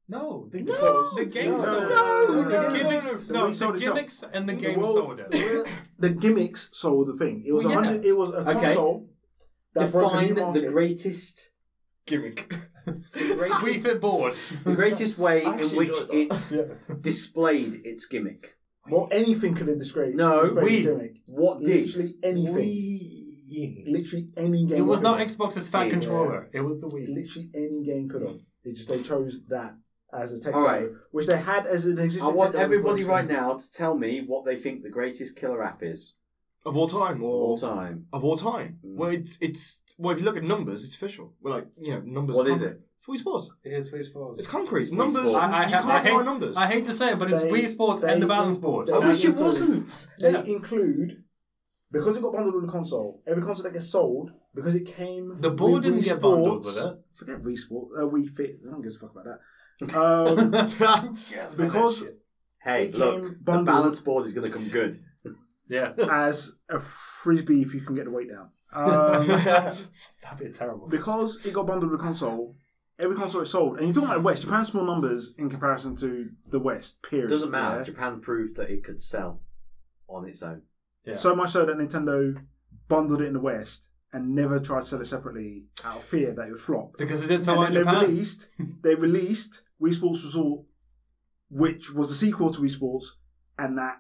Speaker 2: No, the,
Speaker 4: No,
Speaker 2: the game
Speaker 3: no,
Speaker 2: sold
Speaker 3: no,
Speaker 2: it.
Speaker 3: no,
Speaker 2: the gimmicks,
Speaker 3: no,
Speaker 2: no,
Speaker 3: we sold
Speaker 2: the
Speaker 3: it
Speaker 2: gimmicks and the game
Speaker 3: world-
Speaker 2: sold it.
Speaker 3: the gimmicks sold the thing. It was
Speaker 2: Well,
Speaker 3: a
Speaker 2: yeah.
Speaker 3: hundred. It was a
Speaker 1: Okay.
Speaker 3: console. That broke a new
Speaker 1: Define the
Speaker 3: market.
Speaker 1: greatest.
Speaker 4: Gimmick.
Speaker 1: The greatest,
Speaker 2: We fit board.
Speaker 1: The greatest way
Speaker 4: I actually
Speaker 1: in which
Speaker 4: enjoyed
Speaker 1: it displayed its gimmick.
Speaker 3: Well, anything could have described.
Speaker 1: No,
Speaker 3: displayed
Speaker 2: we-
Speaker 3: the gimmick.
Speaker 1: What did?
Speaker 3: Literally anything.
Speaker 2: Wii.
Speaker 3: Literally any game.
Speaker 2: It was
Speaker 3: could
Speaker 2: not
Speaker 3: have.
Speaker 2: Xbox's fat
Speaker 1: Yeah.
Speaker 2: controller. It was the Wii.
Speaker 3: Literally any game could have. It just they chose that as a technique,
Speaker 1: All right.
Speaker 3: which they had as an
Speaker 1: I
Speaker 3: existing.
Speaker 1: want
Speaker 3: technique
Speaker 1: everybody
Speaker 3: before.
Speaker 1: right now to tell me what they think the greatest killer app is
Speaker 4: Of all time,
Speaker 1: of
Speaker 4: or
Speaker 1: all time.
Speaker 4: of all time.
Speaker 1: Mm.
Speaker 4: Well, it's it's well. If you look at numbers, it's official. We're like, you know, numbers.
Speaker 1: What
Speaker 4: are
Speaker 1: is
Speaker 4: concrete. It's Wii Sports.
Speaker 2: It is Wii Sports.
Speaker 4: It's concrete.
Speaker 1: Wii
Speaker 4: numbers.
Speaker 1: Sports.
Speaker 4: You
Speaker 2: I, I,
Speaker 4: can't
Speaker 2: I,
Speaker 4: deny
Speaker 2: hate,
Speaker 4: numbers.
Speaker 2: I hate to say it, but it's
Speaker 3: They-
Speaker 2: Wii Sports
Speaker 3: they-
Speaker 2: and the balance board.
Speaker 3: they-
Speaker 1: I
Speaker 3: That
Speaker 1: wish
Speaker 3: is
Speaker 1: it
Speaker 3: good.
Speaker 1: wasn't.
Speaker 3: They
Speaker 2: Yeah.
Speaker 3: include because it got bundled with the console. Every console that gets sold because it came.
Speaker 2: The board
Speaker 3: with
Speaker 2: didn't
Speaker 3: Wii
Speaker 2: get bundled
Speaker 3: Sports-
Speaker 2: with it.
Speaker 3: Forget Wii Sports. Uh, Wii Fit. I don't give a fuck about that. Um, because
Speaker 1: Hey,
Speaker 3: It came
Speaker 1: look, the
Speaker 3: bundled.
Speaker 1: balance board is going to come good.
Speaker 2: yeah,
Speaker 3: as a frisbee, if you can get the weight down. Um,
Speaker 2: that'd be terrible.
Speaker 3: because it got bundled with console, every console it sold. And you're talking about the West. Japan's small numbers in comparison to the West. Period.
Speaker 1: Doesn't matter.
Speaker 3: Yeah?
Speaker 1: Japan proved that it could sell on its own.
Speaker 2: Yeah.
Speaker 3: So much so that Nintendo bundled it in the West and never tried to sell it separately out of fear that it would flop.
Speaker 2: because it did so
Speaker 3: and
Speaker 2: well
Speaker 3: then
Speaker 2: in
Speaker 3: they
Speaker 2: Japan.
Speaker 3: released they released Wii Sports Resort, which was the sequel to Wii Sports, and that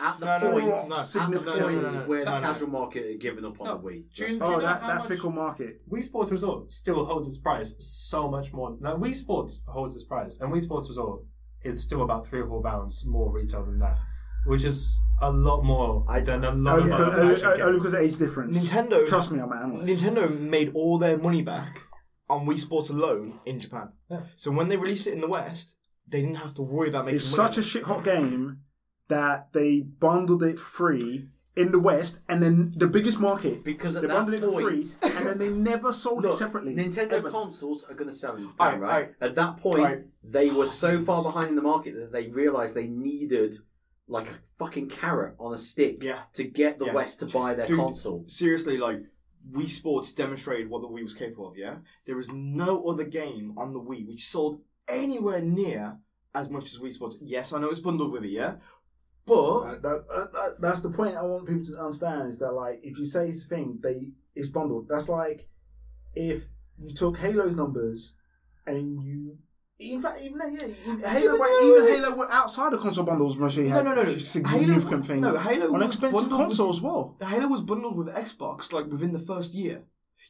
Speaker 1: At the
Speaker 4: No, no,
Speaker 1: point,
Speaker 4: no,
Speaker 3: no,
Speaker 1: at the
Speaker 3: no,
Speaker 1: point
Speaker 3: no, no,
Speaker 4: no,
Speaker 1: where
Speaker 4: no,
Speaker 1: the
Speaker 4: no.
Speaker 1: casual market had given up on
Speaker 2: No,
Speaker 1: the Wii.
Speaker 2: June-
Speaker 1: That's
Speaker 3: oh
Speaker 2: know
Speaker 3: that,
Speaker 2: how
Speaker 3: that
Speaker 2: much-
Speaker 3: fickle market.
Speaker 2: Wii Sports Resort still holds its price so much more. Now Wii Sports holds its price, and Wii Sports Resort is still about three or four pounds more retail than that, which is a lot more
Speaker 1: I-
Speaker 2: than a lot
Speaker 3: Only
Speaker 2: of other
Speaker 3: because,
Speaker 2: flagship
Speaker 3: only- only
Speaker 2: games.
Speaker 3: because of age difference.
Speaker 4: Nintendo.
Speaker 3: Trust me, I'm an analyst.
Speaker 4: Nintendo made all their money back on Wii Sports alone in Japan.
Speaker 2: Yeah.
Speaker 4: So when they released it in the West, they didn't have to worry about making
Speaker 3: It's
Speaker 4: money.
Speaker 3: such a shit hot game that they bundled it for free in the West, and then the biggest market.
Speaker 1: Because at
Speaker 3: they
Speaker 1: that
Speaker 3: bundled it for free,
Speaker 1: point-
Speaker 3: and then they never sold it
Speaker 1: Look,
Speaker 3: separately.
Speaker 1: Nintendo
Speaker 3: Ever.
Speaker 1: consoles are going to sell in Japan,
Speaker 4: Alright,
Speaker 1: right?
Speaker 4: alright.
Speaker 1: At that point,
Speaker 4: Alright.
Speaker 1: they were so far behind in the market that they realised they needed like a fucking carrot on a stick
Speaker 4: Yeah.
Speaker 1: to get the
Speaker 4: Yeah.
Speaker 1: West to buy their
Speaker 4: Dude,
Speaker 1: console.
Speaker 4: seriously, like Wii Sports demonstrated what the Wii was capable of. Yeah, there is no other game on the Wii which sold anywhere near as much as Wii Sports. Yes, I know it's bundled with it. Yeah, but
Speaker 3: Uh, that, uh, that, that's the point I want people to understand is that like if you say it's a thing, they it's bundled. That's like if you took Halo's numbers
Speaker 5: and you. In fact, even yeah, in Halo,
Speaker 3: Halo,
Speaker 5: went-
Speaker 3: even
Speaker 5: even
Speaker 3: Halo outside the console bundles must be
Speaker 4: No, no, no, no.
Speaker 3: significant
Speaker 4: Halo-
Speaker 3: thing.
Speaker 4: no, Halo
Speaker 3: on
Speaker 4: was
Speaker 3: expensive
Speaker 4: bundled with-
Speaker 3: console as well.
Speaker 4: Halo was bundled with Xbox like within the first year.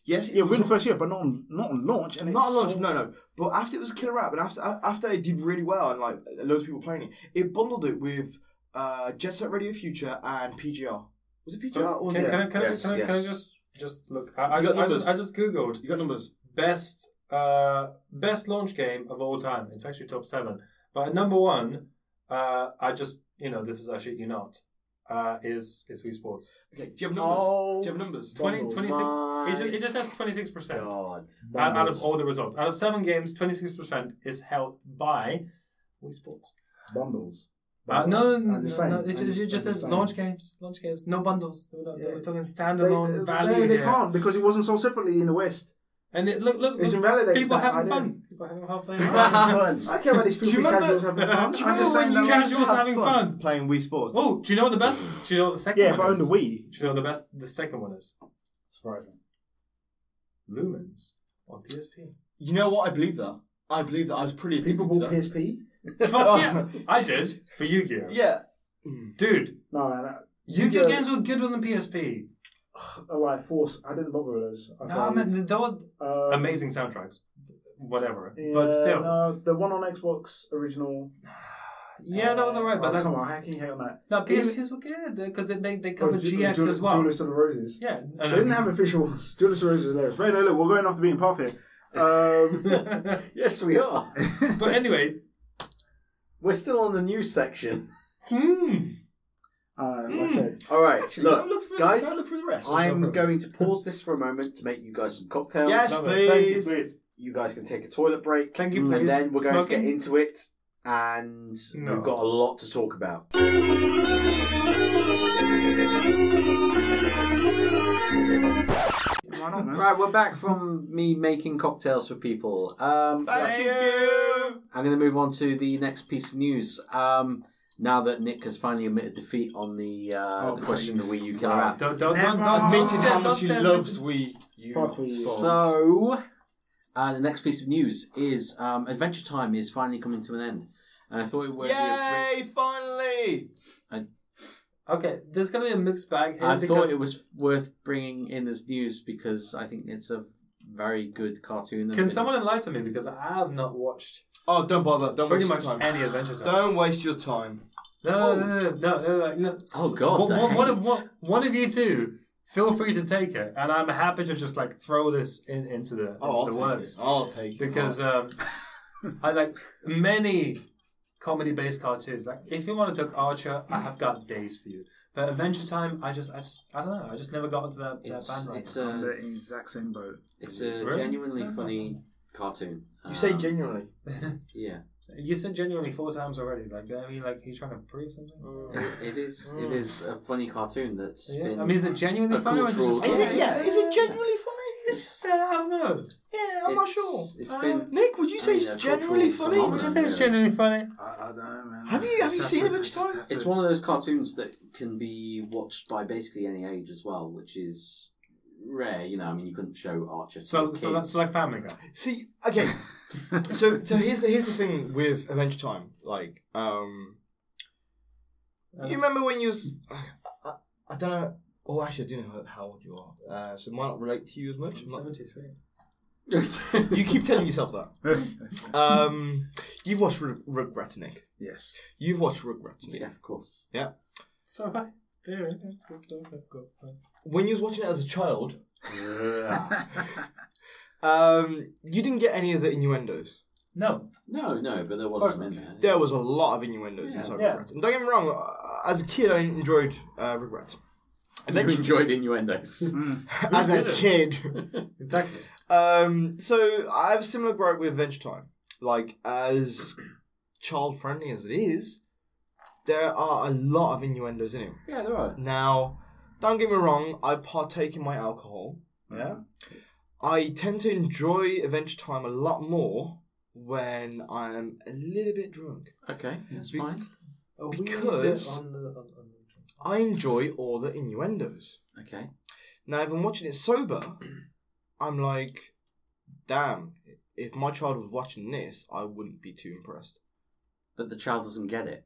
Speaker 4: Yes, it
Speaker 3: Yeah,
Speaker 4: was
Speaker 3: within the first year, but not on, not on launch. And
Speaker 4: not
Speaker 3: it's
Speaker 4: launch,
Speaker 3: sold-
Speaker 4: no, no. But after it was a killer app, and after after it did really well, and like loads of people playing it, it bundled it with uh, Jet Set Radio Future and PGR. Was it PGR? or was
Speaker 2: Oh, Can,
Speaker 4: it?
Speaker 2: can I, can, I
Speaker 1: Yes,
Speaker 2: just, can, I, can I
Speaker 1: yes.
Speaker 2: just just look? I, I,
Speaker 4: You got
Speaker 2: just, I,
Speaker 4: numbers.
Speaker 2: just, I just googled
Speaker 4: You got numbers.
Speaker 2: best uh, best launch game of all time. It's actually top seven, but at number one, uh, I just you know this is I shit you not, uh, is is Wii Sports.
Speaker 4: Okay, do you have numbers?
Speaker 5: Oh,
Speaker 4: do you have numbers?
Speaker 2: 20,
Speaker 5: Bundles.
Speaker 2: 26 It just it just has twenty six percent
Speaker 1: God.
Speaker 2: out out of all the results. Out of seven games, twenty six percent is held by Wii Sports.
Speaker 5: bundles.
Speaker 2: Uh, no, no,
Speaker 5: I'm
Speaker 2: no,
Speaker 5: just saying,
Speaker 2: no, it
Speaker 5: I'm
Speaker 2: just, it just
Speaker 5: I'm
Speaker 2: says
Speaker 5: saying.
Speaker 2: launch games, launch games, no bundles. We're, not,
Speaker 5: Yeah.
Speaker 2: we're talking
Speaker 5: They,
Speaker 2: standalone
Speaker 5: they,
Speaker 2: value
Speaker 5: they, they
Speaker 2: here.
Speaker 5: can't because it wasn't sold separately in the West.
Speaker 2: And it, look, look,
Speaker 5: It's
Speaker 2: look
Speaker 5: invalidates
Speaker 2: people
Speaker 5: that
Speaker 2: having
Speaker 5: idea.
Speaker 2: fun. People having fun playing.
Speaker 5: I don't care about these
Speaker 4: Do you
Speaker 5: filthy
Speaker 4: remember-
Speaker 5: casuals having fun.
Speaker 2: Do you
Speaker 5: I'm just
Speaker 2: remember
Speaker 5: saying
Speaker 2: when
Speaker 5: that-
Speaker 2: you- Casuals having fun.
Speaker 4: playing Wii Sports.
Speaker 2: oh, do you know what the best? Do you know what the second?
Speaker 3: Yeah, if I
Speaker 2: one
Speaker 3: owned
Speaker 2: is?
Speaker 3: the Wii,
Speaker 2: Do you know what the best? The second one is
Speaker 5: Surprising.
Speaker 2: Lumens on PSP.
Speaker 4: You know what? I believe that. I believe that. I was pretty addicted
Speaker 5: People
Speaker 4: to
Speaker 5: bought
Speaker 4: that.
Speaker 5: PSP.
Speaker 2: Fuck yeah, I did for Yu-Gi-Oh.
Speaker 4: Yeah.
Speaker 2: Dude,
Speaker 5: No man, I-
Speaker 2: Yu-Gi-Oh
Speaker 5: Yu-Gi-Oh.
Speaker 2: games were good on the PSP.
Speaker 5: I like Force. I didn't bother with those. I
Speaker 2: Nah,
Speaker 5: played,
Speaker 2: man, that was
Speaker 5: um,
Speaker 2: amazing soundtracks. Whatever,
Speaker 5: yeah,
Speaker 2: but still,
Speaker 5: no, the one on Xbox original.
Speaker 2: yeah, that was alright.
Speaker 5: Oh,
Speaker 2: But like,
Speaker 5: come on, how can you hate on that?
Speaker 2: no, PSPs were good because they they, they covered
Speaker 5: Oh, Ju-
Speaker 2: GX
Speaker 5: Ju-
Speaker 2: as well.
Speaker 5: Julius and the Roses.
Speaker 2: yeah,
Speaker 5: They didn't have official ones. Julius and the Roses is hilarious.
Speaker 3: Wait, no, look, we're going off the beaten path here. Um,
Speaker 2: have.
Speaker 1: Yes, we are.
Speaker 2: but anyway,
Speaker 1: We're still on the news section.
Speaker 2: hmm.
Speaker 3: uh, like I said,
Speaker 1: All right,
Speaker 4: I'm
Speaker 1: look,
Speaker 4: looking for,
Speaker 1: guys,
Speaker 4: Can I look for the rest?
Speaker 1: I'm going to pause this for a moment to make you guys some cocktails.
Speaker 4: Yes,
Speaker 2: Love it.
Speaker 4: please.
Speaker 2: please.
Speaker 1: You guys can take a toilet break.
Speaker 2: Thank you,
Speaker 1: And
Speaker 2: please.
Speaker 1: then we're going to
Speaker 2: Smoking?
Speaker 1: get into it, and
Speaker 2: No.
Speaker 1: we've got a lot to talk about.
Speaker 3: why not, man?
Speaker 1: Right, we're back from me making cocktails for people. Um,
Speaker 4: Thank
Speaker 1: right,
Speaker 4: you.
Speaker 1: I'm going to move on to the next piece of news. Um, now that Nick has finally admitted defeat on the, uh,
Speaker 3: Oh,
Speaker 1: the question of the
Speaker 3: please.
Speaker 1: Wii U killer app,
Speaker 2: Don't, don't, don't,
Speaker 3: Never
Speaker 2: don't,
Speaker 4: Admitted
Speaker 2: say-
Speaker 4: how
Speaker 2: don't
Speaker 4: much he
Speaker 2: say it.
Speaker 4: loves Wii. You
Speaker 5: Fuck Wii.
Speaker 1: So, uh, the next piece of news is um, Adventure Time is finally coming to an end, and I thought it would. Be a
Speaker 4: Yay! Finally.
Speaker 2: Okay, there's gonna be a mixed bag
Speaker 1: br-
Speaker 2: here
Speaker 1: I
Speaker 2: because
Speaker 1: thought it was worth bringing in as news because I think it's a very good cartoon. and
Speaker 2: can
Speaker 1: it-
Speaker 2: someone enlighten me because I have not watched
Speaker 4: Oh, don't bother. Don't
Speaker 2: pretty
Speaker 4: waste
Speaker 2: much
Speaker 4: your time.
Speaker 2: any Adventure Time.
Speaker 4: Don't waste your time.
Speaker 2: No, no, no, no, no, no, no, no.
Speaker 1: Oh, God,
Speaker 2: One-
Speaker 1: the
Speaker 2: one- one of
Speaker 1: hate.
Speaker 2: one, one of you two, feel free to take it, and I'm happy to just like throw this in into the into
Speaker 4: Oh, I'll
Speaker 2: the
Speaker 4: take
Speaker 2: words
Speaker 4: it. I'll take it.
Speaker 2: because um, I like many comedy-based cartoons. Like, if you want to talk Archer, I have got days for you. But Adventure Time, I just, I just, I don't know. I just never got into that, that
Speaker 1: It's,
Speaker 2: bandwagon.
Speaker 1: it's
Speaker 3: I'm in
Speaker 1: a
Speaker 3: the exact same boat.
Speaker 1: it's a
Speaker 2: Really?
Speaker 1: genuinely funny cartoon.
Speaker 4: you say
Speaker 1: Um,
Speaker 4: genuinely.
Speaker 1: Yeah,
Speaker 2: You said genuinely four times already. Like I mean, like he's trying to prove something.
Speaker 1: It- it is. It is a funny cartoon that's
Speaker 2: Mm. Yeah.
Speaker 1: been.
Speaker 2: I mean, is it genuinely
Speaker 1: a
Speaker 2: funny or is it
Speaker 1: cultural-
Speaker 2: just?
Speaker 4: Is it? Yeah. Is it
Speaker 2: genuine?
Speaker 4: genuinely funny?
Speaker 2: It's just uh, I don't know.
Speaker 4: Yeah, I'm not
Speaker 1: It's-
Speaker 4: sure.
Speaker 1: it's
Speaker 4: Uh,
Speaker 1: been-
Speaker 4: Nick, would you say
Speaker 1: I mean, a
Speaker 4: it's genuinely
Speaker 1: cultural
Speaker 4: funny?
Speaker 1: phenomenon.
Speaker 2: Would you say it's genuinely funny?
Speaker 3: I, I don't know, man.
Speaker 4: Have you- have you
Speaker 3: Just
Speaker 4: seen
Speaker 3: have to-
Speaker 4: Adventure
Speaker 3: just
Speaker 4: Time?
Speaker 3: have to-
Speaker 1: It's one of those cartoons that can be watched by basically any age as well, which is rare. You know, I mean, you couldn't show Archer. to
Speaker 2: So,
Speaker 1: kids.
Speaker 2: so that's like Family Guy.
Speaker 4: See, okay. so, so here's the here's the thing with Adventure Time. Like, um,
Speaker 2: Uh,
Speaker 4: you remember when you was? I, I, I don't know. Oh, actually, I do know how old you are. Uh, so it might not relate to you as much. I'm not-
Speaker 2: Seventy-three.
Speaker 4: you keep telling yourself that. um, you've watched Rug- Rugrats, Nick.
Speaker 3: yes.
Speaker 4: You've watched Rugrats, Nick.
Speaker 1: yeah, of course.
Speaker 2: So I there. it is.
Speaker 4: When you was watching it as a child, um, you didn't get any of the innuendos.
Speaker 2: No,
Speaker 1: No, no, but there was
Speaker 4: Oh,
Speaker 1: some in there.
Speaker 4: there was a lot of innuendos inside
Speaker 2: Yeah.
Speaker 4: Rugrats. And don't get me wrong, uh, as a kid, I enjoyed uh, Rugrats.
Speaker 1: You enjoyed innuendos.
Speaker 3: Hmm.
Speaker 4: as a
Speaker 2: didn't?
Speaker 4: kid.
Speaker 2: exactly.
Speaker 4: um, so I have a similar gripe with Adventure Time. Like, as child friendly as it is, there are a lot of innuendos in it.
Speaker 1: yeah, there are.
Speaker 4: Now, don't get me wrong, I partake in my alcohol. Yeah. I tend to enjoy Adventure Time a lot more when I'm a little bit drunk.
Speaker 1: Okay, that's
Speaker 4: Be-
Speaker 1: fine.
Speaker 4: Because-
Speaker 2: on the, on, on the
Speaker 4: I enjoy all the innuendos.
Speaker 1: Okay.
Speaker 4: Now, if I'm watching it sober, I'm like, damn, if my child was watching this, I wouldn't be too impressed.
Speaker 1: But the child doesn't get it.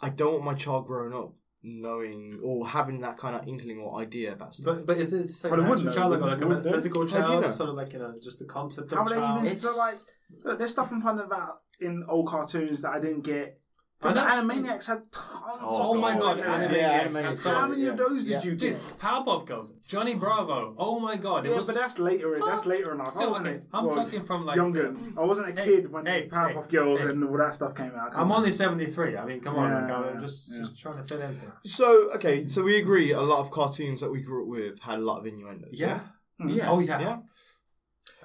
Speaker 4: I don't want my child growing up knowing or having that kind of inkling or idea about stuff.
Speaker 2: But, but is this like
Speaker 3: Well, it
Speaker 2: an
Speaker 3: would
Speaker 2: actual
Speaker 3: know,
Speaker 2: child, like,
Speaker 3: wouldn't
Speaker 2: like
Speaker 3: it?
Speaker 2: a
Speaker 3: Would they?
Speaker 2: physical
Speaker 4: do you
Speaker 2: child,
Speaker 4: know?
Speaker 2: sort of like you know, just the concept
Speaker 3: How
Speaker 2: of
Speaker 3: would
Speaker 2: child?
Speaker 3: they even
Speaker 1: It's-
Speaker 3: so like? Look, there's stuff I'm finding about in old cartoons that I didn't get.
Speaker 2: I
Speaker 3: But the
Speaker 2: know.
Speaker 3: Animaniacs had
Speaker 1: Oh,
Speaker 3: tons.
Speaker 2: Oh my
Speaker 1: God,
Speaker 2: god,
Speaker 1: yeah.
Speaker 2: anime
Speaker 4: Yeah,
Speaker 2: yeah,
Speaker 4: anime,
Speaker 2: and so
Speaker 3: How
Speaker 4: yeah.
Speaker 2: on.
Speaker 3: many of those did you
Speaker 2: Dude,
Speaker 3: get?
Speaker 2: Powerpuff Girls, Johnny Bravo. Oh my god, it
Speaker 3: Yeah,
Speaker 2: was.
Speaker 3: but that's later. That's
Speaker 2: Fuck.
Speaker 3: later in life. I
Speaker 2: Still,
Speaker 3: wasn't
Speaker 2: okay,
Speaker 3: a-
Speaker 2: I'm
Speaker 3: well,
Speaker 2: talking from like
Speaker 3: younger. I wasn't a
Speaker 2: Hey,
Speaker 3: kid when
Speaker 2: hey,
Speaker 3: Powerpuff
Speaker 2: hey,
Speaker 3: Girls
Speaker 2: hey.
Speaker 3: and all that stuff came out.
Speaker 2: I'm only 73. I mean, come on, like,
Speaker 3: Yeah,
Speaker 2: I'm just,
Speaker 3: yeah.
Speaker 2: just trying to fit in. there.
Speaker 4: So okay, so we agree a lot of cartoons that we grew up with had a lot of innuendos.
Speaker 2: Yeah.
Speaker 1: Yes.
Speaker 2: Oh yeah.
Speaker 4: Yeah.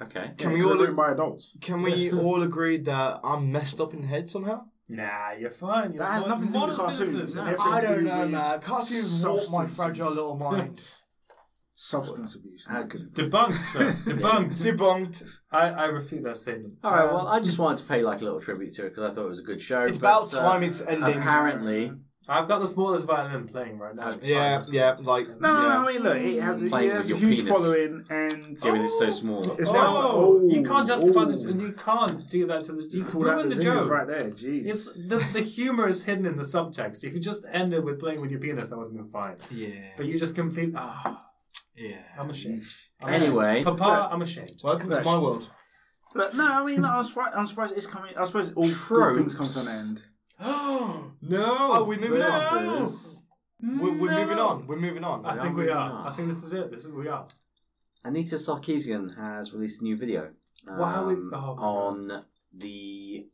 Speaker 1: Okay.
Speaker 4: Can we
Speaker 3: Yeah, 'cause
Speaker 4: all
Speaker 3: they're written by adults?
Speaker 4: can we all agree that I'm messed up in the head somehow?
Speaker 2: Nah, you're fine. You're
Speaker 3: That has
Speaker 2: mod-
Speaker 3: nothing to do with
Speaker 2: modern
Speaker 3: cartoons.
Speaker 2: citizens.
Speaker 3: Everything-
Speaker 2: I-
Speaker 4: I don't know,
Speaker 3: with
Speaker 4: man. Cartoons warp my
Speaker 3: substances.
Speaker 4: fragile little mind.
Speaker 3: Substance abuse.
Speaker 1: How could it-
Speaker 2: Debunked, sir. Debunked.
Speaker 4: Debunked.
Speaker 2: I, I refute that statement.
Speaker 1: All right.
Speaker 2: Um,
Speaker 1: Well, I just wanted to pay like a little tribute to it because I thought it was a good show.
Speaker 4: It's
Speaker 1: but,
Speaker 4: about
Speaker 1: uh,
Speaker 4: time it's ending.
Speaker 1: Apparently,
Speaker 2: I've got the smallest violin playing right now. It's
Speaker 4: Yeah,
Speaker 2: fine.
Speaker 4: yeah, like
Speaker 3: No, no,
Speaker 4: yeah.
Speaker 3: no, I mean, look, it has, a-
Speaker 1: Playing
Speaker 3: it has a
Speaker 1: with your
Speaker 3: huge
Speaker 1: penis.
Speaker 3: following, and
Speaker 1: given it's so small.
Speaker 3: It's
Speaker 2: oh,
Speaker 3: now- oh,
Speaker 2: you can't justify
Speaker 3: oh.
Speaker 2: the, you can't do that to the you
Speaker 3: Well, that
Speaker 2: ruin the
Speaker 3: zingers
Speaker 2: joke.
Speaker 3: right there. Jeez.
Speaker 2: It's the, the humor is hidden in the subtext. If you just ended with playing with your penis, that would have been fine.
Speaker 4: Yeah.
Speaker 2: But you just complete. Ah,
Speaker 4: Yeah.
Speaker 2: I'm ashamed. I'm
Speaker 1: Anyway.
Speaker 2: ashamed. Papa, I'm ashamed.
Speaker 4: Welcome to
Speaker 3: Right.
Speaker 4: my world.
Speaker 3: Look, no, I mean, like, I'm, surprised, I'm surprised it's coming. I suppose all
Speaker 1: Tropes.
Speaker 3: good things come to an end.
Speaker 2: no. Oh,
Speaker 4: Are we moving on?
Speaker 1: Versus-
Speaker 4: We're, we're moving on. We're moving on.
Speaker 2: I think we are.
Speaker 1: not.
Speaker 2: I think this is it. This is we are.
Speaker 1: Anita Sarkeesian has released a new video um,
Speaker 2: Wow, we- oh my God.
Speaker 1: on the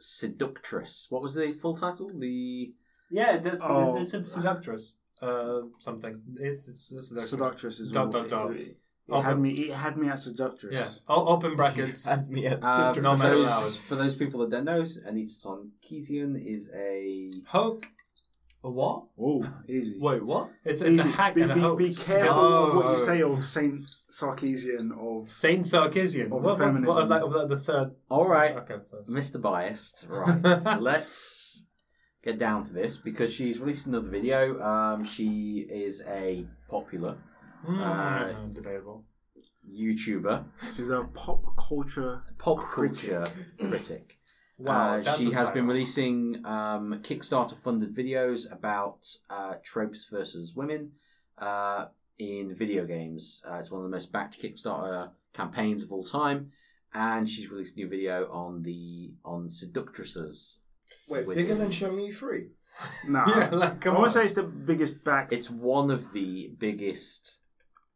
Speaker 1: seductress. What was the full title? The
Speaker 2: Yeah, this
Speaker 3: Oh.
Speaker 2: it's, it's seductress. Uh, something. It's it's the seductress.
Speaker 3: Seductress is
Speaker 2: Dot,
Speaker 3: all-
Speaker 2: dot, dot.
Speaker 3: It, it had
Speaker 2: Open-
Speaker 3: me. It had me at seductress.
Speaker 2: Yeah. O- open brackets.
Speaker 4: And me at
Speaker 1: Uh, for,
Speaker 4: Cinder-
Speaker 2: no matter how.
Speaker 1: those, for those people that don't know, Anita Sarkeesian is a
Speaker 2: Hoke.
Speaker 4: A what?
Speaker 3: Oh, easy.
Speaker 4: Wait, what?
Speaker 2: It's it's a
Speaker 3: Easy.
Speaker 2: hack
Speaker 3: be,
Speaker 2: and a
Speaker 3: be,
Speaker 2: hoax.
Speaker 3: Be
Speaker 2: together.
Speaker 3: careful of what
Speaker 4: Oh.
Speaker 3: you say of Saint Sarkeesian of.
Speaker 2: Saint Sarkisian.
Speaker 3: Of
Speaker 2: What, what, what,
Speaker 3: feminism.
Speaker 2: like, like the third.
Speaker 1: all right,
Speaker 2: Okay, so,
Speaker 1: Mr. Biased. Right, let's get down to this because she's released another video. Um, she is a popular
Speaker 2: Mm, debatable.
Speaker 1: YouTuber,
Speaker 3: She's a pop culture.
Speaker 1: pop
Speaker 3: Critic.
Speaker 1: culture critic.
Speaker 2: Wow,
Speaker 1: Uh,
Speaker 2: that's
Speaker 1: she
Speaker 2: a
Speaker 1: has been
Speaker 2: title.
Speaker 1: releasing um, Kickstarter funded videos about uh, tropes versus women uh, in video games. Uh, it's one of the most backed Kickstarter campaigns of all time, and she's released a new video on the on seductresses.
Speaker 4: Wait,
Speaker 1: Wait.
Speaker 4: bigger than Show Me Free?
Speaker 3: Nah.
Speaker 2: Yeah, like
Speaker 3: I
Speaker 2: come on.
Speaker 3: wouldn't say it's the biggest back
Speaker 1: It's one of the biggest.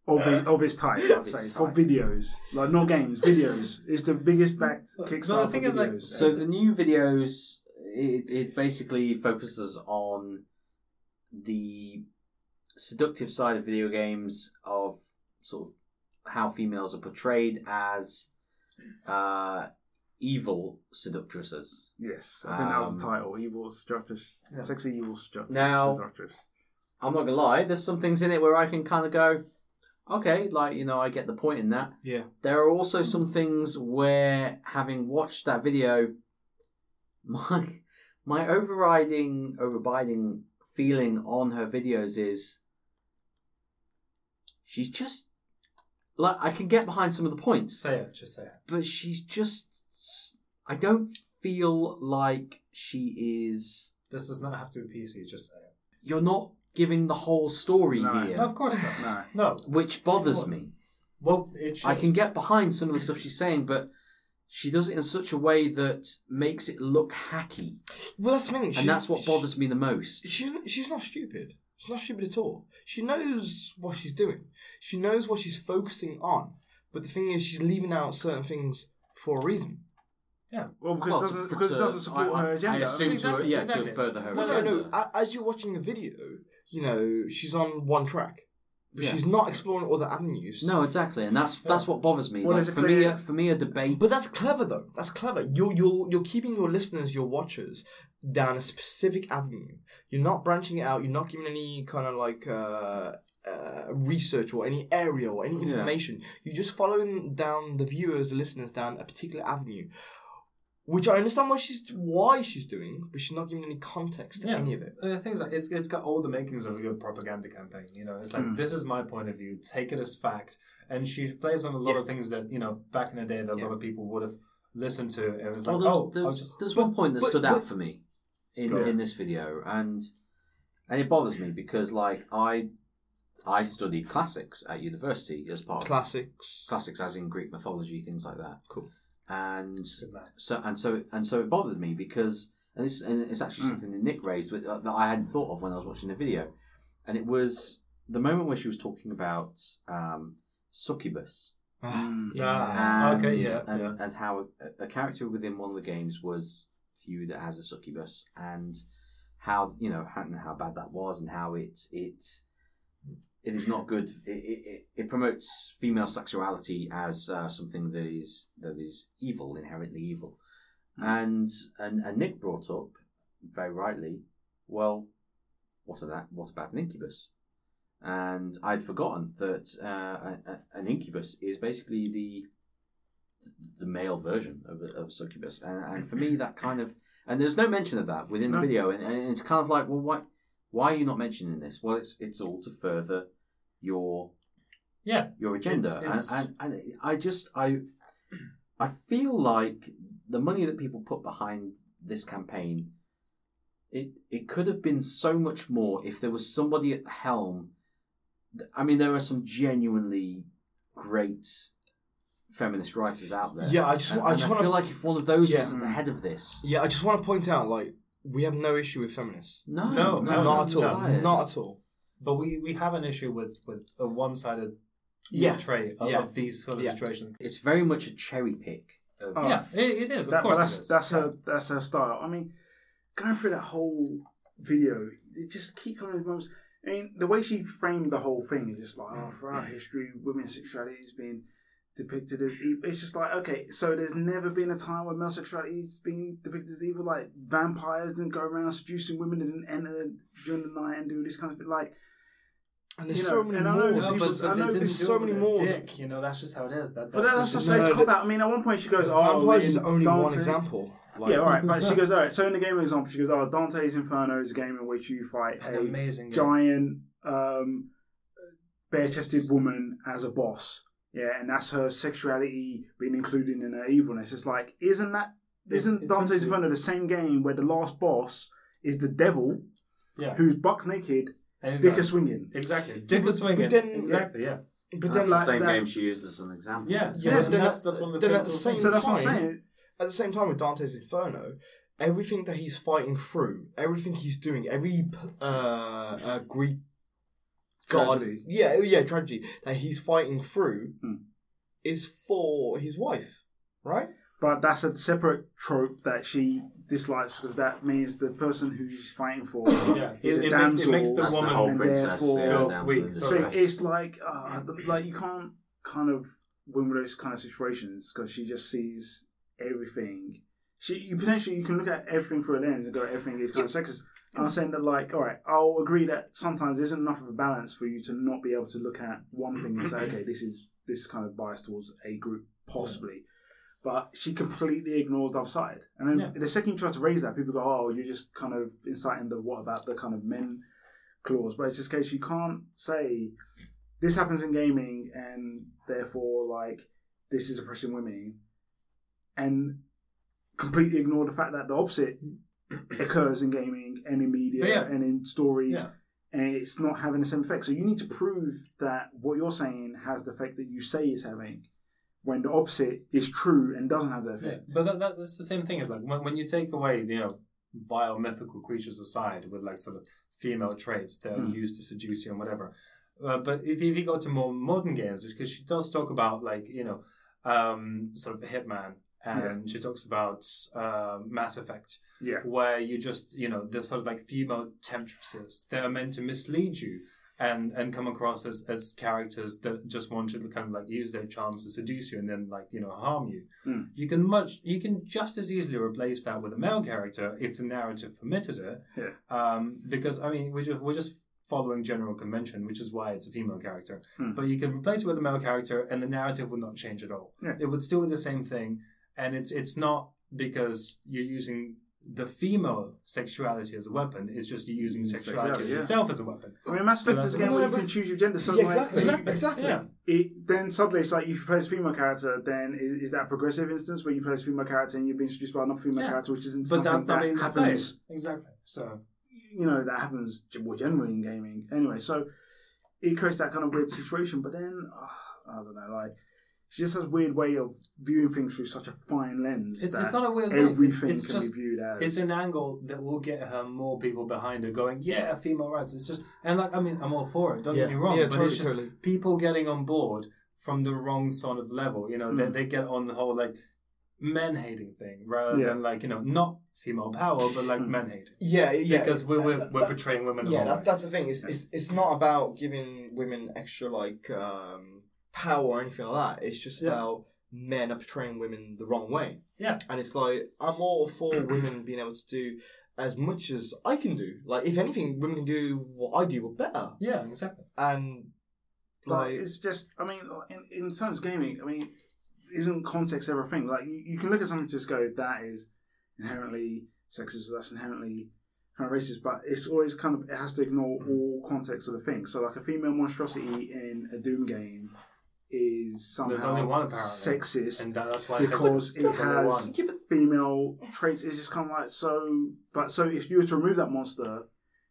Speaker 3: of, it, of its type, I'd
Speaker 1: Its
Speaker 3: say,
Speaker 1: type.
Speaker 3: for videos. Like, not games, videos. It's the biggest backed
Speaker 2: But the
Speaker 3: Kickstarter.
Speaker 2: thing
Speaker 3: videos.
Speaker 2: is, like,
Speaker 1: So the new videos, it, it basically focuses on the seductive side of video games of sort of how females are portrayed as uh, evil seductresses.
Speaker 3: Yes, I think that was the
Speaker 1: Um,
Speaker 3: title. Evil Seductress.
Speaker 2: Yeah.
Speaker 3: Sexy Evil Seductress.
Speaker 1: Now-
Speaker 3: seductress.
Speaker 1: I'm not gonna lie, there's some things in it where I can kind of go, okay, like you know, I get the point in that.
Speaker 4: Yeah.
Speaker 1: There are also some things where, having watched that video, my my overriding overriding feeling on her videos is she's just like I can get behind some of the points,
Speaker 2: Say it. Just say it.
Speaker 1: but she's just I don't feel like she is.
Speaker 2: This does not have to be PC. Just say it.
Speaker 1: You're not giving the whole story
Speaker 3: No.
Speaker 1: here,
Speaker 2: No, of course not.
Speaker 3: No.
Speaker 2: No.
Speaker 1: which bothers me.
Speaker 2: Well, it should.
Speaker 1: I can get behind some of the stuff she's saying, but she does it in such a way that makes it look hacky,
Speaker 4: Well, that's the thing.
Speaker 1: and that's what bothers me the
Speaker 4: She,
Speaker 1: most.
Speaker 4: she's- she's not stupid. She's not stupid at all. She knows what she's doing. She knows what she's focusing on. But the thing is, she's leaving out certain things for a reason.
Speaker 3: Well, because it doesn't, because it doesn't support her agenda.
Speaker 2: uh, assume to- Exactly, yeah, to exactly. further her
Speaker 4: Well, no, no. a- As you're watching the video, you know she's on one track, but she's not exploring other avenues.
Speaker 1: No, exactly, and that's that's what bothers me.
Speaker 3: Well,
Speaker 1: Like,
Speaker 3: there's a
Speaker 1: for me,
Speaker 3: clear-
Speaker 1: a- for me, a debate.
Speaker 4: But that's clever though. That's clever. You're you're you're keeping your listeners, your watchers, down a specific avenue. You're not branching it out. You're not giving any kind of like uh, uh, research or any area or any information. You're just following down the viewers, the listeners down a particular avenue. Which I understand why she's why she's doing, but she's not giving any context to
Speaker 2: Yeah.
Speaker 4: any of it.
Speaker 2: And the thing's like it's, it's got all the makings of a good propaganda campaign. You know, it's like
Speaker 4: Hmm.
Speaker 3: Mm.
Speaker 2: this is my point of view. Take it as fact. And she plays on a lot
Speaker 4: Yeah.
Speaker 2: of things that you know back in the day that a
Speaker 4: Yeah.
Speaker 2: lot of people would have listened to. And it's
Speaker 1: Well,
Speaker 2: like,
Speaker 1: there's,
Speaker 2: oh, I was
Speaker 1: there's,
Speaker 2: just
Speaker 1: there's
Speaker 4: But-
Speaker 1: one point that
Speaker 4: but-
Speaker 1: stood
Speaker 4: but-
Speaker 1: out for me in,
Speaker 2: Go on.
Speaker 1: in this video, and and it bothers me because like I I studied classics at university as part of
Speaker 4: Classics.
Speaker 1: classics, as in Greek mythology, things like that.
Speaker 4: Cool.
Speaker 1: And
Speaker 2: good man.
Speaker 1: so and so and so it bothered me because and this and it's actually
Speaker 3: Mm.
Speaker 1: something that Nick raised with, uh, that I hadn't thought of when I was watching the video, and it was the moment where she was talking about um, succubus
Speaker 4: Ah,
Speaker 2: Ah,
Speaker 1: and,
Speaker 2: okay, yeah,
Speaker 1: and,
Speaker 2: yeah.
Speaker 1: and how a, a character within one of the games was viewed as a succubus, and how you know how, and how bad that was, and how it it it is not good. It, it, it- it promotes female sexuality as uh, something that is that is evil, inherently evil,
Speaker 2: Hmm.
Speaker 1: and, and and Nick brought up very rightly. Well, what about what about an incubus? and I'd forgotten that uh, a- a- an incubus is basically the the male version of, a- of a succubus, and, and for me that kind of and there's no mention of that within
Speaker 3: No.
Speaker 1: the video, and, and it's kind of like, well, why why are you not mentioning this? Well, it's it's all to further your
Speaker 2: yeah.
Speaker 1: your agenda,
Speaker 2: It's- it's-
Speaker 1: And, and and I just I I feel like the money that people put behind this campaign. It, it could have been so much more if there was somebody at the helm I mean, there are some genuinely great feminist writers out there.
Speaker 4: Yeah, I just-
Speaker 1: and,
Speaker 4: I
Speaker 1: and
Speaker 4: just
Speaker 1: I
Speaker 4: wanna-
Speaker 1: feel like if one of those
Speaker 4: Yeah.
Speaker 1: was at the head of this,
Speaker 4: yeah, I just want to point out, like, we have no issue with feminists.
Speaker 1: no,
Speaker 2: No,
Speaker 1: no,
Speaker 2: no,
Speaker 4: not at
Speaker 2: no.
Speaker 4: all. Not at all.
Speaker 2: But we, we have an issue with, with a one sided
Speaker 4: Yeah.
Speaker 2: portray of,
Speaker 4: Yeah.
Speaker 2: of these sort of
Speaker 4: Yeah.
Speaker 2: situations.
Speaker 1: It's very much a cherry pick. Of,
Speaker 3: Oh,
Speaker 2: yeah, it, it is. Of
Speaker 3: That-
Speaker 2: course, it
Speaker 3: that's
Speaker 2: is.
Speaker 3: that's her that's her style. I mean, going through that whole video, it just keep coming to moments. I mean, the way she framed the whole thing is just like, oh, throughout history, women's sexuality has been depicted as evil. It's just like, okay, so there's never been a time where male sexuality has been depicted as evil. Like vampires didn't go around seducing women and enter during the night and do this kind of thing. Like,
Speaker 4: And there's
Speaker 3: You
Speaker 4: so
Speaker 3: know,
Speaker 4: many
Speaker 3: and I
Speaker 4: more.
Speaker 3: know-
Speaker 2: No,
Speaker 4: people-
Speaker 2: but,
Speaker 3: people's-
Speaker 2: but
Speaker 3: I
Speaker 2: they
Speaker 3: know
Speaker 2: didn't
Speaker 4: there's
Speaker 2: do
Speaker 4: so
Speaker 2: it
Speaker 4: many
Speaker 2: with a
Speaker 4: more.
Speaker 2: Dick, you know, that's just how it is. That,
Speaker 3: but
Speaker 2: that's
Speaker 3: that's
Speaker 2: what
Speaker 3: just
Speaker 2: it
Speaker 4: no,
Speaker 3: they
Speaker 2: is.
Speaker 3: talk
Speaker 4: but-
Speaker 3: about. I mean, at one point she goes, oh,
Speaker 4: Vampires
Speaker 3: in
Speaker 4: is only one
Speaker 3: Dante-
Speaker 4: example. Like,
Speaker 3: yeah, all right. But she goes, all right. So in the game example, she goes, oh, Dante's Inferno is a game in which you fight
Speaker 2: An
Speaker 3: a
Speaker 2: amazing game.
Speaker 3: giant um, bare-chested woman as a boss. Yeah, and that's her sexuality being included in her evilness. It's like, isn't that
Speaker 2: It's-
Speaker 3: isn't
Speaker 2: it's meant
Speaker 3: Dante's
Speaker 2: to be.
Speaker 3: Inferno the same game where the last boss is the devil
Speaker 2: Yeah.
Speaker 3: who's buck naked,
Speaker 2: And he's
Speaker 3: dick
Speaker 2: like-
Speaker 3: a swinging?
Speaker 2: Exactly. Dick was swinging.
Speaker 4: but then-
Speaker 2: exactly, yeah.
Speaker 4: But
Speaker 1: that's
Speaker 4: then,
Speaker 1: the
Speaker 4: like,
Speaker 3: like
Speaker 1: same
Speaker 3: that-
Speaker 1: game she used as an example.
Speaker 2: Yeah.
Speaker 4: Yeah,
Speaker 2: but
Speaker 4: then
Speaker 2: then
Speaker 4: at-
Speaker 2: that's, that's one of the
Speaker 4: then at
Speaker 2: pivotal
Speaker 4: the same
Speaker 2: things.
Speaker 3: So that's what I'm
Speaker 4: time-
Speaker 3: saying.
Speaker 4: at the same time with Dante's Inferno, everything that he's fighting through, everything he's doing, every uh, uh, Greek god,
Speaker 3: Tragedy.
Speaker 4: yeah, oh, yeah, tragedy that he's fighting through
Speaker 3: Hmm.
Speaker 4: is for his wife, right?
Speaker 3: But that's a separate trope that she dislikes because that means the person who she's fighting for
Speaker 2: Yeah.
Speaker 3: is
Speaker 2: It- it
Speaker 3: a
Speaker 2: makes- it
Speaker 3: damsel.
Speaker 2: makes the
Speaker 1: That's the
Speaker 2: woman
Speaker 1: whole
Speaker 3: and
Speaker 1: princess
Speaker 3: therefore-
Speaker 1: yeah,
Speaker 2: Well,
Speaker 1: damsel
Speaker 2: wait,
Speaker 1: in
Speaker 2: sorry.
Speaker 1: distress.
Speaker 3: So it's like, uh, the- like you can't kind of win with those kind of situations because she just sees everything. She, you potentially you can look at everything through a lens and go, everything is kind of sexist. And I'm saying that, like, all right, I'll agree that sometimes there isn't enough of a balance for you to not be able to look at one thing and say, okay, this is this is kind of biased towards a group, possibly. But she completely ignores the other side. And then
Speaker 2: Yeah.
Speaker 3: the second you try to raise that, people go, oh, you're just kind of inciting the what about the kind of men clause. But it's just case you can't say this happens in gaming and therefore like this is oppressing women and completely ignore the fact that the opposite occurs in gaming and in media
Speaker 2: But yeah.
Speaker 3: and in stories
Speaker 2: Yeah.
Speaker 3: and it's not having the same effect so you need to prove that what you're saying has the effect that you say it's having when the opposite is true and doesn't have the
Speaker 2: Yeah,
Speaker 3: effect
Speaker 2: but that, that, that's the same thing as like when, when you take away you know vile mythical creatures aside with like sort of female traits that are
Speaker 3: Mm.
Speaker 2: used to seduce you and whatever. Uh, but if, if you go to more modern games, because she does talk about like you know um, sort of Hitman and she talks about uh, Mass Effect,
Speaker 3: Yeah.
Speaker 2: where you just you know the sort of like female temptresses that are meant to mislead you. And, and come across as, as characters that just want to kind of like use their charms to seduce you and then like you know harm you
Speaker 3: Hmm.
Speaker 2: you can much you can just as easily replace that with a male character if the narrative permitted it.
Speaker 3: Yeah.
Speaker 2: Um, because I mean we're just, we're just following general convention, which is why it's a female character.
Speaker 3: Hmm.
Speaker 2: But you can replace it with a male character and the narrative will not change at all.
Speaker 3: Yeah.
Speaker 2: It would still be the same thing and it's it's not because you're using the female sexuality as a weapon. It's just you're using sexuality
Speaker 8: Sexuality, yeah.
Speaker 2: itself as a weapon.
Speaker 3: I mean, Mass
Speaker 2: So
Speaker 3: Effect is
Speaker 2: that's-
Speaker 3: a game
Speaker 4: No,
Speaker 3: where
Speaker 4: no,
Speaker 3: you
Speaker 4: but-
Speaker 3: can choose your gender. So
Speaker 4: Yeah,
Speaker 3: like,
Speaker 4: exactly.
Speaker 2: Exactly.
Speaker 4: Exactly.
Speaker 2: Yeah.
Speaker 3: it, then suddenly it's like you play as a female character. Then is, is that a progressive instance where you play as a female character and you've been introduced by another female
Speaker 2: Yeah.
Speaker 3: character, which isn't
Speaker 2: But
Speaker 3: something
Speaker 2: that's not
Speaker 3: that
Speaker 2: being displayed.
Speaker 3: happens.
Speaker 2: Exactly. So
Speaker 3: You know that happens ge- more generally in gaming. Anyway, so it creates that kind of weird situation. But then ah, I don't know, like she just has a weird way of viewing things through such a fine lens.
Speaker 2: it's,
Speaker 3: that
Speaker 2: it's not a weird thing. It's,
Speaker 3: everything
Speaker 2: it's
Speaker 3: can
Speaker 2: just
Speaker 3: be viewed as.
Speaker 2: it's an angle that will get her more people behind her going, yeah, female rights. It's just and like I mean, I'm all for it. Don't get me wrong,
Speaker 4: Yeah,
Speaker 2: but
Speaker 4: totally,
Speaker 2: it's just
Speaker 4: totally.
Speaker 2: people getting on board from the wrong sort of level. You know, they,
Speaker 3: Mm.
Speaker 2: they get on the whole like men hating thing rather
Speaker 3: Yeah.
Speaker 2: than like you know not female power but like
Speaker 3: Mm.
Speaker 2: men hating
Speaker 4: Yeah, yeah.
Speaker 2: because we're
Speaker 4: Uh,
Speaker 2: we're,
Speaker 4: that-
Speaker 2: we're portraying women. the
Speaker 4: yeah,
Speaker 2: wrong
Speaker 4: that,
Speaker 2: way.
Speaker 4: that's the thing. It's, it's it's not about giving women extra like um, power or anything like that. It's just
Speaker 2: Yeah.
Speaker 4: about men are portraying women the wrong way.
Speaker 2: Yeah.
Speaker 4: and it's like I'm all for women being able to do as much as I can do. Like if anything, women can do what I do, but better.
Speaker 2: yeah, exactly.
Speaker 4: And
Speaker 3: Like,
Speaker 4: like,
Speaker 3: it's just, I mean, in, in terms of gaming, I mean, isn't context everything? Like, you, you can look at something and just go, that is inherently sexist, or that's inherently kind of racist, but it's always kind of, it has to ignore all context of the thing. So, like, a female monstrosity in a Doom game is somehow
Speaker 2: There's only one apparently,
Speaker 3: sexist
Speaker 2: and that, that's why it's
Speaker 3: because
Speaker 2: sexist.
Speaker 3: it
Speaker 2: There's only
Speaker 3: has
Speaker 2: one.
Speaker 4: yeah, but
Speaker 3: female traits is just kind of like so. But so if you were to remove that monster,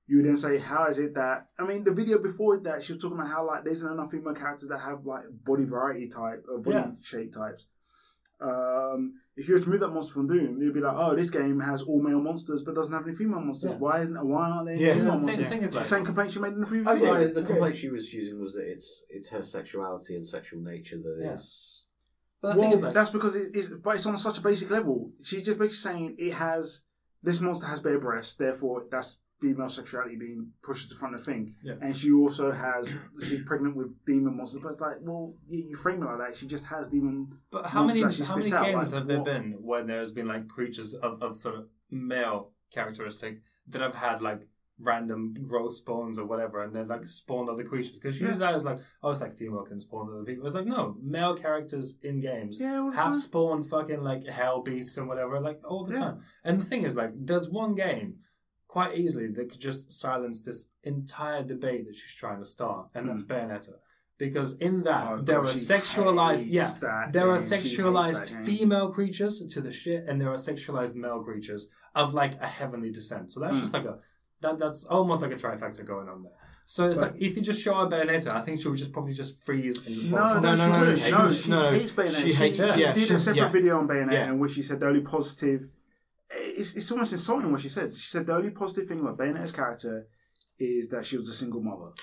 Speaker 3: you would then say, how is it that? I mean, the video before that, she was talking about how like there's not enough female characters that have like body variety type or body
Speaker 2: Yeah.
Speaker 3: shape types. Um, if you were to remove that monster from Doom, you'd be like, oh, this game has all male monsters but doesn't have any female monsters.
Speaker 2: Yeah.
Speaker 3: Why isn't? Why aren't there any
Speaker 4: Yeah.
Speaker 3: female
Speaker 2: the thing,
Speaker 3: monsters?
Speaker 2: the thing is
Speaker 3: The
Speaker 2: like
Speaker 3: same complaint you made in the previous.
Speaker 4: Okay.
Speaker 3: video.
Speaker 4: Yeah.
Speaker 1: No, the complaint she was using was that it's it's her sexuality and sexual nature that is.
Speaker 2: Yeah. But the
Speaker 3: well,
Speaker 2: thing is, like,
Speaker 3: that's because it, it's but it's on such a basic level. She's just basically saying it has this monster has bare breasts, therefore that's female sexuality being pushed to the front of the thing.
Speaker 2: Yeah.
Speaker 3: And she also has she's pregnant with demon monsters. But it's like, well, you, you frame it like that. She just has demon.
Speaker 2: but how
Speaker 3: monster
Speaker 2: many
Speaker 3: that she
Speaker 2: how many
Speaker 3: spits out,
Speaker 2: games
Speaker 3: like,
Speaker 2: have there
Speaker 3: what-
Speaker 2: been where there's been like creatures of, of sort of male characteristic that have had like random gross spawns or whatever, and they've like spawned other creatures because you use that as like oh it's like female can spawn other people. It's like no male characters in games
Speaker 3: Yeah, all the
Speaker 2: have
Speaker 3: time.
Speaker 2: spawned fucking like hell beasts and whatever like all the
Speaker 3: Yeah.
Speaker 2: time. And the thing is like there's one game quite easily that could just silence this entire debate that she's trying to start, and that's Bayonetta. Because in that
Speaker 3: Hmm. Oh,
Speaker 2: there
Speaker 3: God,
Speaker 2: are
Speaker 3: she
Speaker 2: sexualized
Speaker 3: hates
Speaker 2: yeah
Speaker 3: that
Speaker 2: there are
Speaker 3: game. She hates
Speaker 2: sexualized
Speaker 3: that game.
Speaker 2: female creatures to the shit and there are sexualized male creatures of like a heavenly descent. So that's
Speaker 3: Hmm.
Speaker 2: just like a that that's almost like a trifecta going on there. So it's like if you just show her Bayonetta, I think she would just probably just freeze and just fall
Speaker 3: No,
Speaker 2: apart.
Speaker 3: no,
Speaker 4: No,
Speaker 3: no,
Speaker 4: no,
Speaker 3: no,
Speaker 4: no,
Speaker 3: she,
Speaker 4: she-
Speaker 3: no, she
Speaker 4: no,
Speaker 3: hates Bayonetta.
Speaker 4: she hates-
Speaker 3: she
Speaker 4: yeah,
Speaker 3: did
Speaker 4: she-
Speaker 3: a separate
Speaker 4: yeah.
Speaker 3: video on Bayonetta
Speaker 4: Yeah.
Speaker 3: in which she said the only positive. It's, it's almost insulting what she said. She said the only positive thing about Bayonetta's character is that she was a single mother.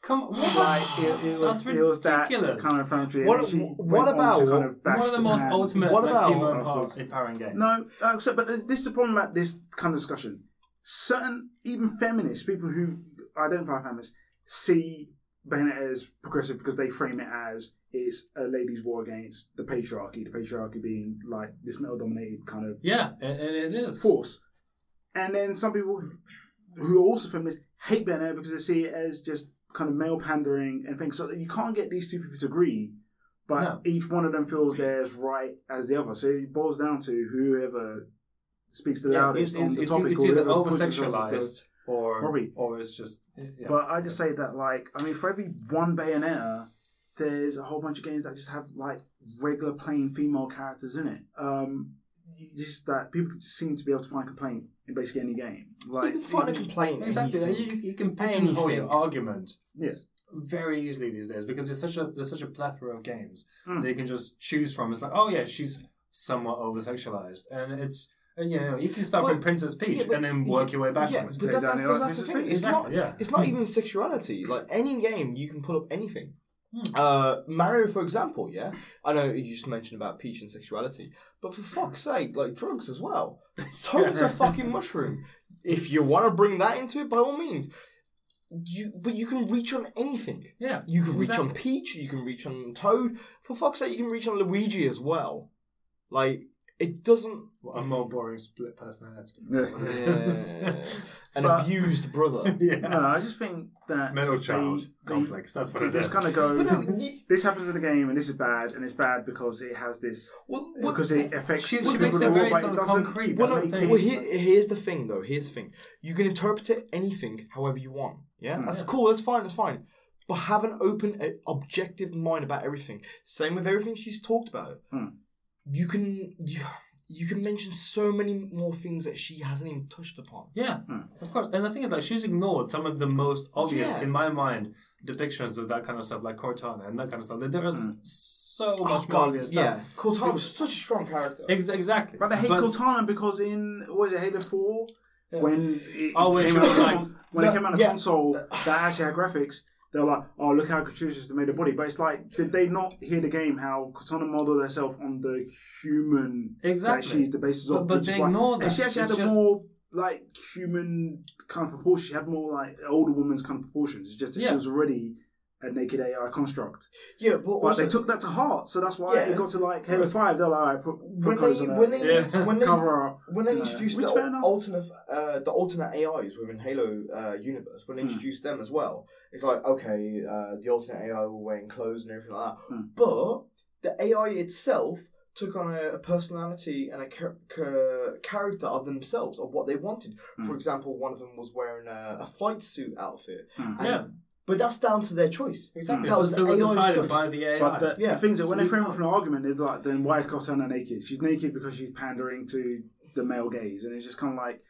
Speaker 2: Come on, what?
Speaker 3: Like it, it was,
Speaker 2: that's
Speaker 3: it was
Speaker 2: ridiculous.
Speaker 3: that kind of inflammatory.
Speaker 4: What-
Speaker 3: and she
Speaker 4: what
Speaker 3: went on
Speaker 4: about-
Speaker 3: to kind of bash
Speaker 2: one of the most
Speaker 3: Japan.
Speaker 2: ultimate
Speaker 4: What
Speaker 2: like,
Speaker 4: about-
Speaker 2: female
Speaker 3: Of course.
Speaker 2: empower- empowering games.
Speaker 3: No, uh, so, but this is the problem about this kind of discussion. Certain, even feminists, people who identify as feminists, see Bayonetta as progressive because they frame it as it's a ladies' war against the patriarchy. The patriarchy being like this male-dominated kind of
Speaker 2: Yeah, and it is.
Speaker 3: force. And then some people who are also feminists hate Benno because they see it as just kind of male pandering and things. So you can't get these two people to agree, but
Speaker 2: No.
Speaker 3: each one of them feels they're as right as the other. So it boils down to whoever speaks the
Speaker 2: Yeah, it's, it's,
Speaker 3: loudest on the
Speaker 2: it's,
Speaker 3: topic.
Speaker 2: it's
Speaker 3: or
Speaker 2: either
Speaker 3: whoever
Speaker 2: over
Speaker 3: pushes themselves
Speaker 2: sexualized or
Speaker 3: Probably.
Speaker 2: or it's just yeah.
Speaker 3: to- But I just say that, like, I mean, for every one Bayonetta, there's a whole bunch of games that just have like regular plain female characters in it. Um, you- just that people seem to be able to find complaint in basically any game. Like,
Speaker 4: you can find a
Speaker 3: even-
Speaker 4: complaint.
Speaker 2: Exactly. like,
Speaker 4: anything.
Speaker 2: You, you can pigeonhole your
Speaker 4: Anything.
Speaker 2: argument
Speaker 3: Yeah.
Speaker 2: very easily these days because there's such a there's such a plethora of games
Speaker 4: Hmm.
Speaker 3: Mm.
Speaker 2: that you can just choose from. It's like, oh yeah, she's somewhat over sexualized, and it's and you know you can start from
Speaker 4: But-
Speaker 2: Princess Peach
Speaker 4: yeah, but-
Speaker 2: and then
Speaker 4: yeah,
Speaker 2: work your way
Speaker 4: Yeah,
Speaker 2: backwards.
Speaker 4: but
Speaker 3: Take
Speaker 4: that, that's,
Speaker 3: down
Speaker 4: that's,
Speaker 3: the
Speaker 4: that's the
Speaker 3: Olympics
Speaker 4: thing. It's
Speaker 2: Exactly,
Speaker 4: not.
Speaker 2: yeah.
Speaker 4: It's not even sexuality. Like any game, you can pull up anything.
Speaker 2: Hmm.
Speaker 4: Uh, Mario, for example, yeah. I know you just mentioned about peach and sexuality, but for fuck's sake, like drugs as well. Toad's a fucking mushroom. If you want to bring that into it, by all means. You, but you can reach on anything.
Speaker 2: Yeah,
Speaker 4: You can reach
Speaker 2: exactly.
Speaker 4: on Peach. You can reach on Toad. For fuck's sake, you can reach on Luigi as well. Like It doesn't.
Speaker 2: Well, a more boring split personality.
Speaker 4: Yeah. An
Speaker 3: But-
Speaker 4: abused brother.
Speaker 3: No, I just think that
Speaker 2: Mental
Speaker 3: Uh, they-
Speaker 2: child
Speaker 3: they-
Speaker 2: complex. That's what
Speaker 3: They
Speaker 2: it is.
Speaker 3: just kind of go.
Speaker 4: But no, you-
Speaker 3: This happens in the game, and this is bad, and it's bad because it has this
Speaker 4: well, what-
Speaker 3: because it affects.
Speaker 2: She- she
Speaker 3: people,
Speaker 2: makes it very
Speaker 3: but
Speaker 2: sort of
Speaker 3: doesn't
Speaker 2: concrete,
Speaker 3: make
Speaker 2: that's the
Speaker 3: it-
Speaker 2: thing.
Speaker 4: Well, here, here's the thing, though. Here's the thing. You can interpret it anything however you want. Yeah, that's cool. That's fine. That's fine. But have an open, uh, objective mind about everything. Same with everything she's talked about.
Speaker 3: Hmm.
Speaker 4: You can you, you can mention so many more things that she hasn't even touched upon.
Speaker 2: Yeah,
Speaker 3: Hmm.
Speaker 2: of course. And the thing is, like, she's ignored some of the most obvious,
Speaker 4: Yeah.
Speaker 2: in my mind, depictions of that kind of stuff, like Cortana and that kind of stuff. Like, there is
Speaker 3: Hmm.
Speaker 2: so much
Speaker 4: oh
Speaker 2: more
Speaker 4: God,
Speaker 2: obvious
Speaker 4: yeah.
Speaker 2: stuff.
Speaker 4: Cortana was such a strong character.
Speaker 2: Ex- exactly.
Speaker 3: But they hate Cortana because in what is it Halo Four when it
Speaker 2: Oh, when
Speaker 3: came
Speaker 2: she
Speaker 3: out
Speaker 2: was
Speaker 3: on-
Speaker 2: like-
Speaker 3: when
Speaker 4: No,
Speaker 3: it came out on
Speaker 4: yeah.
Speaker 3: console that actually had graphics. They were like, oh, look how gratuitous they made the body. But it's like, did they not hear the game how Cortana modeled herself on the human
Speaker 2: Exactly.
Speaker 3: that she's the basis
Speaker 2: But-
Speaker 3: of?
Speaker 2: but
Speaker 3: which
Speaker 2: they
Speaker 3: is why-
Speaker 2: ignore that.
Speaker 3: And she actually
Speaker 2: It's
Speaker 3: had a
Speaker 2: just-
Speaker 3: more like human kind of proportion. She had more like older woman's kind of proportions. It's just that
Speaker 2: Yeah.
Speaker 3: she was already a naked AI construct.
Speaker 4: Yeah, but
Speaker 3: But
Speaker 4: also
Speaker 3: they took that to heart, so that's why
Speaker 4: Yeah.
Speaker 3: it got to like Halo Five. They're like, all right, put, put
Speaker 4: when they
Speaker 3: clothes on her,
Speaker 4: when they
Speaker 2: Yeah.
Speaker 4: when they
Speaker 3: cover her up.
Speaker 4: when they
Speaker 3: Yeah.
Speaker 4: introduced
Speaker 3: Which
Speaker 4: the
Speaker 3: fair
Speaker 4: al-
Speaker 3: enough.
Speaker 4: alternate uh, the alternate AIs within Halo uh, universe, when they
Speaker 3: Hmm.
Speaker 4: introduced them as well, it's like okay, uh, the alternate AI were wearing clothes and everything like that,
Speaker 3: Hmm.
Speaker 4: but the AI itself took on a, a personality and a char- char- character of themselves of what they wanted. For
Speaker 3: Hmm.
Speaker 4: example, one of them was wearing a, a flight suit outfit,
Speaker 3: Hmm.
Speaker 4: and-
Speaker 2: Yeah,
Speaker 4: but that's down to their choice.
Speaker 2: exactly.
Speaker 4: That
Speaker 2: So-
Speaker 4: was
Speaker 2: so it was
Speaker 4: AI's
Speaker 2: decided
Speaker 4: choice.
Speaker 2: by the AI.
Speaker 3: But the,
Speaker 4: Yeah.
Speaker 3: the thing is that when
Speaker 2: So
Speaker 3: they
Speaker 2: you
Speaker 3: frame up
Speaker 2: can't-
Speaker 3: an argument, is like, then why is Cortana naked? She's naked because she's pandering to the male gaze, and it's just kind of like,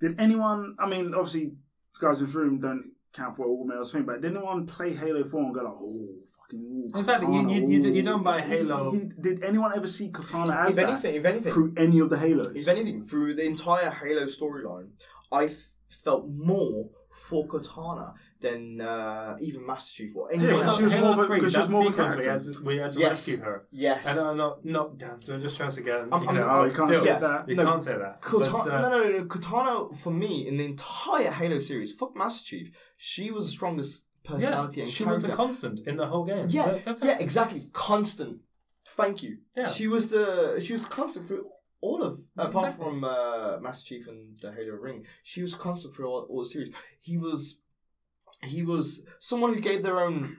Speaker 3: did anyone? I mean, obviously, guys in this room don't count for all males thing, but did anyone play Halo Four and go like, oh, fucking ooh,
Speaker 2: Exactly, you-
Speaker 3: Cortana,
Speaker 2: you- you d- you
Speaker 3: ooh."
Speaker 2: don't buy Halo-
Speaker 3: Did anyone ever see Cortana as
Speaker 4: If
Speaker 3: that
Speaker 4: anything, if anything,
Speaker 3: through any of the Halos?
Speaker 4: If anything, through the entire Halo storyline, I f- felt more for Cortana than uh, even Master Chief or anyone
Speaker 3: Yeah,
Speaker 2: Halo,
Speaker 4: else.
Speaker 3: she was
Speaker 2: Halo
Speaker 3: more of a-
Speaker 2: 3,
Speaker 3: because she
Speaker 2: that
Speaker 3: was more of a
Speaker 2: sequence we
Speaker 3: character.
Speaker 2: had to, we had to
Speaker 4: Yes.
Speaker 2: rescue her.
Speaker 4: Yes.
Speaker 2: And uh, I'm not, not down, so just trying to get, you
Speaker 4: I'm- I'm-
Speaker 2: know,
Speaker 4: I
Speaker 2: out
Speaker 3: can't
Speaker 2: still.
Speaker 3: say Yeah. that.
Speaker 2: You
Speaker 4: No,
Speaker 2: can't say that.
Speaker 4: Cortana,
Speaker 2: But, uh,
Speaker 4: no, no, no, no. Cortana, for me, in the entire Halo series, fuck Master Chief, she was the strongest
Speaker 2: yeah,
Speaker 4: personality and
Speaker 2: she was
Speaker 4: character.
Speaker 2: the constant in the whole game.
Speaker 4: yeah,
Speaker 2: That- that's it.
Speaker 4: yeah, exactly. Constant. Thank you.
Speaker 2: Yeah.
Speaker 4: She was the she was constant through all of apart
Speaker 2: Exactly.
Speaker 4: from uh, Master Chief and the Halo Ring. She was constant through all, all the series. He was he was someone who gave their own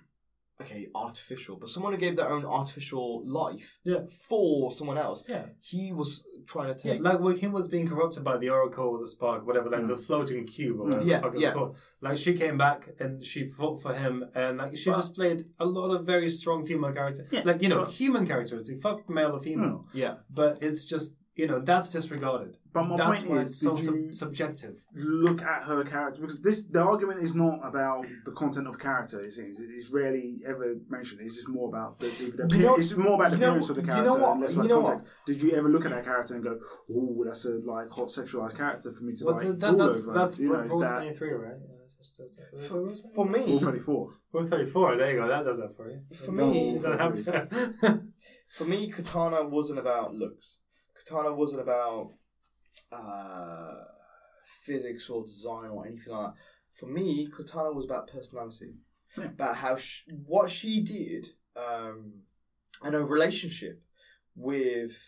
Speaker 4: okay artificial, but someone who gave their own artificial life
Speaker 2: Yeah.
Speaker 4: for someone else.
Speaker 2: Yeah.
Speaker 4: He was trying to
Speaker 2: Yeah,
Speaker 4: take.
Speaker 2: like when him was being corrupted by the Oracle, the Spark, whatever, like the
Speaker 3: Mm.
Speaker 2: floating cube or whatever
Speaker 4: Yeah,
Speaker 2: the fuck it was
Speaker 4: yeah.
Speaker 2: called. Like she came back and she fought for him, and like she displayed a lot of very strong female characters, like you know, human characteristics, fuck male or
Speaker 3: Mm.
Speaker 2: female.
Speaker 4: yeah.
Speaker 2: But it's just you know that's disregarded.
Speaker 3: But my
Speaker 2: that's
Speaker 3: point
Speaker 2: why
Speaker 3: is,
Speaker 2: it's so
Speaker 3: did
Speaker 2: sub-
Speaker 3: you-
Speaker 2: subjective.
Speaker 3: look at her character because this the argument is not about the content of character. It seems it's rarely ever mentioned. It's just more about the, the, the
Speaker 4: You know-
Speaker 3: it's more about the
Speaker 4: you know-
Speaker 3: appearance of the
Speaker 4: you
Speaker 3: character.
Speaker 4: know what-
Speaker 3: and less about
Speaker 4: you know
Speaker 3: context. Did you ever look at that character and go, "Oh, that's a like hot sexualized character for me to
Speaker 2: Well,
Speaker 3: like"?
Speaker 2: that,
Speaker 3: drool
Speaker 2: that's
Speaker 3: over.
Speaker 2: that's
Speaker 3: you know, is
Speaker 2: rule
Speaker 3: that-
Speaker 2: twenty three, right? Yeah, it's just- it's- it's-
Speaker 4: For, for me,
Speaker 3: Rule thirty four.
Speaker 2: Rule thirty four. There you go. That does that for you.
Speaker 4: for me,
Speaker 2: You don't have to.
Speaker 4: for me, Katana wasn't about looks. Katana wasn't about uh, physics or design or anything like that. For me, Katana was about personality,
Speaker 3: Yeah.
Speaker 4: about how sh what she did um, and her relationship with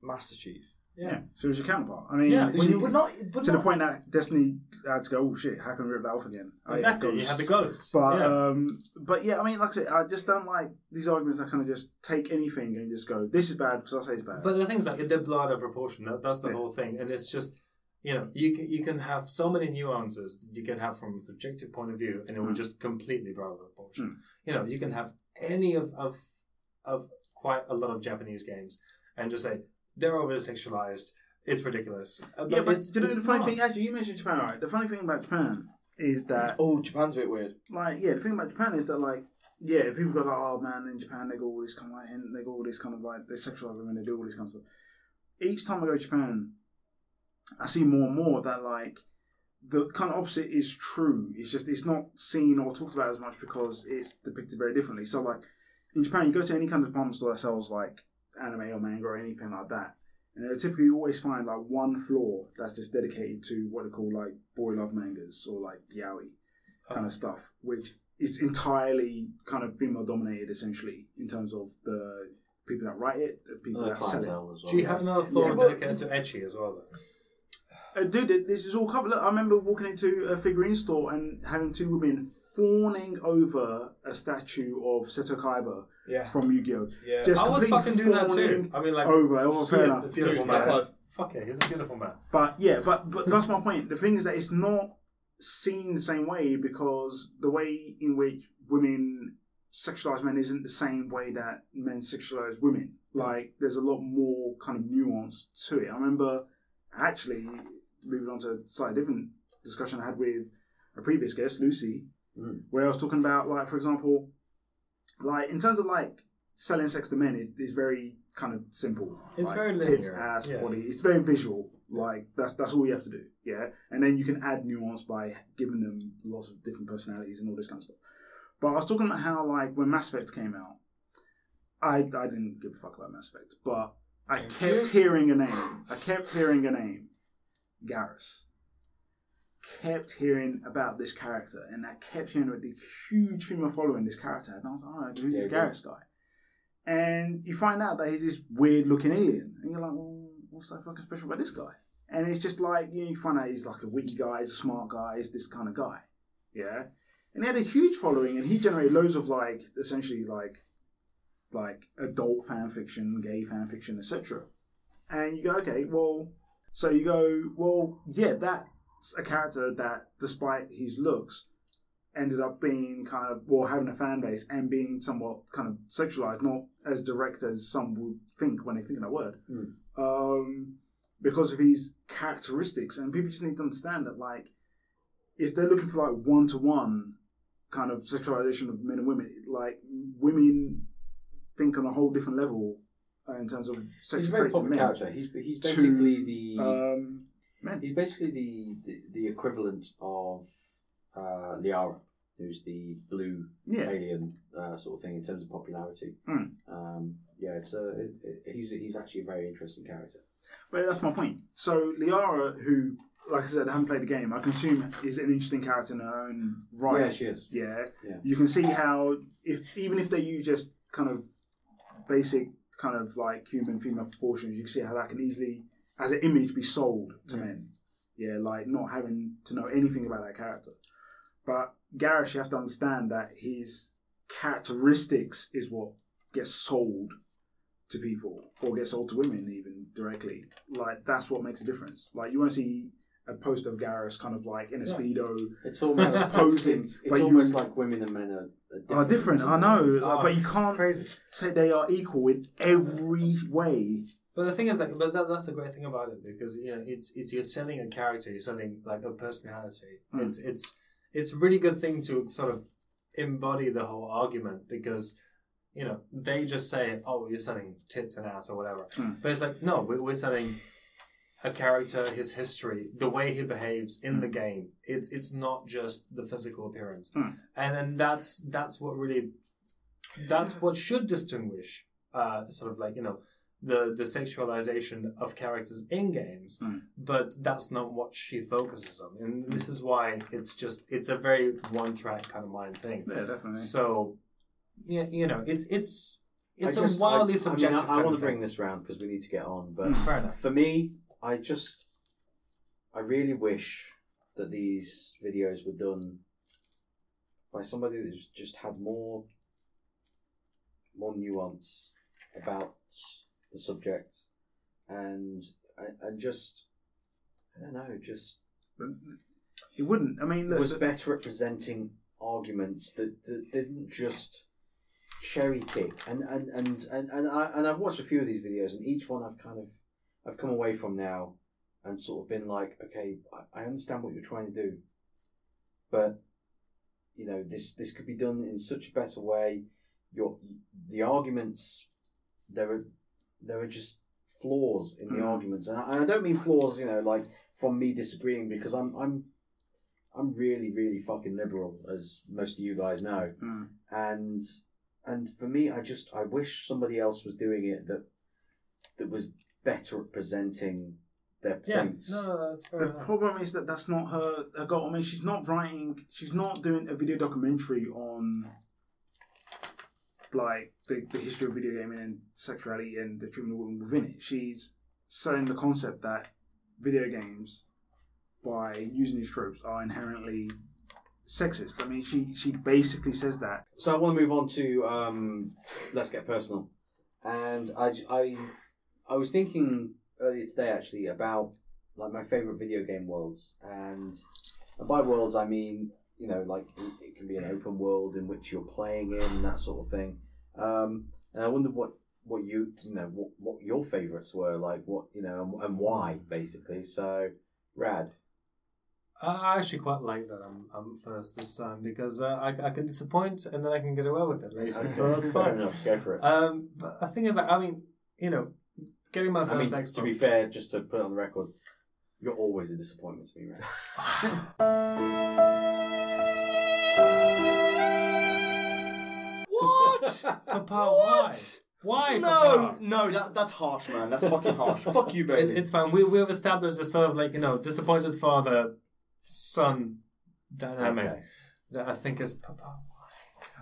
Speaker 4: Master Chief. Oh,
Speaker 3: Yeah, she was your counterpart. I mean,
Speaker 2: Yeah,
Speaker 3: she-
Speaker 4: But but not, but
Speaker 3: to the
Speaker 4: not
Speaker 3: point that Destiny had to go, "Oh shit, how can we rip that off again?" I
Speaker 2: exactly.
Speaker 3: goes-
Speaker 2: You had the ghost.
Speaker 3: But
Speaker 2: yeah.
Speaker 3: um, but yeah, I mean, like I said, I just don't like these arguments. I kind of just take anything and just go, "This is bad because I say it's bad."
Speaker 2: But the thing's like they're blown out of proportion. That, that's the
Speaker 3: Yeah.
Speaker 2: whole thing, and it's just you know you can, you can have so many nuances that you can have from a subjective point of view, and it will
Speaker 3: Hmm.
Speaker 2: just completely blow out of proportion. You know, you can have any of of of quite a lot of Japanese games, and just say they're over sexualized. It's ridiculous. Uh,
Speaker 3: yeah, but
Speaker 2: it's,
Speaker 3: do you know
Speaker 2: it's
Speaker 3: the funny
Speaker 2: not.
Speaker 3: thing? Actually, you mentioned Japan, right? The funny thing about Japan is that,
Speaker 4: oh, Japan's a bit weird.
Speaker 3: like, yeah, the thing about Japan is that, like, yeah, people go like, oh man, in Japan they go all this kind of like, and they go all this kind of like, they sexualize women, they do all this kind of stuff. Each time I go to Japan, I see more and more that like the kind of opposite is true. It's just it's not seen or talked about as much because it's depicted very differently. So like in Japan, you go to any kind of department store that sells like anime or manga or anything like that, and they typically always find like one floor that's just dedicated to what they call like boy love mangas or like yaoi kind of stuff, which is entirely kind of female dominated essentially in terms of the people that write it, the people
Speaker 1: Uh,
Speaker 3: that sell it.
Speaker 1: clientele as well.
Speaker 2: Do you have another thought
Speaker 3: Yeah,
Speaker 2: of
Speaker 3: well-
Speaker 2: dedicated to etchy as well, though?
Speaker 3: Uh, dude, th- this is all covered. Look, I remember walking into a figurine store and having two women fawning over a statue of Seto Kaiba
Speaker 4: Yeah.
Speaker 3: from Yu-Gi-Oh.
Speaker 4: Yeah.
Speaker 3: Just
Speaker 2: I would
Speaker 3: completely
Speaker 2: fucking do that too.
Speaker 3: fawning
Speaker 2: I mean, like,
Speaker 3: Over, over,
Speaker 2: he
Speaker 3: fair
Speaker 2: is a
Speaker 3: enough.
Speaker 2: beautiful
Speaker 9: Dude, high
Speaker 2: man.
Speaker 9: five.
Speaker 2: Fuck it, he's a beautiful man.
Speaker 3: But yeah, but but that's my point. The thing is that it's not seen the same way because the way in which women sexualize men isn't the same way that men sexualize women. Like there's a lot more kind of nuance to it. I remember actually moving on to a slightly different discussion I had with a previous guest, Lucy,
Speaker 1: Mm.
Speaker 3: where I was talking about like, for example, like in terms of like selling sex to men is, is very kind of simple.
Speaker 2: It's
Speaker 3: Like,
Speaker 2: very
Speaker 3: Tits,
Speaker 2: linear.
Speaker 3: ass,
Speaker 2: Yeah.
Speaker 3: body. It's very visual. Like that's that's all you have to do. Yeah, and then you can add nuance by giving them lots of different personalities and all this kind of stuff. But I was talking about how like when Mass Effect came out, I I didn't give a fuck about Mass Effect, but I kept hearing a name. I kept hearing a name, Garrus. Kept hearing about this character, and I kept hearing about the huge female following this character, had, and I was like, "All right, who's this
Speaker 1: Yeah, yeah.
Speaker 3: Garrus guy?" And you find out that he's this weird-looking alien, and you're like, "Well, what's so fucking special about this guy?" And it's just like you, know, you find out he's like a witty guy, he's a smart guy, he's this kind of guy, yeah. And he had a huge following, and he generated loads of like essentially like like adult fan fiction, gay fan fiction, etc. And you go, okay, well, so you go, well, yeah, that's a character that, despite his looks, ended up being kind of well having a fan base and being somewhat kind of sexualized, not as direct as some would think when they think of that word,
Speaker 1: Mm.
Speaker 3: um, because of his characteristics. And people just need to understand that, like, if they're looking for like one to one kind of sexualization of men and women, like women think on a whole different level uh, in terms of
Speaker 1: He's a
Speaker 3: sexual
Speaker 1: very
Speaker 3: traits
Speaker 1: popular
Speaker 3: than men.
Speaker 1: character. He's he's
Speaker 3: to,
Speaker 1: basically the
Speaker 3: Um, men.
Speaker 1: he's basically the, the the equivalent of uh, Liara, who's the blue
Speaker 3: Yeah.
Speaker 1: alien uh, sort of thing in terms of popularity.
Speaker 3: Mm.
Speaker 1: Um, yeah, it's a it, it, he's he's actually a very interesting character.
Speaker 3: But that's my point. So Liara, who, like I said, I haven't played the game, I can assume is an interesting character in her own right.
Speaker 1: Yeah, she is.
Speaker 3: Yeah.
Speaker 1: Yeah.
Speaker 3: You can see how if even if they use just kind of basic kind of like human female proportions, you can see how that can easily as an image be sold to men. Yeah, like not having to know anything about that character. But Garrish has to understand that his characteristics is what gets sold to people or gets sold to women even directly. Like that's what makes a difference. Like you won't see a poster of Garrus kind of like in a
Speaker 1: Yeah.
Speaker 3: speedo
Speaker 1: It's almost it's,
Speaker 3: Posing,
Speaker 1: it's,
Speaker 3: but you-
Speaker 1: almost like women and men are,
Speaker 3: are different. I know,
Speaker 2: Oh,
Speaker 3: like, but you
Speaker 2: it's
Speaker 3: can't
Speaker 2: Crazy.
Speaker 3: say they are equal in every way.
Speaker 2: But the thing is that, but that, that's the great thing about it because you know it's it's you're selling a character, you're selling like a personality.
Speaker 3: Mm.
Speaker 2: It's it's it's a really good thing to sort of embody the whole argument because you know they just say, oh, you're selling tits and ass or whatever,
Speaker 3: Mm.
Speaker 2: but it's like no, we- we're selling a character, his history, the way he behaves in the game. It's it's not just the physical appearance,
Speaker 3: Mm.
Speaker 2: and then that's that's what really that's what should distinguish uh, sort of like you know the the sexualization of characters in games
Speaker 3: Mm.
Speaker 2: but that's not what she focuses on and this is why it's just it's a very one track kind of mind thing
Speaker 3: Yeah, definitely.
Speaker 2: so yeah you know it's it's it's
Speaker 1: a
Speaker 2: a wildly
Speaker 1: I,
Speaker 2: subjective
Speaker 1: mean, I, I
Speaker 2: kind
Speaker 1: want
Speaker 2: of
Speaker 1: to bring
Speaker 2: thing. Hmm.
Speaker 1: this round because we need to get on, but
Speaker 2: fair enough
Speaker 1: for me, I just, I really wish that these videos were done by somebody that's just had more, more nuance about the subject, and and- and just, I don't know, just
Speaker 3: It wouldn't. I mean, look,
Speaker 1: was
Speaker 3: the-
Speaker 1: better at presenting arguments that, that didn't just cherry pick and and and and, and, I, and I've watched a few of these videos and each one I've kind of I've come away from now and sort of been like okay I, I understand what you're trying to do but you know this this could be done in such a better way your the arguments there are there are just flaws in the
Speaker 2: Hmm.
Speaker 3: Mm.
Speaker 1: arguments and I, and I don't mean flaws you know like from me disagreeing because I'm I'm I'm really, really fucking liberal, as most of you guys know.
Speaker 5: Hmm.
Speaker 3: Mm.
Speaker 1: And and for me, I just I wish somebody else was doing it that that was better at presenting their
Speaker 2: yeah
Speaker 1: points.
Speaker 2: no, no that's fair
Speaker 3: the
Speaker 2: enough
Speaker 3: problem is that that's not her, her goal. I mean, she's not writing. She's not doing a video documentary on
Speaker 5: like the, the history of video gaming and sexuality and the treatment of women within it. She's selling the concept that video games, by using these tropes, are inherently sexist. I mean, she she basically says that.
Speaker 1: So I want to move on to um, let's get personal, and I, j- I I was thinking earlier today actually about like my favorite video game worlds, and, and by worlds I mean you know like it, it can be an open world in which you're playing in that sort of thing, um, and I wondered what what you you know what, what your favorites were like what you know and, and why basically so rad
Speaker 2: I actually quite like that I'm, I'm first this time because uh, I, I can disappoint and then I can get away with it later, so that's
Speaker 1: Fair
Speaker 2: fine.
Speaker 1: enough go for it
Speaker 2: Um, but the thing is, like, I mean, you know, getting my
Speaker 1: I mean,
Speaker 2: first Xbox.
Speaker 1: to be fair, just to put it on the record, you're always a disappointment to me, right?
Speaker 4: What?
Speaker 2: Papa,
Speaker 4: what?
Speaker 2: why? Why?
Speaker 4: No,
Speaker 2: Papa?
Speaker 4: no, that, that's harsh, man. That's fucking harsh. Fuck you, baby.
Speaker 2: It's, it's fine. We we've established this sort of like you know disappointed father son dynamic.
Speaker 1: Okay.
Speaker 2: That I think is Papa.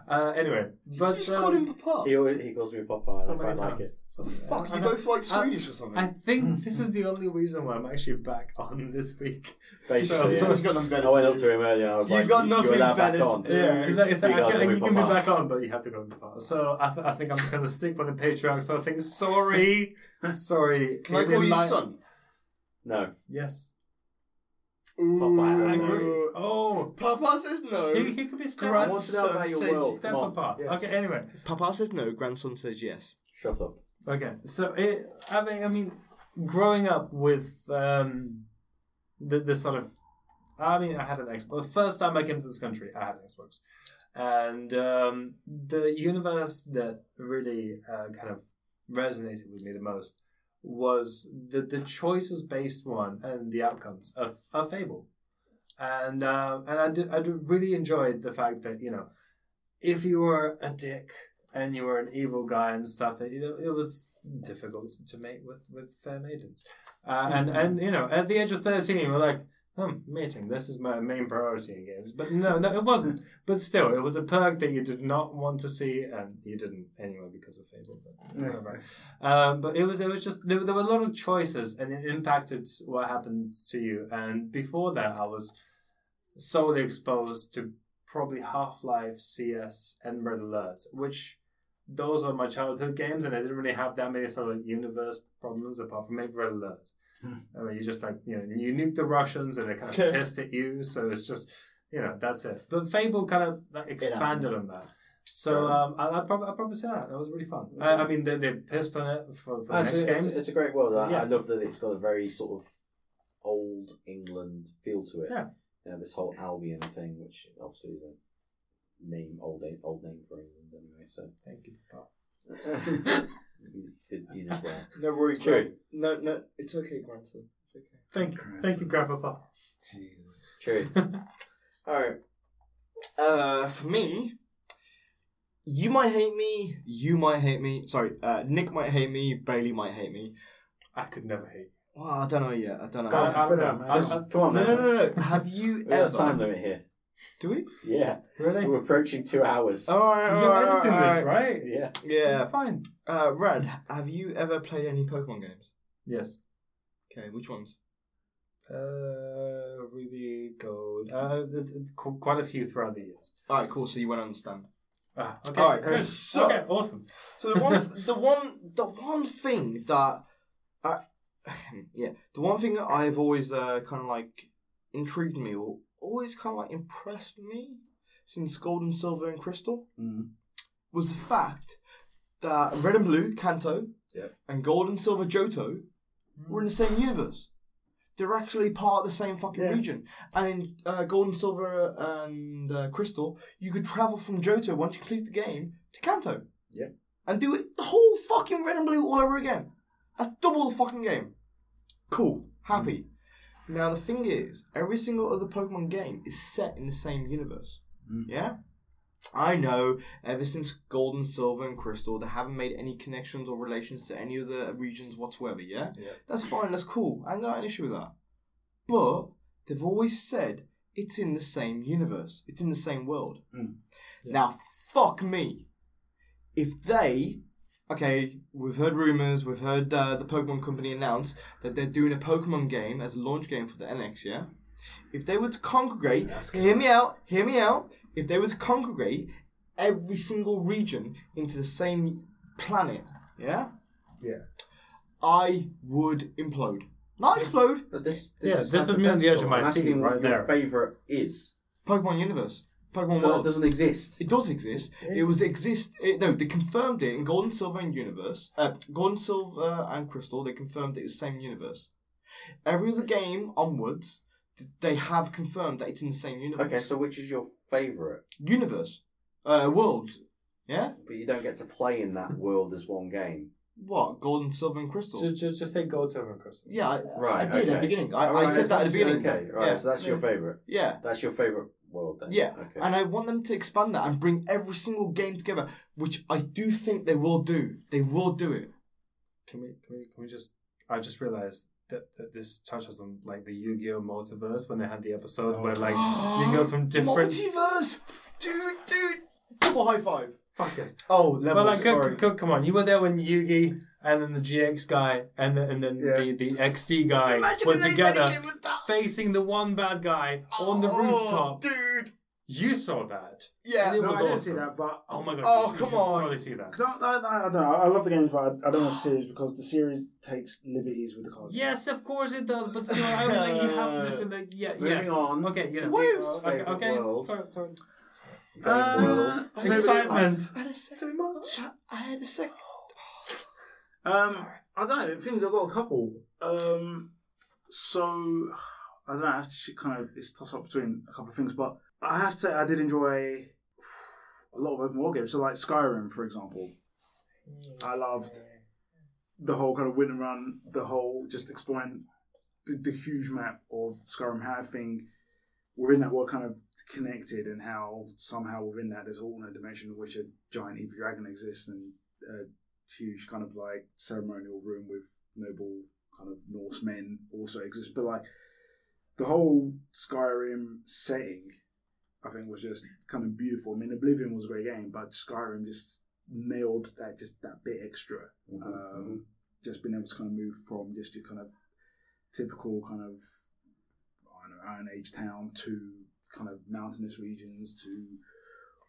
Speaker 2: Uh, anyway, but
Speaker 4: you just
Speaker 2: um,
Speaker 4: called him Papa.
Speaker 1: He always he calls me Popeye.
Speaker 2: so
Speaker 1: I quite
Speaker 2: many
Speaker 1: like it.
Speaker 2: times. So many-
Speaker 4: Fuck,
Speaker 2: I
Speaker 4: you
Speaker 2: know.
Speaker 4: both like
Speaker 2: I-
Speaker 4: Swedish or something.
Speaker 2: I think this is the only reason why I'm actually back on this week.
Speaker 1: Basically,
Speaker 2: So-
Speaker 4: Someone's
Speaker 1: yeah.
Speaker 4: got nothing better
Speaker 1: I went
Speaker 4: to
Speaker 1: up
Speaker 4: do.
Speaker 1: to him earlier. I was
Speaker 4: You
Speaker 1: like,
Speaker 4: got
Speaker 1: you're
Speaker 4: nothing
Speaker 1: allowed
Speaker 4: better
Speaker 1: back on.
Speaker 4: to do.
Speaker 2: Yeah, he's like, he's
Speaker 1: You
Speaker 2: like, I
Speaker 1: guys
Speaker 2: can,
Speaker 1: will
Speaker 2: you
Speaker 1: be
Speaker 2: can be
Speaker 1: Papa.
Speaker 2: back on, but you have to go with Papa. So I, th- I think I'm just gonna stick with the patriarch. So I think sorry, sorry.
Speaker 4: Can I
Speaker 2: It
Speaker 4: call you
Speaker 2: might-
Speaker 4: son?
Speaker 1: No,
Speaker 2: Yes.
Speaker 1: Popeye.
Speaker 2: I
Speaker 1: I agree.
Speaker 2: agree. Oh,
Speaker 4: Papa says no.
Speaker 2: he, he could be step,
Speaker 1: I want to know about your
Speaker 4: Grandson
Speaker 1: world.
Speaker 4: says-
Speaker 2: step
Speaker 1: Oh, Come on.
Speaker 2: apart. Okay, anyway.
Speaker 4: Papa says no. Grandson says yes.
Speaker 1: Shut up.
Speaker 2: Okay, so it, I mean, I mean, growing up with um, the the sort of, I mean, I had an Xbox. The first time I came to this country, I had an Xbox, and um, the universe that really uh, kind of resonated with me the most was the the choices based one and the outcomes of, of Fable, and uh, and I did, I did really enjoyed the fact that you know, if you were a dick and you were an evil guy and stuff that you know, it was difficult to mate with with fair maidens uh, and and you know at the age of 13 we're like hmm, mating this is my main priority in games but no no it wasn't but still it was a perk that you did not want to see and you didn't anyway because of fable but whatever. um, but it was it was just there, there were a lot of choices and it impacted what happened to you and before that i was solely exposed to probably half-life cs and red alert which those were my childhood games, and I didn't really have that many sort of universe problems apart from maybe Red Alert. I mean, you just like you know, you nuke the Russians, and they kind of pissed at you, so it's just you know that's it. But Fable kind of like, expanded on that. So um, I, I probably I probably say that that was really fun. I, I mean, they, they pissed on it for, for the
Speaker 1: That's-
Speaker 2: next
Speaker 1: it's,
Speaker 2: games.
Speaker 1: it's a great world. I,
Speaker 2: Yeah.
Speaker 1: I love that it's got a very sort of old England feel to it.
Speaker 2: Yeah.
Speaker 1: You know, this whole Albion thing, which obviously is a name old old name for England anyway. So
Speaker 2: Thank you. Papa.
Speaker 1: you did you did well.
Speaker 4: No worry,
Speaker 1: Chewy.
Speaker 4: Gran- No, no, it's okay, grandson. It's okay.
Speaker 2: Thank you, thank you, Grandpapa.
Speaker 1: Cheery.
Speaker 4: All right. Uh, for me, you might hate me. You might hate me. Sorry, uh, Nick might hate me. Bailey might hate me.
Speaker 2: I could never hate.
Speaker 4: Well, I don't know yet. I don't know.
Speaker 2: you. I, I don't know. I-
Speaker 1: Just- come on,
Speaker 4: no,
Speaker 1: man.
Speaker 4: no, no, no. Have you
Speaker 1: We have a time
Speaker 4: ever?
Speaker 1: limit here.
Speaker 4: Do we?
Speaker 1: Yeah,
Speaker 2: really?
Speaker 1: we're approaching two hours.
Speaker 2: Oh.
Speaker 4: All right, all
Speaker 2: You're
Speaker 4: right, all
Speaker 2: editing
Speaker 4: right,
Speaker 2: this,
Speaker 4: all right.
Speaker 2: right?
Speaker 1: Yeah.
Speaker 4: Yeah.
Speaker 2: It's fine.
Speaker 4: Uh, Red, have you ever played any Pokemon games?
Speaker 2: Yes.
Speaker 4: Okay, which ones?
Speaker 2: Uh, Ruby Gold. Uh, there's there's qu- quite a few throughout the years.
Speaker 4: All right, cool. So you won't understand.
Speaker 2: Ah, okay.
Speaker 4: All right,
Speaker 2: good.
Speaker 4: so-
Speaker 2: okay, awesome.
Speaker 4: So the one, the one, the one thing that, I, yeah, the one thing that I've always uh, kind of like intrigued me or always kind of like impressed me since Gold and Silver and Crystal
Speaker 1: Mm.
Speaker 4: was the fact that Red and Blue, Kanto,
Speaker 1: Yep.
Speaker 4: and Gold and Silver, Johto, were in the same universe. They're actually part of the same fucking region. And in uh, Gold and Silver and uh, Crystal, you could travel from Johto once you complete the game to Kanto.
Speaker 1: Yeah.
Speaker 4: And do it the whole fucking red and blue all over again. That's double the fucking game. Cool. Happy. Now the thing is, every single other Pokemon game is set in the same universe. Yeah? I know, ever since Gold and Silver and Crystal, they haven't made any connections or relations to any other regions whatsoever, yeah? That's fine, that's cool. I ain't got an issue with that. But they've always said it's in the same universe, it's in the same world. Now, fuck me. if they okay, we've heard rumors, we've heard uh, the Pokemon Company announce that they're doing a Pokemon game as a launch game for the NX, yeah? If they were to congregate, hear me out, hear me out. If they were to congregate every single region into the same planet, yeah?
Speaker 2: Yeah.
Speaker 4: I would implode. Not explode.
Speaker 1: But this,
Speaker 2: Yeah, this is me on the edge of my
Speaker 1: hypothetical. I'm
Speaker 2: seat
Speaker 1: asking
Speaker 2: right
Speaker 1: what
Speaker 2: there.
Speaker 1: your favourite is.
Speaker 4: Pokemon Universe. Pokemon
Speaker 1: Well, it
Speaker 4: World.
Speaker 1: doesn't exist.
Speaker 4: It does exist. It was exist. It, no, they confirmed it in Gold and Silver and Universe. Uh, Gold and Silver and Crystal. They confirmed it was the same universe. Every other game onwards, th- they have confirmed that it's in the same universe.
Speaker 1: Okay, so which is your favourite?
Speaker 4: universe, uh, world. Yeah.
Speaker 1: But you don't get to play in that world as one game.
Speaker 4: What? Gold and Silver and Crystal.
Speaker 2: Just, just, just say gold, silver, and crystal.
Speaker 4: yeah, I,
Speaker 1: Right,
Speaker 4: I did at
Speaker 1: okay.
Speaker 4: the beginning. I, I
Speaker 1: Alright,
Speaker 4: said that at the
Speaker 1: that's-
Speaker 4: beginning.
Speaker 1: Okay, right,
Speaker 4: Yeah.
Speaker 1: so that's your favourite.
Speaker 4: yeah.
Speaker 1: That's your favourite world then?
Speaker 4: Yeah,
Speaker 1: Okay.
Speaker 4: and I want them to expand that and bring every single game together, which I do think they will do. They will do it.
Speaker 2: Can we, can we, can we just? I just realized that, that this touches on like the Yu-Gi-Oh multiverse when they had the episode where like you goes from different.
Speaker 4: Multiverse, dude, dude. Double high five.
Speaker 2: Fuck yes.
Speaker 4: Oh,
Speaker 2: Well,
Speaker 4: level.
Speaker 2: like, c-
Speaker 4: sorry.
Speaker 2: c- c- come on, you were there when Yugi and then the GX guy and then, and then the, the XD guy were together facing the one bad guy on
Speaker 4: Oh.
Speaker 2: the rooftop.
Speaker 4: dude.
Speaker 2: You saw that.
Speaker 4: Yeah.
Speaker 2: And it
Speaker 3: No,
Speaker 2: was
Speaker 3: I didn't see
Speaker 2: awesome.
Speaker 3: that, but
Speaker 2: Oh my god.
Speaker 4: Oh,
Speaker 2: you
Speaker 4: come
Speaker 2: should
Speaker 4: on.
Speaker 2: Surely see that.
Speaker 3: 'cause I, I, I, I don't know. I love the games, but I, I don't want the series because the series takes liberties with the cards.
Speaker 2: Yes, of course it does, but still, I would like you have to listen. Like, yeah,
Speaker 1: Moving
Speaker 2: yes.
Speaker 1: on.
Speaker 2: Okay, yeah.
Speaker 1: So
Speaker 4: Waves.
Speaker 1: what's your
Speaker 2: Okay,
Speaker 1: favourite
Speaker 2: okay.
Speaker 1: world?
Speaker 2: Sorry, Um, sorry.
Speaker 1: Game
Speaker 3: Uh,
Speaker 1: world.
Speaker 4: I-
Speaker 2: Excitement.
Speaker 4: I, I had a second. I had a second.
Speaker 3: Um, I don't know. Things I've got a couple. Um, so I don't know. I have to kind of it's toss up between a couple of things, but I have to say I did enjoy a lot of open world games. So like Skyrim, for example, I loved the whole kind of win and run, the whole just exploring the, the huge map of Skyrim, how everything within that world kind of connected, and how somehow within that there's all in a dimension in which a giant evil dragon exists and a huge kind of like ceremonial room with noble kind of Norse men also exists. But like the whole Skyrim setting, I think was just kind of beautiful. I mean, Oblivion was a great game, but Skyrim just nailed that just that bit extra
Speaker 1: Mhm, mhm.
Speaker 3: um, just being able to kind of move from just your kind of typical kind of I don't know, Iron Age town to kind of mountainous regions to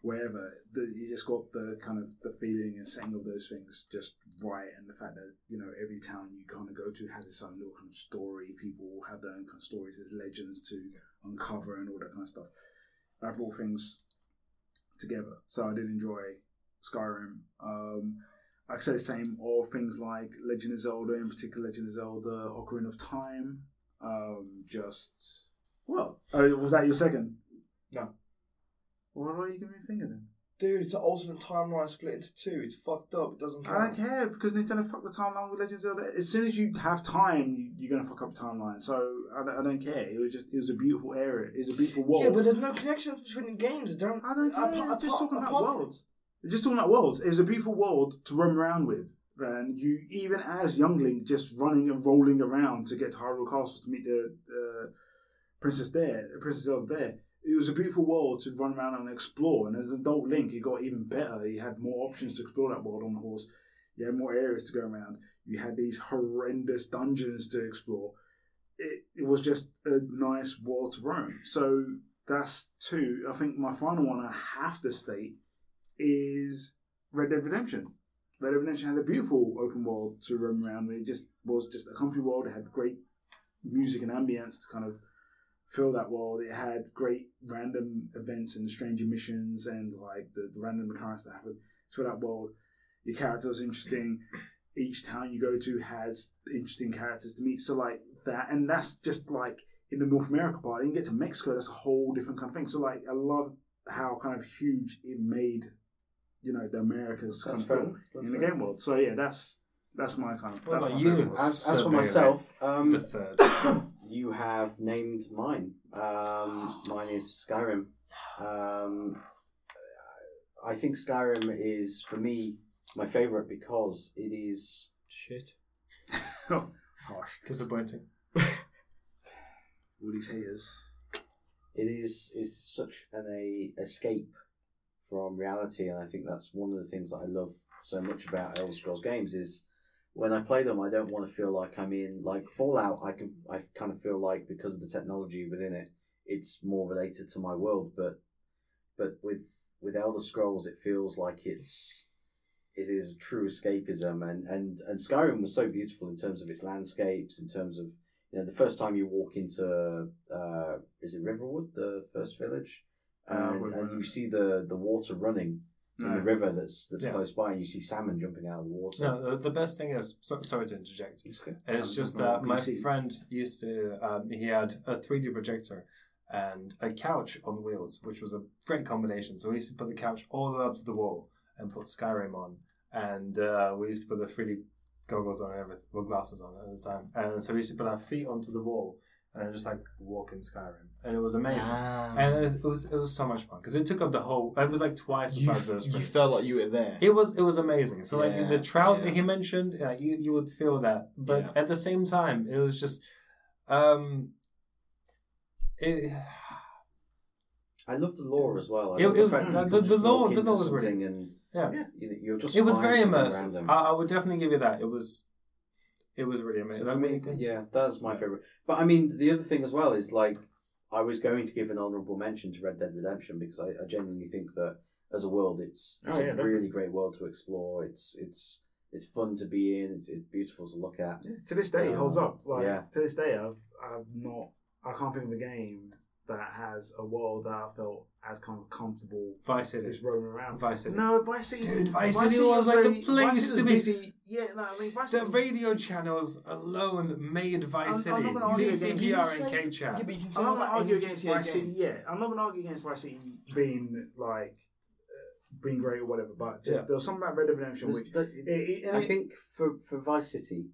Speaker 3: wherever the, you just got the kind of the feeling and saying of those things just right and the fact that you know every town you kind of go to has its own little kind of story people have their own kind of stories there's legends to uncover and all that kind of stuff I brought things together so I did enjoy Skyrim um, I could say the same of things like Legend of Zelda, in particular Legend of Zelda, Ocarina of Time. Um, just well, oh, was that your second?
Speaker 4: No.
Speaker 3: Why are you giving me a finger then?
Speaker 4: Dude, it's an alternate timeline split into two. It's fucked up. It doesn't
Speaker 3: I don't care because Nintendo fucked the timeline with Legend of Zelda. As soon as you have time, you, you're gonna fuck up the timeline. So I don't, I don't care. It was just it was a beautiful era. It was a beautiful world.
Speaker 4: Yeah, but there's no connection between the games. They don't.
Speaker 3: I don't care.
Speaker 4: apart-
Speaker 3: I'm just
Speaker 4: apart-
Speaker 3: talking about
Speaker 4: apart from-
Speaker 3: worlds. We're just talking about worlds. It was a beautiful world to run around with. And you, even as youngling, just running and rolling around to get to Hyrule Castle to meet the uh, princess there, Princess Zelda there. It was a beautiful world to run around and explore. And as an adult Link, it got even better. You had more options to explore that world on the horse. You had more areas to go around. You had these horrendous dungeons to explore. It, it was just a nice world to roam. So that's two. I think my final one I have to state is Red Dead Redemption. Red Dead Redemption had a beautiful open world to roam around. It just was just a comfy world. It had great music and ambience to kind of fill that world. It had great random events and stranger missions and like the, the random occurrence that happened to that world. Your character was interesting. Each town you go to has interesting characters to meet. So like that, and that's just like in the North America part. Then you get to Mexico, that's a whole different kind of thing. So like, I love how kind of huge it made, you know, the Americas kind
Speaker 1: That's
Speaker 3: of
Speaker 1: fair.
Speaker 3: feel
Speaker 1: That's
Speaker 3: in the
Speaker 1: fair.
Speaker 3: game world. So yeah, that's that's my kind of.
Speaker 2: What
Speaker 3: that's
Speaker 2: about
Speaker 3: my
Speaker 2: you?
Speaker 3: favourite one.
Speaker 1: As, as
Speaker 2: So
Speaker 1: for
Speaker 2: big,
Speaker 1: myself,
Speaker 2: The
Speaker 1: um,
Speaker 2: third.
Speaker 1: you have named mine. Um, mine is Skyrim. Um, I think Skyrim is, for me, my favourite because it is
Speaker 4: Shit.
Speaker 3: Harsh.
Speaker 2: Disappointing.
Speaker 3: All these haters.
Speaker 1: it is is such an a escape from reality, and I think that's one of the things that I love so much about Elder Scrolls games is when I play them, I don't want to feel like I'm in like Fallout. I can I kind of feel like because of the technology within it, it's more related to my world. But but with with Elder Scrolls, it feels like it's it is true escapism, and and and Skyrim was so beautiful in terms of its landscapes, in terms of you know the first time you walk into uh, is it Riverwood, the first village,
Speaker 2: Uh,
Speaker 1: and,
Speaker 2: Wood-
Speaker 1: and you see the the water running in the
Speaker 10: No.
Speaker 1: river that's that's
Speaker 2: Yeah.
Speaker 1: close by, and you see salmon jumping out of the water.
Speaker 2: No, the, the best thing is so, sorry to interject. It's just that my friend used to, um, he had a 3D projector and a couch on wheels, which was a great combination. So we used to put the couch all the way up to the wall and put Skyrim on. And uh, we used to put the 3D goggles on and everything, well, glasses on at the time. And so we used to put our feet onto the wall and just like walk in Skyrim. And it was amazing. And it was, it was it was so much fun because it took up the whole. It was like twice the
Speaker 4: you,
Speaker 2: size
Speaker 4: f-
Speaker 2: of this.
Speaker 4: you
Speaker 2: room.
Speaker 4: felt like you were there.
Speaker 2: It was it was amazing. So like
Speaker 4: Yeah,
Speaker 2: the trout
Speaker 4: yeah.
Speaker 2: that he mentioned, like you, you would feel that, but
Speaker 4: Yeah.
Speaker 2: at the same time, it was just, um, it
Speaker 1: I love the lore as well. I
Speaker 2: It-
Speaker 1: love
Speaker 2: it
Speaker 1: the
Speaker 2: was-
Speaker 1: fact that
Speaker 2: the-
Speaker 1: you
Speaker 2: the-
Speaker 1: can just
Speaker 2: the lore-
Speaker 1: walk
Speaker 2: the
Speaker 1: into
Speaker 2: lore was
Speaker 1: something and
Speaker 2: yeah,
Speaker 1: yeah, you know, you'll just
Speaker 2: it was
Speaker 1: find
Speaker 2: very
Speaker 1: something
Speaker 2: immersive. Ah,
Speaker 1: random.
Speaker 2: I, I would definitely give you that. It was, it was really amazing.
Speaker 1: For
Speaker 2: Like,
Speaker 1: me,
Speaker 2: things-
Speaker 1: yeah, that's my favorite. But I mean, the other thing as well is like, I was going to give an honorable mention to Red Dead Redemption because I, I genuinely think that as a world, it's,
Speaker 3: Oh,
Speaker 1: it's
Speaker 3: yeah,
Speaker 1: a
Speaker 3: definitely.
Speaker 1: really great world to explore. It's it's it's fun to be in. It's, it's beautiful to look at.
Speaker 3: To this day, it holds
Speaker 1: Um,
Speaker 3: up. Like
Speaker 1: yeah.
Speaker 3: to this day, I've I've not. I can't think of a game that has a world that I felt as kind of comfortable
Speaker 2: Vice City,
Speaker 3: just roaming around.
Speaker 2: Vice City.
Speaker 3: No, Vice City.
Speaker 2: Dude, Vice City was like the place to be.
Speaker 3: busy. Yeah, no, I mean Vice
Speaker 2: The
Speaker 3: City.
Speaker 2: radio channels alone made Vice
Speaker 3: I'm- I'm
Speaker 2: City,
Speaker 3: not gonna argue against- you
Speaker 2: VCPR, and
Speaker 4: say-
Speaker 2: K Chat.
Speaker 4: Yeah, but you can say
Speaker 3: I'm not
Speaker 4: that
Speaker 3: gonna argue
Speaker 4: in
Speaker 3: against
Speaker 4: GTA
Speaker 3: Vice City.
Speaker 4: games.
Speaker 3: Yeah, I'm not gonna argue against Vice City being like uh, being great or whatever. But just
Speaker 2: Yeah.
Speaker 3: there was something about Red Dead Redemption
Speaker 1: There's-
Speaker 3: which.
Speaker 1: that-
Speaker 3: It, it, and
Speaker 1: I
Speaker 3: it-
Speaker 1: think for for Vice City,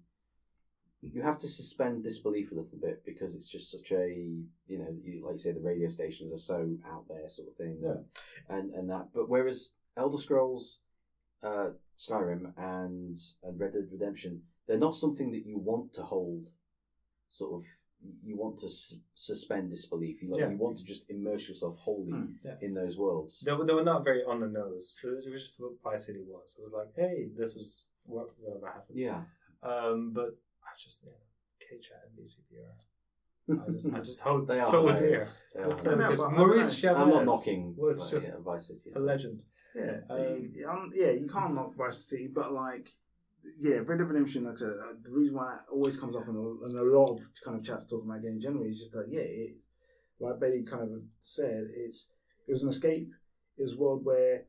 Speaker 1: you have to suspend disbelief a little bit because it's just such a you know you, like you say the radio stations are so out there sort of thing.
Speaker 2: Yeah.
Speaker 1: And and that, but whereas Elder Scrolls, uh, Skyrim and and Red Dead Redemption, they're not something that you want to hold, sort of. You want to s- suspend disbelief. You like
Speaker 2: Yeah.
Speaker 1: you want to just immerse yourself wholly
Speaker 3: Hmm,
Speaker 2: yeah.
Speaker 1: in those worlds.
Speaker 2: They were, they were not very on the nose. It was, it was just what Vice City was. It was like, hey, this is what whatever happened.
Speaker 1: Yeah.
Speaker 2: Um, but I just yeah, K Chat and BCPR. I just I just hold
Speaker 1: They are
Speaker 2: so dear.
Speaker 1: hilarious. They are
Speaker 2: It's so
Speaker 3: Yeah,
Speaker 2: good.
Speaker 3: but I don't
Speaker 2: Maurice
Speaker 3: know.
Speaker 2: Chavez.
Speaker 1: I'm not knocking.
Speaker 2: was
Speaker 1: like,
Speaker 2: just
Speaker 1: yeah, Vice City.
Speaker 2: A legend.
Speaker 3: Yeah,
Speaker 2: Um,
Speaker 3: you- um, yeah, you can't knock Vice City, but like, yeah, Red Dead Redemption. Like I said, uh, the reason why it always comes up in a, in a lot of kind of chats talking about games generally is just that yeah, it, like Betty kind of said, it's it was an escape. It was a world where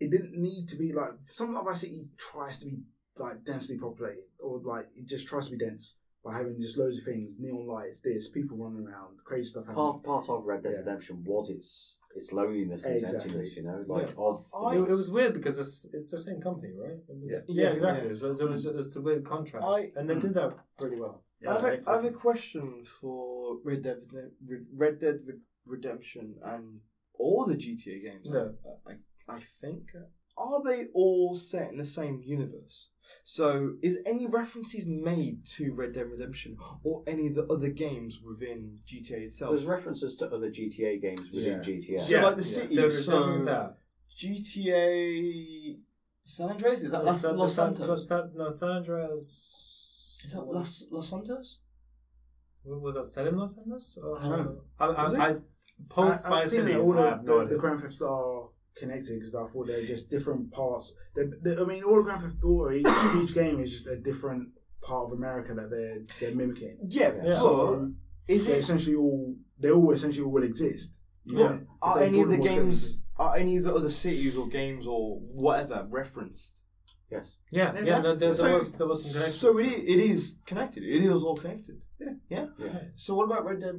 Speaker 3: it didn't need to be like something like Vice City tries to be like densely populated or like it just tries to be dense by having just loads of things, neon lights, this, people running around, crazy stuff happening.
Speaker 1: part part of Red Dead
Speaker 3: Yeah.
Speaker 1: Redemption was its its loneliness and its
Speaker 3: Exactly.
Speaker 1: emptiness, you know, like
Speaker 2: Yeah.
Speaker 1: of
Speaker 4: I-
Speaker 2: it, it was weird because it's, it's the same company, right? It was-
Speaker 3: Yeah.
Speaker 2: yeah,
Speaker 4: Yeah,
Speaker 2: exactly.
Speaker 4: yeah.
Speaker 2: So, so it was, it's a weird contrast,
Speaker 4: I-
Speaker 2: and they did that pretty well.
Speaker 3: Yeah,
Speaker 4: I, have
Speaker 3: like-
Speaker 4: a, I have a question for Red Dead, Redem- Red, Red Dead Red- Redemption and all the GTA games.
Speaker 2: No.
Speaker 4: I, I, I think are they all set in the same universe? So is any references made to Red Dead Redemption or any of the other games within GTA itself?
Speaker 1: there's references to other GTA games within
Speaker 2: Yeah.
Speaker 1: GTA.
Speaker 4: So like the city,
Speaker 2: There is
Speaker 4: so
Speaker 2: definitely that.
Speaker 4: GTA San Andreas is that Los,
Speaker 2: Sa-
Speaker 4: Los
Speaker 2: Sa-
Speaker 4: Santos?
Speaker 2: Sa- Sa- no, San Andreas.
Speaker 4: Is that Los, Los Santos?
Speaker 2: What was that set in Los Angeles? Or-
Speaker 4: I don't know.
Speaker 2: I, I,
Speaker 4: Was it?
Speaker 2: I, post
Speaker 3: I- I've
Speaker 2: Vice
Speaker 3: seen
Speaker 2: City.
Speaker 3: that all
Speaker 2: I
Speaker 3: the,
Speaker 2: have no
Speaker 3: the,
Speaker 2: idea.
Speaker 3: the Grand Theft are connected because I thought they're just different parts. they they I mean, all the Grand Theft Auto, each, each game is just a different part of America that they're they're mimicking.
Speaker 4: Yeah,
Speaker 1: Yeah.
Speaker 4: but
Speaker 3: So
Speaker 4: is
Speaker 3: they
Speaker 4: it
Speaker 3: essentially all they all essentially all exist. You
Speaker 4: But
Speaker 3: know,
Speaker 4: are
Speaker 3: they
Speaker 4: any of the
Speaker 3: brought them all
Speaker 4: games, are any of the other cities or games or whatever referenced?
Speaker 1: Yes.
Speaker 2: Yeah,
Speaker 3: Yeah,
Speaker 2: yeah,
Speaker 3: yeah.
Speaker 2: no, there, there
Speaker 4: So-
Speaker 2: was there was some connections.
Speaker 4: So it is, it is connected. It is all connected.
Speaker 3: Yeah.
Speaker 4: Yeah.
Speaker 1: Yeah.
Speaker 4: So what about Red Dead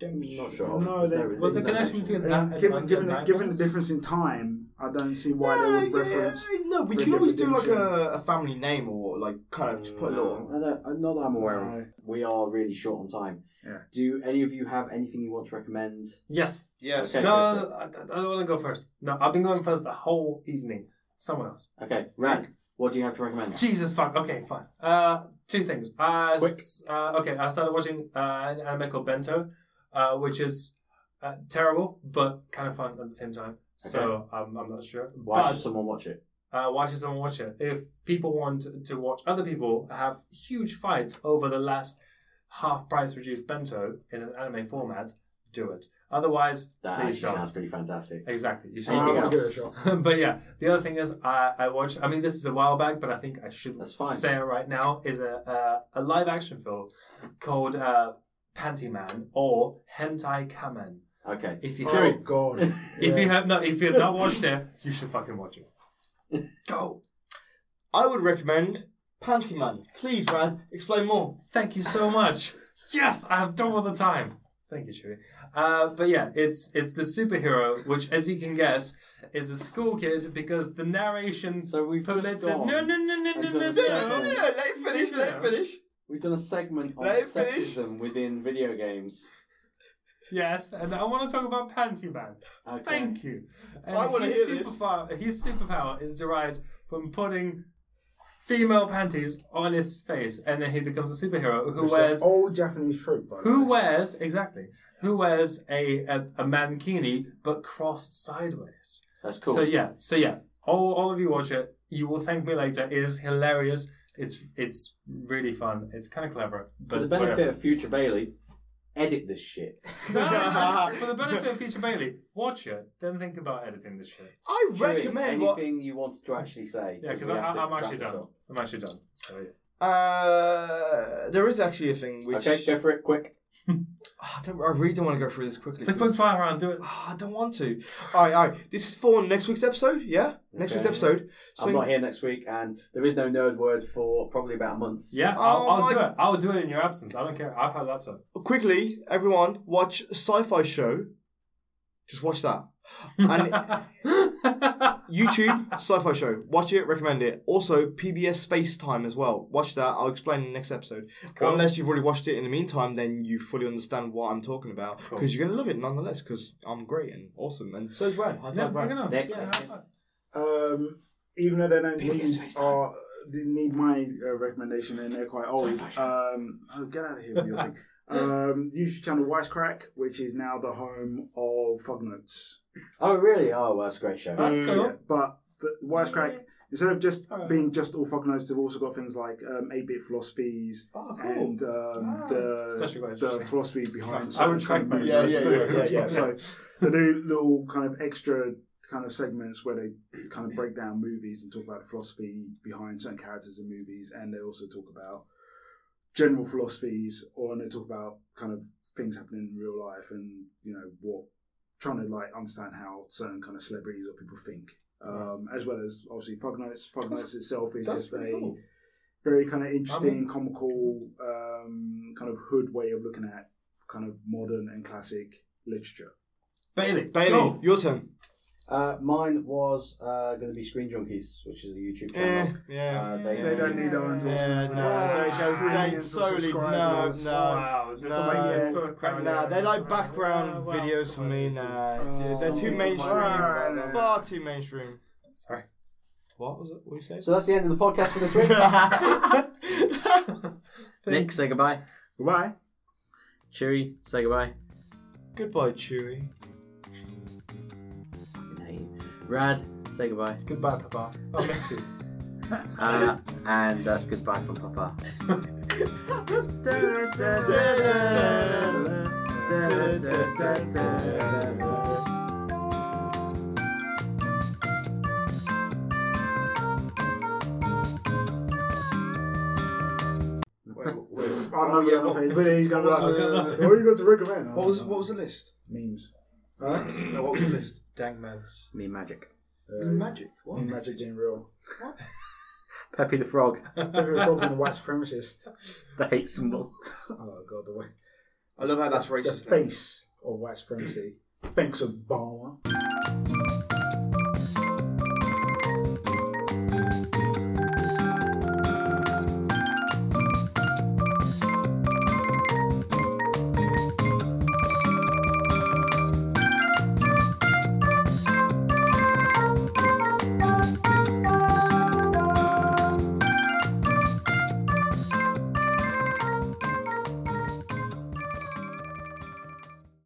Speaker 4: Redemption?
Speaker 1: Not sure.
Speaker 3: No,
Speaker 1: There's
Speaker 3: they-
Speaker 1: really
Speaker 2: was the
Speaker 1: no
Speaker 2: connection between
Speaker 3: together.
Speaker 2: that
Speaker 3: And
Speaker 2: and
Speaker 3: given
Speaker 2: Undead
Speaker 3: given, the, given the
Speaker 2: Nightmares?
Speaker 3: difference in time, I don't see why
Speaker 4: Yeah,
Speaker 3: they would reference.
Speaker 4: yeah, no, we
Speaker 3: Red
Speaker 4: can
Speaker 3: Dead
Speaker 4: always do like
Speaker 3: Redemption. Mm.
Speaker 4: a, a family name or like kind of just put a little.
Speaker 1: I don't, I'm not that I'm aware of.
Speaker 3: No.
Speaker 1: We are really short on time.
Speaker 3: Yeah.
Speaker 1: Do any of you have anything you want to recommend?
Speaker 2: Yes.
Speaker 4: Yes.
Speaker 1: Okay.
Speaker 2: no, no, no, I, I don't want to go first. No, I've been going first the whole evening. Someone else.
Speaker 1: Okay, Rank, what do you have to recommend?
Speaker 2: Jesus fuck. Okay, fine. Uh, two things. Uh,
Speaker 4: Quick.
Speaker 2: s- Uh, okay, I started watching uh, an anime called Bento, uh, which is uh, terrible, but kind of fun at the same time. So um, I'm not sure.
Speaker 1: Why
Speaker 2: but,
Speaker 1: should someone watch it?
Speaker 2: uh, why should someone watch it? If people want to watch other people have huge fights over the last half price reduced bento in an anime format, do it. Otherwise,
Speaker 1: That
Speaker 2: please
Speaker 1: actually
Speaker 2: don't.
Speaker 1: sounds pretty fantastic.
Speaker 2: Exactly. You should
Speaker 1: Anything
Speaker 2: not
Speaker 1: else?
Speaker 2: watch it. but yeah, the other thing is, I, I watched. I mean, this is a while back, but I think I should
Speaker 1: That's fine.
Speaker 2: say it right now. Is a a, a live action film called uh, Panty Man or Hentai Kamen.
Speaker 1: Okay.
Speaker 2: If you
Speaker 1: Sure.
Speaker 3: Oh god.
Speaker 2: if
Speaker 3: Yeah.
Speaker 2: you have not if you've not watched it, you should fucking watch it. Go.
Speaker 4: I would recommend Panty Man. Please, Rad, explain more.
Speaker 2: Thank you so much. Yes, I have double the time. Thank you, Chewie. Uh, but yeah, it's it's the superhero, which, as you can guess, is a school kid because the narration
Speaker 1: So we've just
Speaker 2: permits it.
Speaker 1: gone.
Speaker 2: No, no, no, no, no,
Speaker 1: into the
Speaker 2: no,
Speaker 4: No, no, no,
Speaker 1: segment.
Speaker 4: no,
Speaker 2: no.
Speaker 4: no, let it finish, let it finish.
Speaker 1: We've done a segment on
Speaker 4: Let it finish.
Speaker 1: sexism within video games.
Speaker 2: Yes, and I want to talk about Panty Man.
Speaker 1: Okay.
Speaker 2: Thank you. And
Speaker 4: I wanna
Speaker 2: his
Speaker 4: hear this.
Speaker 2: superpower- His superpower is derived from putting female panties on his face, and then he becomes a superhero who
Speaker 3: It's an
Speaker 2: wears
Speaker 3: old Japanese trope? by the
Speaker 2: Who
Speaker 3: way.
Speaker 2: wears exactly? Who wears a a, a mankini but crossed sideways?
Speaker 1: That's cool.
Speaker 2: So yeah, so yeah. All, all of you watch it. You will thank me later. It is hilarious. It's it's really fun. It's kind of clever. But
Speaker 1: For the benefit
Speaker 2: whatever.
Speaker 1: of future Bailey, edit this shit.
Speaker 2: No, for the benefit of future Bailey, watch it. Then think about editing this shit.
Speaker 4: I
Speaker 1: Chewie,
Speaker 4: recommend what.
Speaker 1: anything you wanted to actually say.
Speaker 2: Yeah, because
Speaker 1: we have to
Speaker 2: I'm
Speaker 1: wrap
Speaker 2: actually
Speaker 1: this
Speaker 2: done.
Speaker 1: up.
Speaker 2: I'm actually done. So yeah.
Speaker 4: Uh, there is actually a thing which.
Speaker 1: Okay, go for it, quick.
Speaker 4: Ah, I, don't, I really don't want to go through this quickly.
Speaker 2: It's a
Speaker 4: 'cause-
Speaker 2: quick fire round. Do it.
Speaker 4: Ah, I don't want to. All right, all right. This is for next week's episode. Yeah, next
Speaker 1: Okay.
Speaker 4: week's episode.
Speaker 1: I'm not here next week, and there is no nerd word for probably about a month.
Speaker 2: Yeah,
Speaker 4: Oh
Speaker 2: I'll, I'll
Speaker 4: my-
Speaker 2: do it. I'll do it in your absence. I don't care. I've had a laptop.
Speaker 4: quickly, everyone, watch Sci-Fi Show. Just watch that. And YouTube Sci-Fi Show. Watch it. Recommend it. Also PBS Space Time as well. Watch that. I'll explain in the next episode.
Speaker 2: Cool.
Speaker 4: Unless you've already watched it in the meantime, then you fully understand what I'm talking about because
Speaker 2: Cool.
Speaker 4: you're gonna love it nonetheless. Because I'm great and awesome, and so is Rad. High
Speaker 2: yeah,
Speaker 4: five,
Speaker 2: bring it
Speaker 4: Rad.
Speaker 2: on.
Speaker 1: Nick.
Speaker 2: Yeah, high five.
Speaker 3: Um, even though they don't
Speaker 4: People get
Speaker 3: need,
Speaker 4: space time.
Speaker 3: or, they need my uh, recommendation and they're quite old. Um, oh, get out of here with your thing. Um, YouTube channel Wisecrack, which is now the home of Fognuts.
Speaker 1: Oh, really? Oh, well, that's a great show.
Speaker 2: That's
Speaker 3: Um,
Speaker 2: cool.
Speaker 3: yeah, But the Wisecrack, instead of just
Speaker 2: Alright.
Speaker 3: being just all Fognuts, they've also got things like um, 8-bit philosophies
Speaker 4: Oh, cool.
Speaker 3: and um,
Speaker 2: Ah,
Speaker 3: the,
Speaker 2: such a great
Speaker 3: the
Speaker 2: show.
Speaker 3: philosophy behind
Speaker 2: I would
Speaker 3: certain kind of
Speaker 2: track
Speaker 3: movies.
Speaker 4: that. Yeah, yeah, yeah, yeah, yeah.
Speaker 3: So they do little kind of extra kind of segments where they kind of break down movies and talk about the philosophy behind certain characters in movies, and they also talk about general philosophies, or and they talk about kind of things happening in real life and you know what trying to like understand how certain kind of celebrities or people think. Um, as well as obviously Fog Notes. Fog
Speaker 4: That's-
Speaker 3: Notes itself is
Speaker 4: That's
Speaker 3: just
Speaker 4: pretty
Speaker 3: a
Speaker 4: cool.
Speaker 3: very kind of interesting, comical, um, kind of hood way of looking at kind of modern and classic literature.
Speaker 2: Bailey.
Speaker 4: Bailey,
Speaker 2: go.
Speaker 4: your turn.
Speaker 1: Uh, mine was uh, going to be Screen Junkies, which is a YouTube
Speaker 4: Eh,
Speaker 1: channel.
Speaker 4: yeah.
Speaker 1: Uh, they,
Speaker 3: They don't need our
Speaker 4: Yeah,
Speaker 3: endorsement.
Speaker 4: no,
Speaker 3: They've
Speaker 4: they
Speaker 3: got
Speaker 4: don't-
Speaker 3: three
Speaker 4: they
Speaker 3: million
Speaker 4: solely- no,
Speaker 3: subscribers.
Speaker 4: no.
Speaker 2: wow. this is
Speaker 4: no,
Speaker 2: like
Speaker 3: yeah.
Speaker 2: a crap
Speaker 4: Nah,
Speaker 2: show.
Speaker 4: they like background
Speaker 2: Wow,
Speaker 4: videos for
Speaker 2: come on,
Speaker 4: me.
Speaker 2: this is-
Speaker 4: Nah,
Speaker 3: Oh,
Speaker 4: they're too
Speaker 3: my
Speaker 4: mainstream.
Speaker 3: God.
Speaker 4: Far too mainstream.
Speaker 2: Sorry.
Speaker 4: What was it? What you say?
Speaker 1: So that's the end of the podcast for this week. Nick, say goodbye.
Speaker 3: Goodbye.
Speaker 1: Chewy, say goodbye.
Speaker 4: Goodbye, Chewy.
Speaker 1: Rad, say goodbye.
Speaker 2: Goodbye, Papa. I miss Oh, you.
Speaker 1: Uh, and that's goodbye from Papa.
Speaker 4: Wait, wait.
Speaker 3: I'm oh, yeah,
Speaker 4: what-
Speaker 3: but he's gonna be like,
Speaker 4: what was,
Speaker 3: uh,
Speaker 4: uh,
Speaker 3: what have you got to recommend?
Speaker 4: What was what was the list?
Speaker 3: memes? Huh?
Speaker 4: No, what was the list?
Speaker 2: Dang memes.
Speaker 1: Me magic.
Speaker 4: Magic. What?
Speaker 3: Magic being real.
Speaker 1: Peppy the Frog,
Speaker 3: Every problem a white supremacist.
Speaker 1: the hate symbol.
Speaker 3: Oh god, the way
Speaker 4: I love how that's
Speaker 3: the
Speaker 4: racist. now.
Speaker 3: face of white supremacy. Thanks, Obama.